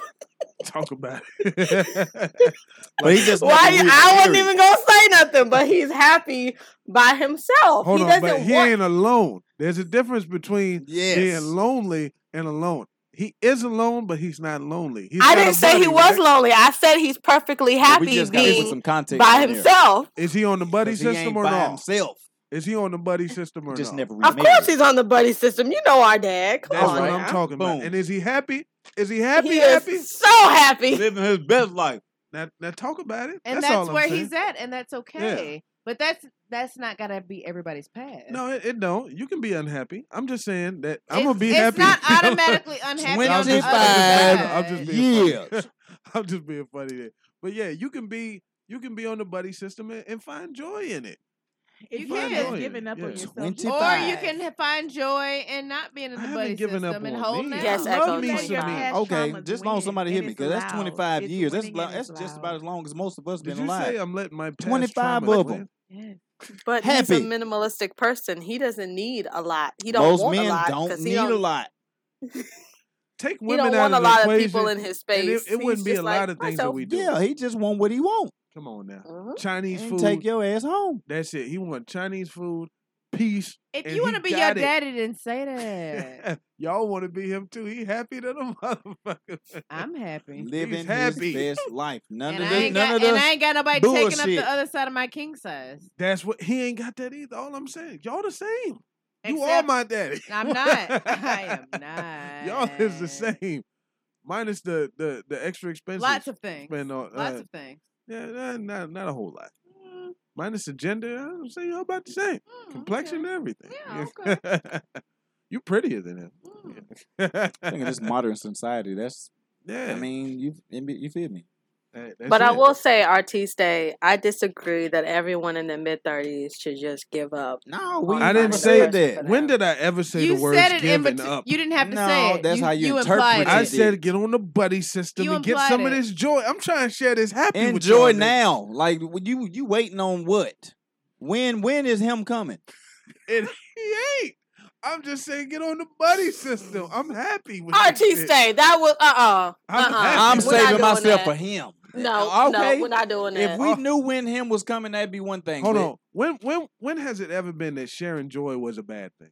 S3: Talk about it. *laughs*
S6: But he just
S21: Why?
S6: never
S21: I wasn't
S6: remarried.
S21: even gonna say nothing, but he's happy by himself.
S3: Hold
S21: he
S3: on,
S21: doesn't
S3: but he
S21: want.
S3: ain't alone. There's a difference between
S21: Yes.
S3: being lonely and alone. He is alone, but he's not lonely. He's
S21: I
S3: got a
S21: didn't say he
S3: buddy,
S21: was
S3: right?
S21: lonely. I said he's perfectly happy being by himself.
S3: Is he on the buddy
S21: 'Cause he ain't
S3: system or
S21: by
S3: not?
S6: Himself.
S3: Is he on the buddy system or just never
S21: Of course, he's on the buddy system. You know our dad. Come
S3: That's
S21: on,
S3: what
S21: now.
S3: I'm talking about. And is he happy? Is he happy?
S21: He is
S3: happy?
S21: so happy.
S6: Living his best life.
S3: Now, now talk about it.
S12: and
S3: that's,
S12: that's,
S3: all I'm
S12: where
S3: saying.
S12: he's at, and that's okay. But that's that's not gotta be everybody's path.
S3: No, it, it don't. You can be unhappy. I'm just saying that *laughs* I'm gonna be
S12: it's
S3: happy.
S12: not automatically unhappy on the other
S3: I'm
S12: side.
S3: just being funny. *laughs* I'm just being funny there. But yeah, you can be you can be on the buddy system and, and find joy in it.
S5: If
S3: Find
S5: you
S3: joy
S5: have
S3: in
S5: given
S3: it,
S5: up on
S3: yeah.
S5: yourself,
S12: Or you can h- find joy in not being in the buddy
S3: given up
S12: system and
S3: on
S12: holding
S3: me.
S12: out.
S3: Yes, Love Echo, me thank some you. me.
S12: Past
S6: Okay,
S12: traumas
S6: just long as
S12: win,
S6: somebody
S12: and
S6: hit me
S12: it's
S6: because that's
S12: allowed.
S6: twenty five
S12: It's
S6: years. That's
S12: winning
S6: lo-
S12: and
S6: that's
S12: it's
S6: just
S12: allowed.
S6: about as long as most of us
S3: Did
S6: been
S3: you
S6: alive.
S3: say I'm letting my past
S6: twenty five
S3: trauma
S6: of
S3: win?
S6: them.
S21: But he's
S6: Happy.
S21: a minimalistic person. He doesn't need a lot. He don't
S6: Most
S21: want a
S6: men
S21: lot
S6: don't
S21: because he
S6: need
S21: don't
S6: a lot.
S3: Take
S21: he
S3: women
S21: don't
S3: out
S21: want a
S3: of the
S21: lot of
S3: equation.
S21: people in his
S3: and it-
S21: space.
S3: it, wouldn't
S21: He's
S3: be a
S21: just like,
S3: lot of things that
S21: myself.
S3: we do.
S6: Yeah, he just want what he want.
S3: Come on now.
S12: Uh-huh.
S21: Mhm.
S3: Chinese
S6: And
S3: food.
S6: take your ass home.
S3: That's it. He want Chinese food, peace.
S12: If
S3: and
S12: you
S3: he
S12: want to be your
S3: got it. Eh,
S12: daddy, then say
S3: *laughs*
S12: that.
S3: Y'all want to be him too. He happy to the *laughs* motherfucker.
S12: I'm happy.
S6: Living
S3: He's happy.
S6: his best life. None
S12: and
S6: of
S12: I
S6: this.
S12: ain't
S6: none
S12: got,
S6: of
S12: and
S6: this
S12: I ain't got nobody taking up
S6: bullshit.
S12: the other side of my king size.
S3: That's what he ain't got that either. All I'm saying, y'all the same. you are
S12: Except-
S3: my daddy.
S12: I'm
S3: *laughs*
S12: not. I am not.
S3: y'all is the same, minus the the the extra expenses.
S12: Lots of things.
S3: Spend on,
S12: Lots
S3: uh,
S12: of things.
S3: Yeah, not, not not a whole lot. Minus the gender, I don't say y'all about the same. Complexion and everything. Yeah, okay. *laughs* you prettier than him. Yeah.
S6: I think
S3: *laughs*
S6: in this modern society, that's.
S3: Yeah.
S6: I mean, you you feel me?
S21: But I will say, Artiste, I disagree that everyone in the mid thirties should just give up.
S6: No,
S21: we
S3: I didn't say that. When did I ever say
S21: You
S3: the words
S21: said it in
S3: giving
S21: bet-
S3: up?
S21: you didn't have to
S12: No, say it. that's You- how you you implied interpret it.
S3: I
S12: it.
S3: said get on the buddy system
S12: You
S3: and get
S12: implied
S3: some of
S12: it.
S3: this joy. I'm *laughs* trying to share this happy with y'all.
S6: Enjoy now. Like when you you waiting on what? When when is him coming?
S3: And he ain't. I'm just saying get on the buddy system. I'm happy with this
S21: Artiste,
S3: shit.
S21: that was uh uh-uh, uh.
S3: I'm happy.
S6: I'm
S3: We're not
S6: saving
S3: doing
S6: myself
S3: that.
S6: for him.
S3: *laughs*
S21: No,
S6: Okay.
S21: no, we're not doing that.
S6: If we knew when him was coming, that'd be one thing.
S3: Hold
S6: but-
S3: on. When when when has it ever been that sharing joy was a bad thing?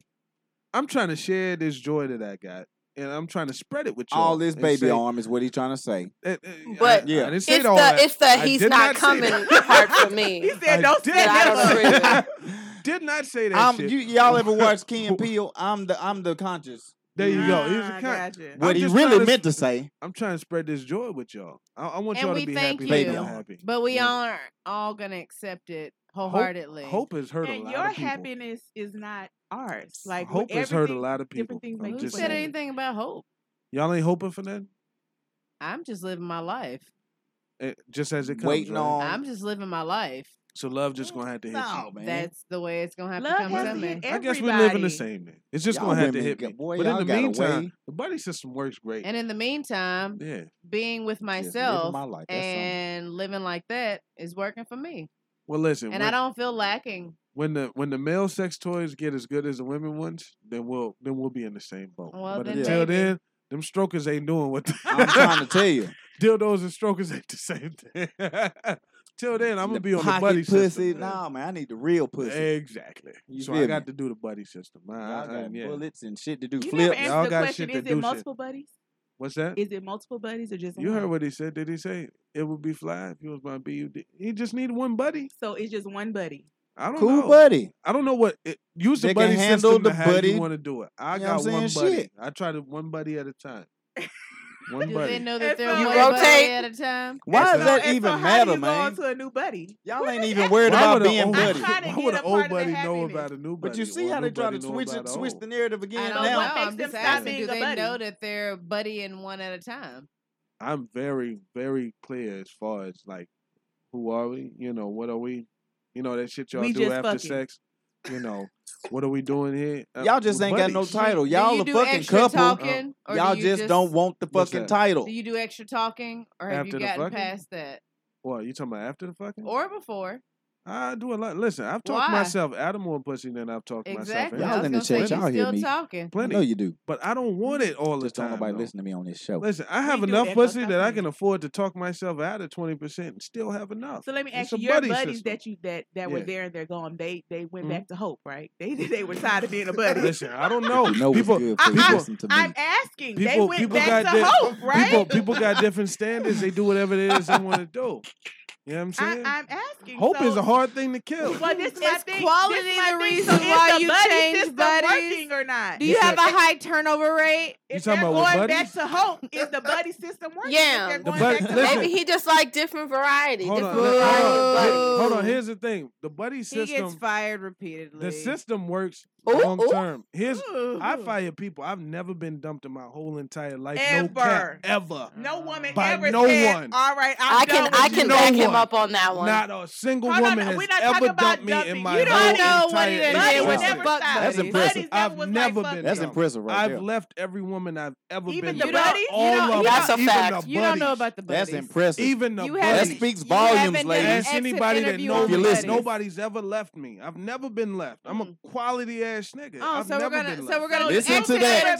S3: I'm trying to share this joy that I got, and I'm trying to spread it with y'all.
S6: All this
S3: and
S6: baby
S3: say-
S6: arm is what he's trying to say.
S3: Uh, uh,
S21: But
S3: I- I didn't
S21: it's
S3: say
S21: the
S3: it all that.
S21: it's the
S3: I
S21: he's
S3: did
S21: not
S3: say
S21: coming
S3: that.
S21: part for me. he
S3: said, "Don't say
S21: I don't
S3: that."
S21: agree with that.
S3: *laughs* Did not say that
S6: I'm,
S3: shit.
S6: you, y'all ever watch Key
S3: *laughs*
S6: and Peele? I'm the I'm the conscious.
S3: There you go. Here's a con-
S6: What
S3: I'm
S6: he
S3: just
S6: really
S3: trying
S6: meant to say.
S3: I'm trying to spread this joy with y'all. I, I want
S12: And
S3: y'all to
S12: we
S3: be
S12: thank
S3: happy.
S12: you.
S3: Baby, I'm happy.
S12: But we aren't all gonna accept it wholeheartedly.
S3: hope has hurt a
S5: and
S3: lot
S5: your
S3: of people.
S5: happiness is not ours. Like
S3: hope
S5: what-
S3: has hurt a
S5: everything-
S3: lot of people.
S5: Different things
S3: I'm
S5: make
S12: Who
S3: just
S12: said
S3: saying.
S12: anything about hope?
S3: Y'all ain't hoping for nothing.
S12: I'm just living my life.
S3: Eh, just as it comes.
S6: Waiting
S3: right?
S12: I'm just living my life.
S3: So love just gonna have to hit you.
S12: That's the way it's gonna have
S5: Love
S12: to come
S5: has
S12: to
S5: to
S12: me.
S5: hit
S3: I guess we live in the same then. It's just
S6: Y'all
S3: gonna have to
S6: women
S3: hit
S6: got-
S3: me.
S6: boy,
S3: but in
S6: y'all
S3: the
S6: got a
S3: meantime,
S6: way.
S3: the buddy system works great.
S12: And in the meantime,
S3: Yeah.
S12: being with
S3: living
S12: myself
S3: my life, that's something.
S12: and living like that is working for me.
S3: Well, listen.
S12: and
S3: when-
S12: I don't feel lacking.
S3: when the when the male sex toys get as good as the women ones, then we'll then we'll be in the same boat.
S12: Well,
S3: but
S12: then
S3: until
S12: maybe.
S3: then, them strokers ain't doing what the-
S6: I'm trying to tell
S3: *laughs*
S6: you.
S3: Dildos and strokers ain't the same thing. *laughs* Till then, I'm gonna be on the
S6: pocket
S3: buddy
S6: pussy.
S3: system.
S6: Nah, man, I need the real pussy.
S3: Exactly.
S6: You
S3: so
S6: feel
S3: I got
S6: me?
S3: to do the buddy system. I, I,
S6: Y'all
S3: I-
S6: got
S3: yeah.
S6: bullets and shit to do.
S5: You never
S6: Flip.
S5: answered the question. Is it multiple buddies?
S3: What's that?
S5: Is it multiple buddies or just
S3: You
S5: one?
S3: heard what he said. Did he say it would be fly if he was my BUD? He just need one buddy.
S5: So it's just one buddy.
S3: I don't
S5: Cool
S3: know.
S6: buddy.
S3: I don't know what it, use the
S6: That can
S3: buddy
S6: handle
S3: system
S6: the
S3: to how
S6: buddy.
S3: you want to do it. I
S6: You know what
S3: got
S6: I'm
S3: one
S6: saying?
S3: buddy.
S6: Shit.
S12: *laughs*
S3: I tried it one buddy at a time. One
S12: Do they
S3: buddy.
S12: know that they're
S5: You
S12: one buddy
S5: rotate.
S12: at a time?
S6: Why does that
S5: And so
S6: even
S5: how do
S6: matter,
S5: you go
S6: man?
S5: on to a new buddy.
S6: Y'all
S12: *laughs*
S6: ain't even worried
S3: Why
S6: about
S3: would a
S6: being
S3: old-
S6: buddy.
S5: trying to
S3: Why would an old buddy know about a new buddy?
S6: But you see
S3: or a
S6: how
S3: new
S6: they try
S3: buddy
S6: to
S3: know
S6: switch
S3: about
S6: it,
S3: a
S6: switch
S3: old?
S6: the narrative
S12: I
S6: again
S12: don't know.
S6: now.
S12: I'm just
S5: stop
S12: asking.
S5: being
S12: Do
S5: a
S12: they
S5: buddy?
S12: know that they're buddy and one at a time?
S3: I'm very, very clear as far as like, who are we? You know, what are we? You know that shit y'all
S6: We
S3: do
S6: just
S3: after
S6: fucking.
S3: sex. You know, what are we doing
S6: *laughs*
S3: here? Uh,
S6: Y'all just
S3: we're
S6: ain't got no
S3: buddies.
S6: title. Y'all a fucking couple.
S12: talking, or do
S6: Y'all
S12: you
S6: just,
S12: just-
S6: don't want the
S3: What's
S6: fucking
S3: that?
S6: title.
S12: Do you do extra talking, or have
S3: After
S12: you
S3: the
S12: gotten
S3: fucking?
S12: past that,
S3: What you talking about after the fucking?
S12: or before?
S3: I do a lot. Listen, I've talked
S12: Why?
S3: myself out of more pussy than I've talked
S12: Exactly. I
S3: myself.
S12: Y'all was in the gonna say, chat, you y'all hear still me. talking. I
S3: Plenty.
S6: know you do.
S3: But I don't want it all the time.
S6: Nobody
S3: though.
S6: listen to me on this show.
S3: Listen, I have
S5: do
S3: enough
S5: that, though.
S3: pussy that I can afford to talk myself out of twenty percent and still have enough.
S5: So let me ask
S3: It's a
S5: you, your
S3: buddy
S5: buddies
S3: system.
S5: that you that that were
S3: Yeah.
S5: there and they're gone, they they went
S3: Mhm.
S5: back to hope, right? They *laughs* they were tired of being
S3: *laughs*
S5: a *laughs* buddy.
S3: Listen, I don't know.
S6: You know what's
S3: people,
S6: good for you,
S3: people,
S6: listen to me.
S5: I'm asking. they
S3: people,
S5: went
S3: people
S5: back
S3: got
S5: to
S3: di-
S5: hope, right?
S3: people, people got different standards. They do whatever it is they want to do. You
S5: *laughs*
S3: know what I'm saying?
S5: I'm asking.
S3: Hope
S5: so,
S3: is a hard thing to kill.
S5: Well, this is my
S12: Is
S5: thing.
S12: quality
S5: this my
S12: the
S5: thing.
S12: reason
S5: so is
S12: why
S5: the
S12: you
S5: buddy
S12: change
S5: system
S12: buddies?
S5: working or not?
S12: Do you
S3: Yes,
S12: have a
S3: sir.
S12: high turnover rate?
S3: You talking about
S5: going
S3: with
S5: back
S3: buddies?
S5: to hope? Is the
S3: *laughs*
S5: buddy system working? If
S21: Yeah.
S5: they're going
S3: bud-
S5: back to
S3: listen.
S5: hope.
S21: Maybe he just like different variety.
S3: Hold on,
S21: different
S3: let-
S21: variety.
S3: hold on,
S21: of
S3: here- hold on.
S21: buddies.
S3: Here's the thing: the buddy
S12: He gets
S3: system,
S12: fired repeatedly.
S3: the system works
S12: Ooh,
S3: long
S12: ooh.
S3: term. Here's I
S12: Ooh.
S3: fire people. I've never been dumped in my whole entire life.
S5: Ever.
S3: No cap, ever.
S5: No woman
S3: By
S5: ever
S3: no
S5: said,
S3: one.
S5: "All right, I'm
S21: I can
S5: done
S21: I
S5: with
S21: can
S5: you."
S21: back him up on that one.
S3: Not a single
S5: Hold on,
S3: woman
S5: we're
S3: has
S5: not talking
S3: ever
S5: about
S3: dumped me in
S5: dumping.
S3: my
S5: You don't
S3: whole
S5: know what
S3: entire
S5: it is. Buddies
S3: existence.
S5: never Fuck stopped. buddies.
S6: That's impressive.
S5: Buddies never
S3: I've
S5: was like,
S3: never
S5: fuck
S3: been.
S6: That's
S3: dumped.
S6: impressive right
S3: I've
S6: there.
S3: left every woman I've ever
S5: Even
S3: been.
S5: the
S3: with.
S5: buddies?
S3: All
S5: You don't-
S3: of
S5: you
S3: them.
S5: don't- That's a
S3: even
S5: fact.
S3: The
S5: You don't know
S3: buddies.
S5: about the
S6: That's buddies. impressive.
S3: Even the
S6: You
S3: buddies.
S6: haven't- That speaks you volumes, haven't done an ladies.
S3: Ask
S6: exit
S3: anybody that
S6: interview
S3: knows
S6: on
S3: me.
S6: If you're listening.
S3: Nobody's ever left me. I've never been left. I'm
S5: Mm.
S3: a quality ass nigga.
S12: Oh,
S3: I've
S12: so we're
S3: never
S12: gonna-
S3: been
S12: so
S3: left.
S12: we're gonna
S6: Listen to that.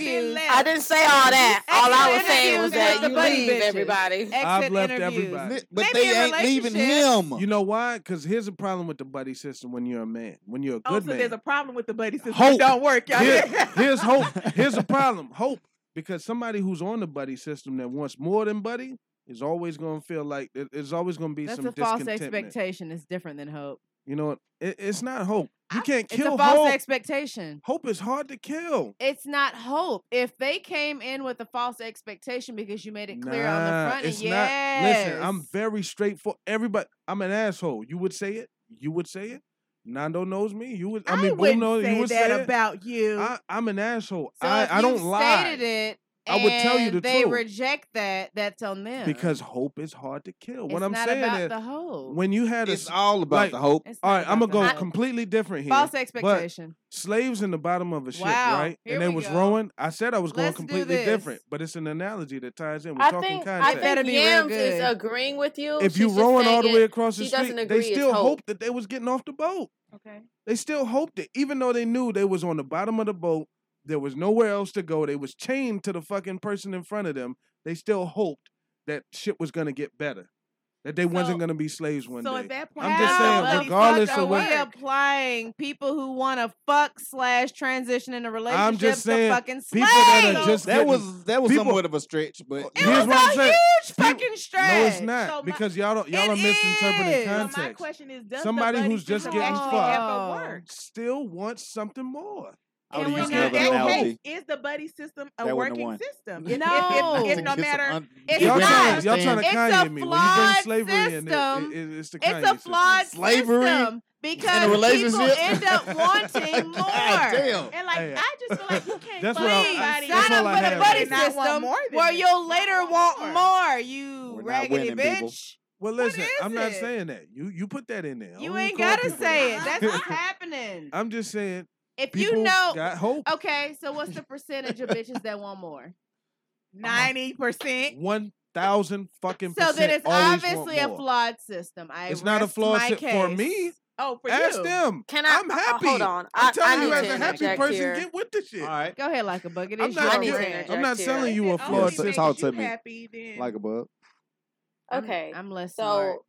S21: I didn't say all that. All I was saying was
S12: interviews
S21: that
S12: with
S21: you
S12: the buddy
S21: leave
S12: bitches.
S21: everybody.
S3: I've
S12: Exit
S3: left
S12: interviews.
S3: everybody.
S6: But Maybe they in ain't leaving relationships. him.
S3: You know why? Because here's a problem with the buddy system when you're a man. When you're a
S5: Oh,
S3: good
S5: so
S3: man.
S5: there's a *laughs* problem with the buddy system.
S3: hope
S5: It don't work, y'all.
S3: Here- here's hope. Here's a problem. Hope because somebody who's on the buddy system that wants more than buddy is always going to feel like there- there's always going to be
S12: That's
S3: some
S12: a false
S3: discontentment.
S12: expectation. It's different than hope.
S3: You know what? It, it's not hope. You can't
S12: It's
S3: kill
S12: a false
S3: hope.
S12: expectation.
S3: hope is hard to kill.
S12: It's not hope. If they came in with a false expectation because you made it clear on
S3: Nah,
S12: the front end,
S3: it's
S12: yes.
S3: not. Listen, I'm very straightforward. Everybody, I'm an asshole. You would say it. You would say it. Nando knows me. You would. I, mean, Boom
S5: wouldn't
S3: knows
S5: say
S3: you would
S5: that
S3: say it.
S5: about you.
S3: I, I'm an asshole.
S12: So
S3: I,
S12: if
S3: I
S12: you've
S3: don't lie
S12: Stated it,
S3: I would tell you
S12: and
S3: the
S12: they
S3: truth.
S12: reject that. That's on them.
S3: because hope is hard to kill.
S12: it's
S3: what I'm
S12: not
S3: saying
S12: about
S3: is,
S12: the hope.
S3: when you had a
S6: It's
S3: s-
S6: all about
S3: like-
S6: the hope.
S12: It's
S3: all
S12: not
S3: right, I'm
S12: about
S3: gonna
S12: the
S3: go
S12: hope.
S3: completely different here.
S12: False
S3: but
S12: expectation.
S3: slaves in the bottom of a ship,
S12: Wow,
S3: right?
S12: here
S3: and they
S12: we
S3: was
S12: go.
S3: rowing. I said I was going
S12: Let's do
S3: completely
S12: this.
S3: different, but it's an analogy that ties in. We're
S21: I
S3: talking
S21: think I
S3: context.
S21: think Yams is agreeing with you.
S3: if
S21: She's
S3: you
S21: just
S3: rowing
S21: saying
S3: all the way
S21: it-
S3: across the
S21: she
S3: street,
S21: doesn't agree.
S3: they
S21: it's
S3: still
S21: hope.
S3: hoped that they was getting off the boat.
S12: Okay.
S3: They still hoped it, even though they knew they was on the bottom of the boat. There was nowhere else to go. They was chained to the fucking person in front of them. They still hoped that shit was gonna get better, that they wasn't gonna be slaves one
S5: so
S3: day.
S5: at that point,
S3: I'm just
S5: how
S3: saying,
S5: the fuck
S3: regardless
S5: are
S3: of
S5: we
S3: what
S5: a
S12: We're applying people who want to fuck slash transition in a relationship
S3: I'm just saying,
S12: to fucking
S3: people
S12: slaves.
S3: that are just
S6: That
S3: getting-
S6: was- that was
S3: people-
S6: somewhat of a stretch, but It
S3: here's
S6: was
S3: what I'm
S6: a
S3: saying.
S12: huge fucking stretch.
S3: No, it's not because y'all don't, y'all are misinterpreting
S5: is. So my
S3: context.
S5: question is, does the
S3: somebody
S5: buddy
S3: who's just
S5: system
S3: getting
S5: actually ever work?
S3: fucked still wants something more?
S6: I
S5: Can
S6: would've
S5: we
S6: used
S5: not-
S6: another
S5: in that case,
S6: analogy.
S5: Is the buddy system a
S6: That wasn't the
S5: working
S6: one.
S5: system? If- if-
S12: No.
S5: if, if no
S6: It's a
S5: matter,
S6: un-
S5: it's
S3: y'all
S5: not.
S3: trying, y'all trying to
S12: It's
S3: Kanye
S12: a
S3: me when you bring
S12: flawed
S3: slavery in. It, it,
S12: system.
S3: it, it's the Kanye
S12: It's a
S3: system.
S12: flawed
S3: Slavery
S12: system because people
S3: relationship?
S12: end up wanting more.
S3: damn.
S5: And like, I just feel like you can't
S3: *laughs* That's
S5: fuck
S3: what I-
S5: somebody
S3: that's
S5: and
S3: all I
S5: not
S3: have.
S5: want
S12: buddy
S5: more than
S12: system
S5: that.
S12: where you'll later want more. You
S6: We're not
S12: raggedy
S6: winning,
S12: bitch.
S6: people.
S3: Well, listen, I'm not
S12: it?
S3: saying that. You you put that in there. I
S12: You
S3: don't
S12: ain't
S3: call
S12: gotta
S3: people
S12: say it.
S3: that. *laughs*
S12: That's what's happening.
S3: I'm just saying.
S12: If
S3: people
S12: you know,
S3: got hope.
S12: okay. So what's the percentage of bitches that want
S3: *laughs*
S12: more?
S5: Ninety percent.
S3: One thousand fucking.
S12: So then
S3: percent
S12: it's
S3: always
S12: obviously
S3: want
S12: a
S3: more.
S12: flawed system. I
S3: It's not a
S12: rest
S3: flawed
S12: my
S3: si- for
S12: case.
S3: me.
S5: Oh, for
S3: Ask
S12: you.
S3: them.
S12: Can
S3: I? am
S21: uh,
S3: happy.
S12: hold on.
S3: I'm
S12: I-
S3: telling
S12: I
S3: you,
S12: need
S3: as
S12: to
S3: a happy
S12: interject
S3: person,
S12: here.
S3: get with the shit. All
S6: right.
S12: Go ahead, like a bucket.
S3: I'm not,
S12: your
S3: giving-
S12: rant.
S3: I'm not selling you a
S6: Yeah,
S3: flawed
S6: so-
S3: system.
S6: talk to me.
S5: happy, then
S6: Like a bug.
S21: Okay.
S12: I'm less
S21: So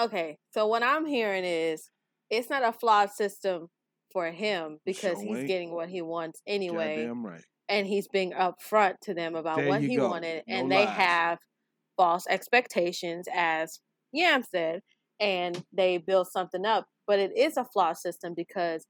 S21: okay. So what I'm hearing is it's not a flawed system for him because
S3: Sure
S21: he's
S3: ain't.
S21: getting what he wants anyway.
S3: Goddamn right.
S21: and he's being upfront to them about
S3: There
S21: what
S3: you
S21: he
S3: go.
S21: wanted,
S3: No
S21: and they
S3: lies.
S21: have false expectations, as Yam said, and they build something up. But it is a flawed system because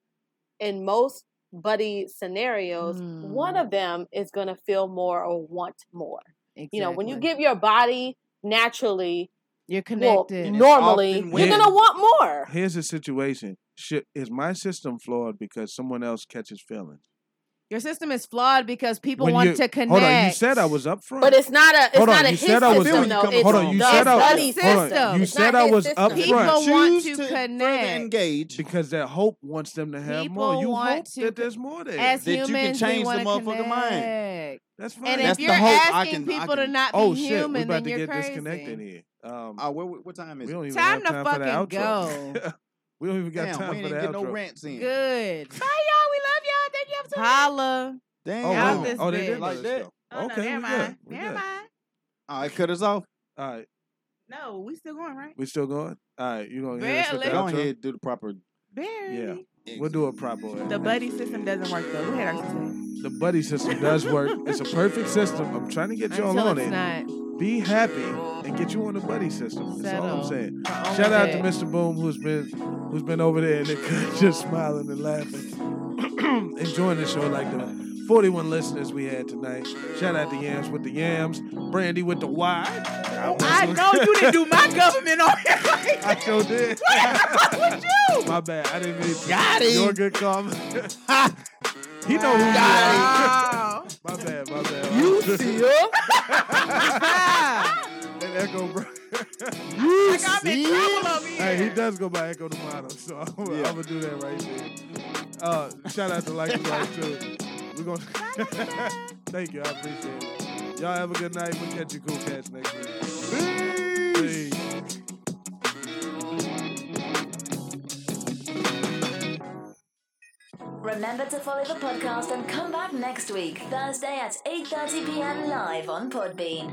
S21: in most buddy scenarios,
S3: Mm.
S21: one of them is going to feel more or want more. You know, when you
S12: Exactly.
S21: give your body naturally,
S12: you're
S3: connected. And it's
S21: normally,
S3: often
S21: you're
S3: when-
S21: going to want more.
S3: Here's the situation. Should, is my system flawed because someone else catches feelings?
S12: Your system is flawed because people
S3: When
S12: want
S3: you-
S12: to connect.
S3: Hold on, you said I was up front.
S21: But it's not a it's
S3: Hold on,
S21: not a
S3: you
S21: his
S3: said I was
S21: system
S3: up-
S21: though.
S3: hold
S21: It's
S3: on, you
S21: the
S3: said I-
S21: buddy's
S3: hold on,
S21: system.
S3: you
S21: It's
S3: said
S21: not
S3: I
S21: his
S3: was
S21: system.
S3: up People front.
S12: want to connect.
S3: engage because that hope wants them to have more.
S12: People
S3: You
S12: want
S3: hope that there's more there.
S12: As humans, we wanna
S3: mind.
S12: connect.
S3: That's fine.
S12: And if
S3: That's the
S12: you're
S3: hope I
S12: asking
S3: can- I
S12: people to
S3: can-
S12: not be
S3: Oh, shit, we
S12: human,
S3: about
S12: then
S3: to
S12: you're
S3: get
S12: crazy.
S3: disconnected here. Um,
S6: uh, what, what time is
S3: we don't
S6: it?
S3: even
S12: Time
S3: have
S12: to
S3: time for the
S12: fucking
S3: outro.
S12: go.
S3: *laughs* we don't even got
S6: Damn,
S3: time
S6: we
S3: for
S6: ain't
S3: the
S6: even get
S3: outro.
S6: no rants in.
S12: Good. Bye, y'all. We love y'all. Thank you for Holla.
S6: Damn.
S3: Oh,
S12: Out
S3: wait.
S12: this
S3: oh they did
S12: bitch. Oh,
S3: let us
S6: Like that.
S3: go. Okay, we good. We good.
S6: All right, cut us off.
S3: All right,
S5: No, we still going, right?
S3: we still going. All right, you gonna hear us with the
S5: Barely. Go
S3: outro?
S5: ahead,
S6: do the proper.
S5: Barely.
S3: Yeah, we'll do it proper.
S5: The buddy system doesn't work though. We had our
S3: The buddy system does work. It's a perfect system. I'm trying to get y'all
S5: Until
S3: on
S5: it's
S3: it.
S5: not.
S3: Be happy and get you on the buddy system. That's all I'm
S5: Settle
S3: saying.
S5: for only
S3: Shout out to
S5: that.
S3: Mr. Boom who's been who's been over there in the cut, *laughs* just smiling and laughing, *clears throat* enjoying the show like the 41 listeners we had tonight. Shout out to Yams with the Yams, Brandy with the Y.
S5: I know you didn't do
S3: *laughs*
S5: my government *laughs* on here.
S3: I sure did.
S5: What
S3: *laughs*
S5: was you?
S3: My bad. I didn't mean to.
S5: Got him.
S3: Your good comment. *laughs* he know who
S5: Wow.
S3: you are. *laughs* My bad, my bad. You see *laughs* And Echo, bro. *laughs*
S5: I got me in trouble over here.
S3: Hey, he does go by Echo the Model, so *laughs* I'm, gonna- I'm gonna do that right there. Uh, shout out to Like the Life too. We're gonna *laughs* thank you, I appreciate it. Y'all have a good night. We'll catch you cool cats next week. Peace.
S2: Remember to follow the podcast and come back next week, Thursday at 8.30pm live on Podbean.